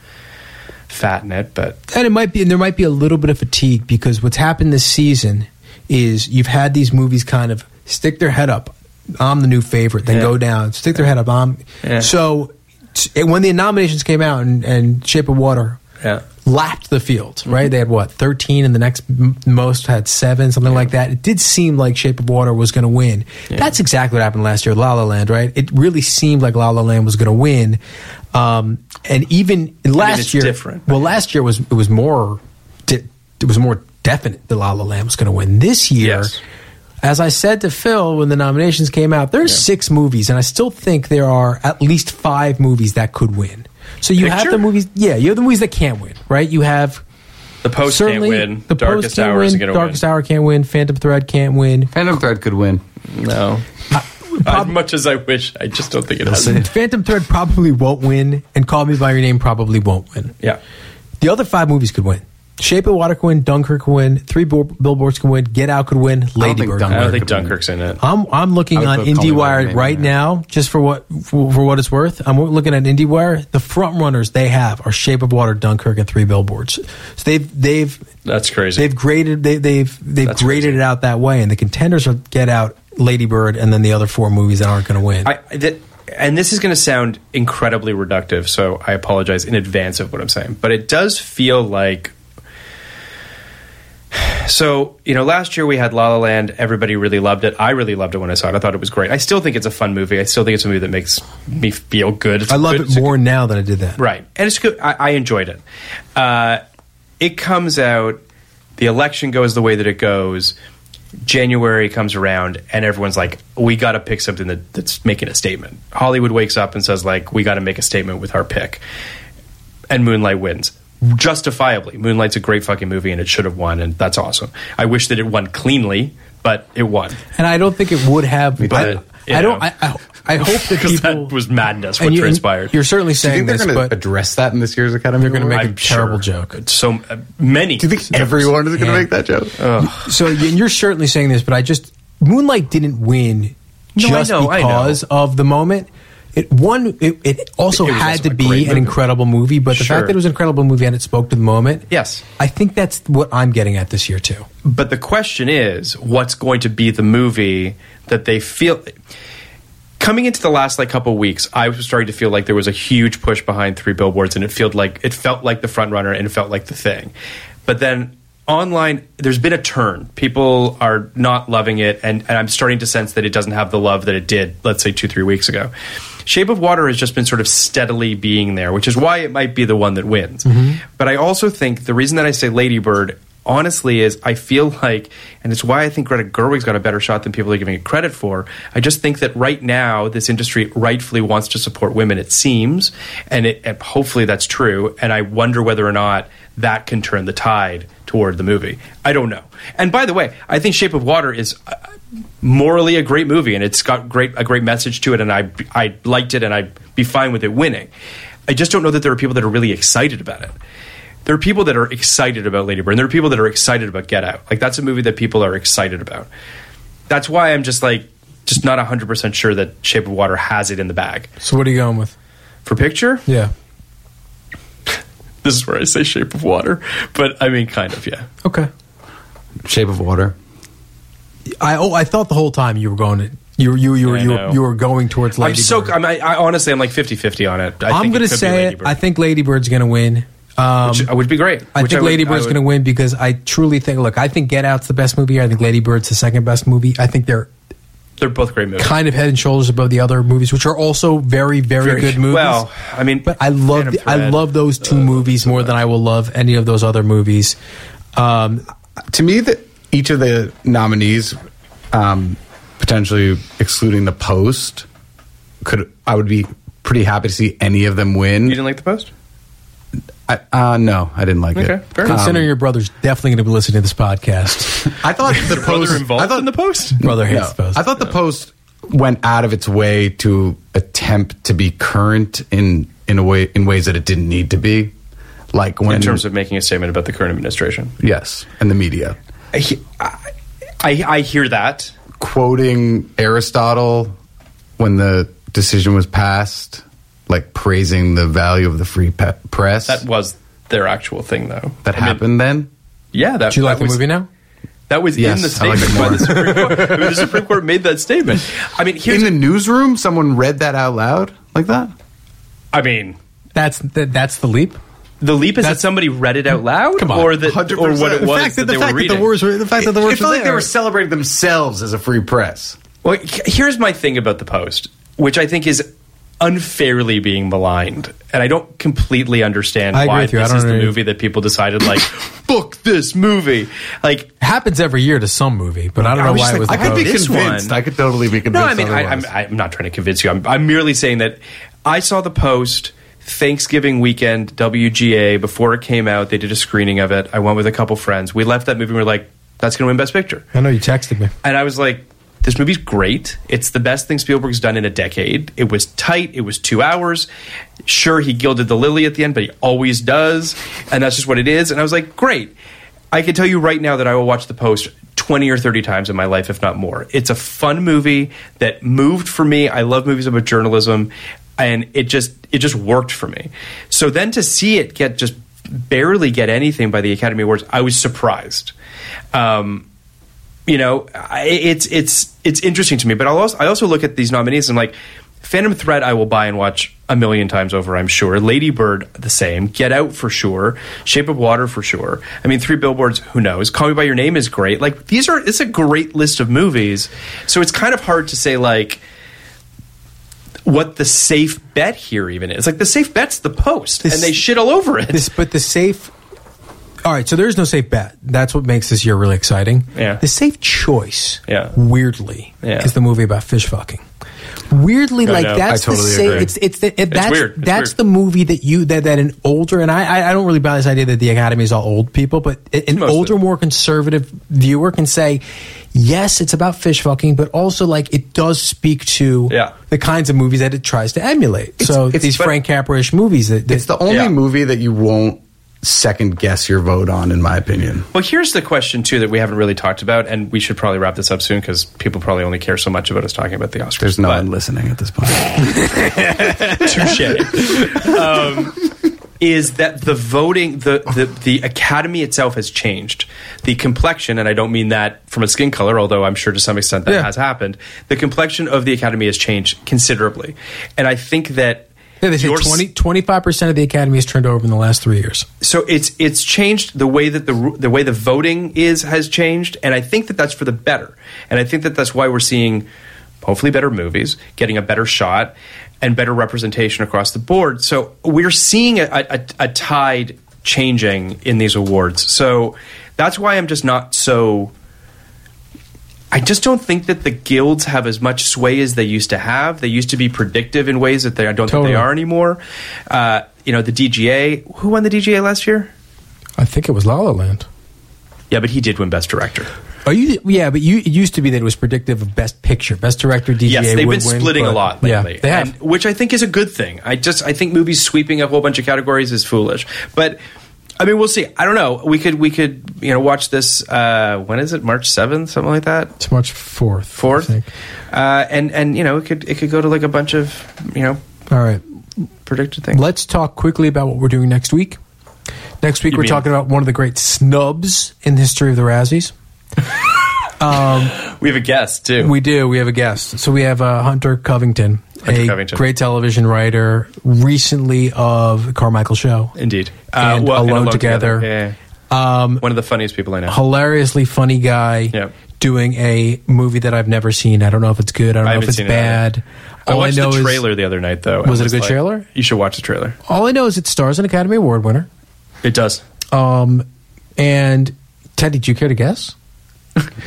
Speaker 4: fat in it, but
Speaker 3: and it might be and there might be a little bit of fatigue because what's happened this season is you've had these movies kind of stick their head up i'm the new favorite then
Speaker 4: Yeah.
Speaker 3: go down stick their head up i'm
Speaker 4: Yeah.
Speaker 3: so t- and when the nominations came out and, and shape of water
Speaker 4: Yeah. Mm-hmm.
Speaker 3: lapped the field right they had what 13 and the next m- most had 7 something like that it did seem like shape of water was going to win that's exactly what happened last year with la la land right it really seemed like la la land was going to win um, and even last
Speaker 4: it's
Speaker 3: year
Speaker 4: different.
Speaker 3: well last year was it was more de- it was more definite that La La Land was going to win. This year,
Speaker 4: Yes.
Speaker 3: as I said to Phil when the nominations came out, there's six movies, and I still think there are at least five movies that could win. So you have
Speaker 4: Picture?
Speaker 3: the movies, yeah, you have the movies that can't win, right? You have
Speaker 4: the post
Speaker 3: certainly
Speaker 4: can't win.
Speaker 3: the
Speaker 4: Darkest
Speaker 3: Post can't
Speaker 4: Hour
Speaker 3: win,
Speaker 4: isn't going to win.
Speaker 3: Darkest Hour can't win, Phantom Thread can't win.
Speaker 5: phantom thread could win
Speaker 4: No.
Speaker 3: Uh,
Speaker 4: as much as I wish, I just don't think it has. it.
Speaker 3: Phantom Thread probably won't win, and Call Me by Your Name probably won't win.
Speaker 4: Yeah.
Speaker 3: The other five movies could win. Shape of Water could win. Dunkirk could win. Three Bill- Billboards could win. Get Out could win. Lady
Speaker 5: think
Speaker 3: Bird. could
Speaker 4: I
Speaker 5: Dunkirk-
Speaker 3: win.
Speaker 4: don't think
Speaker 5: American
Speaker 4: Dunkirk's in it.
Speaker 3: I'm I'm looking
Speaker 5: I
Speaker 3: on
Speaker 5: would put Call Me By
Speaker 3: IndieWire
Speaker 5: Your Name
Speaker 3: right
Speaker 5: in there.
Speaker 3: now, just for what for, for what it's worth. I'm looking at IndieWire. The front runners they have are Shape of Water, Dunkirk, and Three Billboards. So they've they've
Speaker 4: That's crazy.
Speaker 3: they've graded they, they've they've
Speaker 4: That's
Speaker 3: graded
Speaker 4: crazy.
Speaker 3: it out that way, and the contenders are Get Out, Lady Bird, and then the other four movies that aren't going to win.
Speaker 4: I, th- and this is going to sound incredibly reductive, so I apologize in advance of what I'm saying, but it does feel like. So, you know, last year we had La La Land. Everybody really loved it. I really loved it when I saw it. I thought it was great. I still think it's a fun movie. I still think it's a movie that makes me feel good. It's
Speaker 3: I
Speaker 4: a
Speaker 3: love
Speaker 4: good- it's
Speaker 3: it
Speaker 4: a
Speaker 3: more now than I did then.
Speaker 4: Right. And it's good. I, I enjoyed it. Uh, it comes out, the election goes the way that it goes. January comes around, and everyone's like, we got to pick something that, that's making a statement. Hollywood wakes up and says, like, we got to make a statement with our pick. And Moonlight wins. Justifiably. Moonlight's a great fucking movie, and it should have won, and that's awesome. I wish that it won cleanly, but it won.
Speaker 3: and I don't think it would have.
Speaker 4: But,
Speaker 3: I, I
Speaker 4: you
Speaker 3: don't.
Speaker 4: know.
Speaker 3: I, I, I hope that
Speaker 4: 'Cause that
Speaker 3: people
Speaker 4: was madness
Speaker 3: and
Speaker 4: what
Speaker 3: you- and
Speaker 4: transpired.
Speaker 3: You're certainly
Speaker 5: do you
Speaker 3: saying
Speaker 5: think
Speaker 3: this,
Speaker 5: they're going
Speaker 3: but
Speaker 5: to address that in this year's academy
Speaker 3: They're gonna
Speaker 5: Award?
Speaker 3: make a terrible joke.
Speaker 4: So uh, many.
Speaker 5: do you think everyone is going to
Speaker 3: Yeah. Oh.
Speaker 5: make that joke
Speaker 3: So y- and you're certainly saying this, but I just Moonlight didn't win
Speaker 4: No, I
Speaker 3: just
Speaker 4: know, I know.
Speaker 3: because of the moment. It one. It, it also
Speaker 4: It was
Speaker 3: had
Speaker 4: also
Speaker 3: to
Speaker 4: a
Speaker 3: be
Speaker 4: great
Speaker 3: an
Speaker 4: movie.
Speaker 3: incredible movie, but the
Speaker 4: Sure.
Speaker 3: fact that it was an incredible movie and it spoke to the moment.
Speaker 4: Yes.
Speaker 3: I think that's what I'm getting at this year too.
Speaker 4: But the question is, what's going to be the movie that they feel? Coming into the last like couple weeks, I was starting to feel like there was a huge push behind Three Billboards, and it felt like it felt like the front runner, and it felt like the thing. But then online there's been a turn people are not loving it and, and i'm starting to sense that it doesn't have the love that it did let's say two three weeks ago shape of water has just been sort of steadily being there which is why it might be the one that wins but i also think the reason that i say ladybird honestly is i feel like and it's why i think greta gerwig's got a better shot than people are giving it credit for i just think that right now this industry rightfully wants to support women it seems and, it, and hopefully that's true and i wonder whether or not that can turn the tide toward the movie. I don't know. And by the way, I think Shape of Water is uh, morally a great movie, and it's got great a great message to it, and I I liked it, and I'd be fine with it winning. I just don't know that there are people that are really excited about it. There are people that are excited about Lady Bird, and there are people that are excited about Get Out. Like that's a movie that people are excited about. That's why I'm just like just not 100% sure that Shape of Water has it in the bag.
Speaker 3: So what are you going with?
Speaker 4: For picture,
Speaker 3: Yeah.
Speaker 4: this is where I say Shape of Water, but I mean kind of, yeah.
Speaker 3: Okay.
Speaker 5: Shape of Water.
Speaker 3: I oh I thought the whole time you were going to you you you were
Speaker 4: Yeah, I
Speaker 3: you, were,
Speaker 4: know.
Speaker 3: you were going towards Lady
Speaker 4: I'm so.
Speaker 3: Bird.
Speaker 4: I'm, I, I honestly, I'm like 50 50 on it. I
Speaker 3: I'm going
Speaker 4: think
Speaker 3: to
Speaker 4: it could be
Speaker 3: say
Speaker 4: Lady
Speaker 3: it.
Speaker 4: Bird,
Speaker 3: I think Lady Bird's going to win. Um,
Speaker 4: which uh, would be great.
Speaker 3: I
Speaker 4: which
Speaker 3: think
Speaker 4: would-
Speaker 3: Lady Bird's
Speaker 4: I would-
Speaker 3: going to win because I truly think. Look, I think Get Out's the best movie. I think Lady Bird's the second best movie. I think they're
Speaker 4: They're both great movies.
Speaker 3: kind of head and shoulders above the other movies, which are also very, very,
Speaker 4: Very-
Speaker 3: good movies.
Speaker 4: well, I mean,
Speaker 3: but I love
Speaker 4: Phantom
Speaker 3: the, I
Speaker 4: Thread, Uh,
Speaker 3: love those two movies more than I will love any of those other movies. Um,
Speaker 5: To me, the, each of the nominees, um, potentially excluding the post, could I would be pretty happy to see any of them win.
Speaker 4: You didn't like the post?
Speaker 5: I, uh, no, I didn't like
Speaker 4: Okay,
Speaker 5: it. Um,
Speaker 4: fair enough.
Speaker 3: considering your brother's definitely going to be listening to this podcast,
Speaker 5: I thought the
Speaker 4: Brother
Speaker 5: post.
Speaker 4: involved
Speaker 5: I thought
Speaker 4: in the post?
Speaker 3: brother hates
Speaker 5: No.
Speaker 3: those.
Speaker 5: I thought the post went out of its way to attempt to be current in in a way in ways that it didn't need to be, like when
Speaker 4: In terms of making a statement about the current administration,
Speaker 5: yes, and the media
Speaker 4: I, he- I, I, I hear that.
Speaker 5: quoting Aristotle when the decision was passed, like praising the value of the free pe- press
Speaker 4: That was their actual thing, though.
Speaker 5: that
Speaker 4: I mean,
Speaker 5: happened then.
Speaker 4: yeah, that.
Speaker 3: Do you like the
Speaker 4: that was-
Speaker 3: movie now?
Speaker 4: That was
Speaker 5: Yes,
Speaker 4: in the
Speaker 5: I like
Speaker 4: statement
Speaker 5: it
Speaker 4: by the
Speaker 5: more.
Speaker 4: Supreme Court. I mean, the Supreme Court made that statement. I mean, here's.
Speaker 5: In the newsroom, someone read that out loud like that.
Speaker 4: I mean,
Speaker 3: That's that, that's the leap.
Speaker 4: the leap is
Speaker 3: That's-
Speaker 4: that somebody read it out loud,
Speaker 3: Come on,
Speaker 4: or that, or
Speaker 5: 100%.
Speaker 4: what it
Speaker 5: The
Speaker 4: was
Speaker 5: fact
Speaker 4: that,
Speaker 5: that- the
Speaker 4: they
Speaker 5: fact
Speaker 4: were
Speaker 5: that the
Speaker 4: reading.
Speaker 3: words were- the fact that the words
Speaker 5: it felt
Speaker 3: were
Speaker 5: like they
Speaker 3: there.
Speaker 5: were celebrating themselves as a free press.
Speaker 4: Well, h- here's my thing about the post, which I think is unfairly being maligned, and I don't completely understand
Speaker 3: I agree
Speaker 4: why
Speaker 3: with you. I
Speaker 4: this
Speaker 3: don't
Speaker 4: is the
Speaker 3: really-
Speaker 4: movie that people decided like book this movie. Like,
Speaker 3: It happens every year to some movie, but I don't
Speaker 4: I
Speaker 3: know
Speaker 4: was
Speaker 3: why
Speaker 4: just
Speaker 3: it was.
Speaker 5: I
Speaker 4: like,
Speaker 3: the
Speaker 4: wow.
Speaker 5: could be
Speaker 3: post.
Speaker 4: This
Speaker 5: convinced.
Speaker 4: one-
Speaker 5: I could totally be
Speaker 4: no,
Speaker 5: convinced.
Speaker 4: I mean, I, I'm,
Speaker 5: otherwise.
Speaker 4: I'm not trying to convince you. I'm, I'm merely saying that I saw the post. Thanksgiving weekend, WGA, before it came out, they did a screening of it. I went with a couple friends. We left that movie and we were like, that's going to win Best Picture.
Speaker 3: I know you texted me.
Speaker 4: and I was like, this movie's great. It's the best thing Spielberg's done in a decade. It was tight. It was two hours. Sure, he gilded the lily at the end, but he always does. And that's just what it is. And I was like, great. I can tell you right now that I will watch The Post 20 or 30 times in my life, if not more. It's a fun movie that moved for me. I love movies about journalism. And it just it just worked for me. So then to see it get just barely get anything by the Academy Awards, I was surprised. Um, you know, I, it's it's it's interesting to me. But I'll also, I also look at these nominees and like Phantom Thread, I will buy and watch a million times over. I'm sure Lady Bird the same, Get Out for sure, Shape of Water for sure. I mean, Three Billboards, who knows? Call Me by Your Name is great. Like these are it's a great list of movies. So it's kind of hard to say like what the safe bet here even is. Like the safe bet's the post,
Speaker 3: This-
Speaker 4: and they shit all over it.
Speaker 3: This, but the safe. All right, so there's no safe bet. That's what makes this year really exciting.
Speaker 4: Yeah.
Speaker 3: The safe choice,
Speaker 4: Yeah.
Speaker 3: weirdly,
Speaker 4: Yeah.
Speaker 3: is the movie about fish fucking. Weirdly,
Speaker 4: I
Speaker 3: like
Speaker 4: know.
Speaker 3: that's
Speaker 5: I totally
Speaker 3: the safe.
Speaker 5: agree.
Speaker 3: It's it's the, it, that's
Speaker 4: weird. It's
Speaker 3: that's
Speaker 4: weird.
Speaker 3: the movie that you that that an older and I I, I don't really buy this idea that the academy is all old people, but a- an
Speaker 4: Mostly.
Speaker 3: older, more conservative viewer can say. Yes, it's about fish fucking, but also like it does speak to
Speaker 4: Yeah.
Speaker 3: the kinds of movies that it tries to emulate. so
Speaker 5: it's-
Speaker 3: these
Speaker 5: but-
Speaker 3: Frank Capra-ish movies that, that
Speaker 5: It's the only
Speaker 4: Yeah.
Speaker 5: movie that you won't second guess your vote on, in my opinion.
Speaker 4: Well, here's the question too that we haven't really talked about, and we should probably wrap this up soon because people probably only care so much about us talking about the Oscars.
Speaker 5: There's no
Speaker 4: But-
Speaker 5: one listening at this point.
Speaker 4: touche. um, is that the voting the, the the academy itself has changed the complexion and i don't mean that from a skin color although i'm sure to some extent that
Speaker 3: Yeah.
Speaker 4: has happened the complexion of the academy has changed considerably and i think that
Speaker 3: Yeah, they say
Speaker 4: Your s-
Speaker 3: 20, 25% of the academy has turned over in the last three years.
Speaker 4: so it's it's changed the way that the ru- the way the voting is has changed, and I think that that's for the better. And I think that that's why we're seeing hopefully better movies, getting a better shot, and better representation across the board. So we're seeing a, a, a tide changing in these awards. So that's why I'm just not so. I just don't think that the guilds have as much sway as they used to have. They used to be predictive in ways that they I don't
Speaker 3: Totally.
Speaker 4: think they are anymore. Uh, you know, the DGA. Who won the DGA last year?
Speaker 3: I think it was La La Land.
Speaker 4: Yeah, but he did win Best Director.
Speaker 3: Oh, you, yeah, but you, it used to be that it was predictive of best picture, best director, DGA.
Speaker 4: yes, they've
Speaker 3: would
Speaker 4: been
Speaker 3: win,
Speaker 4: splitting
Speaker 3: but-
Speaker 4: a lot
Speaker 3: yeah,
Speaker 4: lately,
Speaker 3: they have.
Speaker 4: and- which I think is a good thing. I just I think movies sweeping a whole bunch of categories is foolish. But I mean, we'll see. I don't know. We could we could you know watch this. Uh, when is it? March seventh, something like that.
Speaker 3: it's March 4th. I
Speaker 4: Fourth,
Speaker 3: think.
Speaker 4: uh, and and you know it could it could go to like a bunch of you know
Speaker 3: All right.
Speaker 4: predicted things.
Speaker 3: Let's talk quickly about what we're doing next week. Next week,
Speaker 4: You
Speaker 3: we're
Speaker 4: mean-
Speaker 3: talking about one of the great snubs in the history of the Razzies.
Speaker 4: We have a guest too.
Speaker 3: We do. We have a guest. So we have uh, Hunter Covington,
Speaker 4: Hunter
Speaker 3: a
Speaker 4: Covington.
Speaker 3: great television writer, recently of Carmichael Show.
Speaker 4: Indeed. Uh,
Speaker 3: And Alone Together.
Speaker 4: Um, One of the funniest people I know.
Speaker 3: Hilariously funny guy
Speaker 4: Yep.
Speaker 3: doing a movie that I've never seen. I don't know if it's good. I don't
Speaker 4: I
Speaker 3: know if
Speaker 4: haven't
Speaker 3: it's
Speaker 4: seen it
Speaker 3: bad.
Speaker 4: either. I
Speaker 3: All
Speaker 4: watched
Speaker 3: know
Speaker 4: the
Speaker 3: is-
Speaker 4: trailer the other night, though. and
Speaker 3: Was it a good trailer?
Speaker 4: You should watch the trailer.
Speaker 3: all I know is it stars an Academy Award winner.
Speaker 4: It does.
Speaker 3: Um, and Teddy, do you care to guess?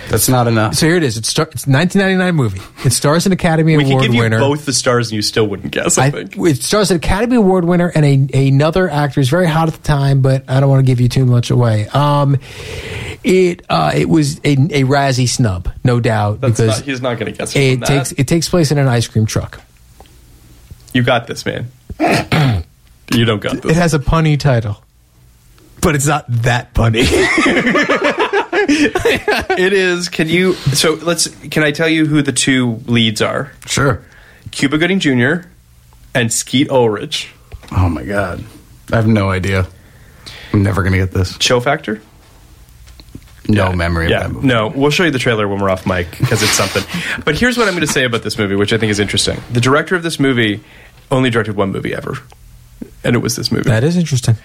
Speaker 5: That's not enough.
Speaker 3: So here it is. It's, star- it's a 1999 movie. It stars an Academy
Speaker 4: We could
Speaker 3: Award
Speaker 4: give you
Speaker 3: winner.
Speaker 4: both the stars, and you still wouldn't guess. I,
Speaker 3: I,
Speaker 4: think.
Speaker 3: it stars an Academy Award winner and a, another actor who's very hot at the time, but I don't want to give you too much away. Um, it uh, it was a, a Razzie snub, no doubt,
Speaker 4: That's
Speaker 3: because
Speaker 4: not, he's not going to guess.
Speaker 3: it
Speaker 4: from that.
Speaker 3: takes it takes place in an ice cream truck.
Speaker 4: You got this, man. you don't got
Speaker 3: It
Speaker 4: this.
Speaker 3: has a punny title, but it's not that punny.
Speaker 4: it is. Can you? So let's. Can I tell you who the two leads are?
Speaker 5: Sure.
Speaker 4: Cuba Gooding Jr. and Skeet Ulrich.
Speaker 5: Oh my god. I have no idea. I'm never gonna get this.
Speaker 4: Chill Factor.
Speaker 5: No memory of
Speaker 4: yeah.
Speaker 5: that movie.
Speaker 4: No, we'll show you the trailer when we're off mic because it's something. but here's what I'm going to say about this movie, which I think is interesting. The director of this movie only directed one movie ever, and it was this movie.
Speaker 3: That is interesting.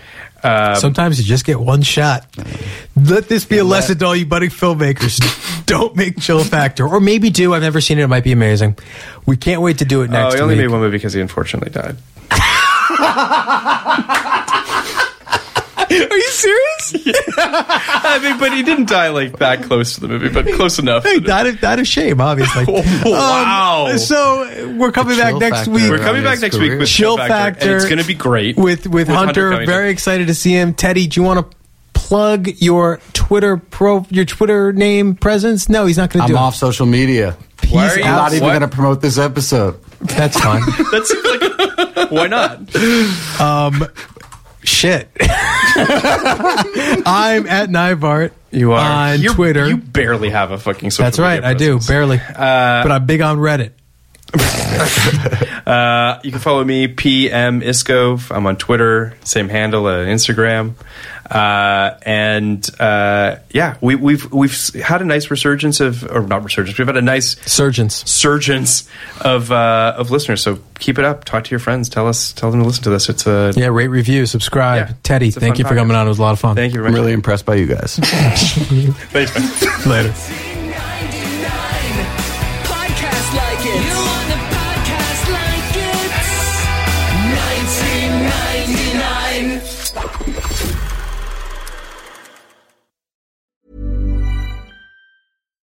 Speaker 4: Um,
Speaker 3: Sometimes you just get one shot. Let this be a lesson to all you budding filmmakers. Don't make Chill Factor, or maybe do. I've never seen it. It might be amazing. We can't wait to do it
Speaker 4: Oh,
Speaker 3: next
Speaker 4: he only
Speaker 3: week.
Speaker 4: made one movie because he unfortunately died.
Speaker 3: Are you serious?
Speaker 4: I mean, but he didn't die like that close to the movie, but close enough.
Speaker 3: Hey, died of, died of shame, obviously. Um,
Speaker 4: Oh, wow.
Speaker 3: so we're coming
Speaker 5: The
Speaker 3: back
Speaker 5: Chill
Speaker 3: next
Speaker 5: Factor.
Speaker 3: week.
Speaker 4: We're coming
Speaker 5: Around
Speaker 4: back
Speaker 5: his
Speaker 4: next
Speaker 5: career.
Speaker 4: week with
Speaker 3: Chill Factor.
Speaker 4: and it's going to be great
Speaker 3: with with, Hunter.
Speaker 4: Covington.
Speaker 3: very excited to see him. Teddy, do you want to plug your Twitter pro your Twitter name presence? No, he's not going to do
Speaker 5: I'm off social media.
Speaker 4: Why are you-
Speaker 5: I'm not even
Speaker 4: What?
Speaker 5: gonna promote this episode.
Speaker 3: it. That's fine.
Speaker 4: That seems like why not?
Speaker 3: Shit. I'm at Nivart.
Speaker 4: You are
Speaker 3: on
Speaker 4: You're-
Speaker 3: Twitter.
Speaker 4: You barely have a fucking. Social
Speaker 3: That's right,
Speaker 4: media
Speaker 3: I do
Speaker 4: presence.
Speaker 3: barely, but I'm big on Reddit.
Speaker 4: Uh, you can follow me, PM Iskov. I'm on Twitter, same handle on Instagram. Uh, and uh, yeah, we, we've we've had a nice resurgence of, or not resurgence, we've had a nice
Speaker 3: Surgeons.
Speaker 4: surgence of uh, of listeners. So keep it up. Talk to your friends. Tell us. Tell them to listen to this. It's uh, a
Speaker 3: Yeah, rate, review, subscribe.
Speaker 4: Yeah.
Speaker 3: Teddy,
Speaker 4: It's a
Speaker 3: thank
Speaker 4: fun
Speaker 3: you for coming
Speaker 4: podcast.
Speaker 3: on. It was a lot of fun.
Speaker 4: Thank you. very
Speaker 5: I'm
Speaker 4: much.
Speaker 5: really impressed by you guys.
Speaker 4: Thanks, man.
Speaker 3: Later.
Speaker 2: Podcast like it. You want a podcast like it? 1999.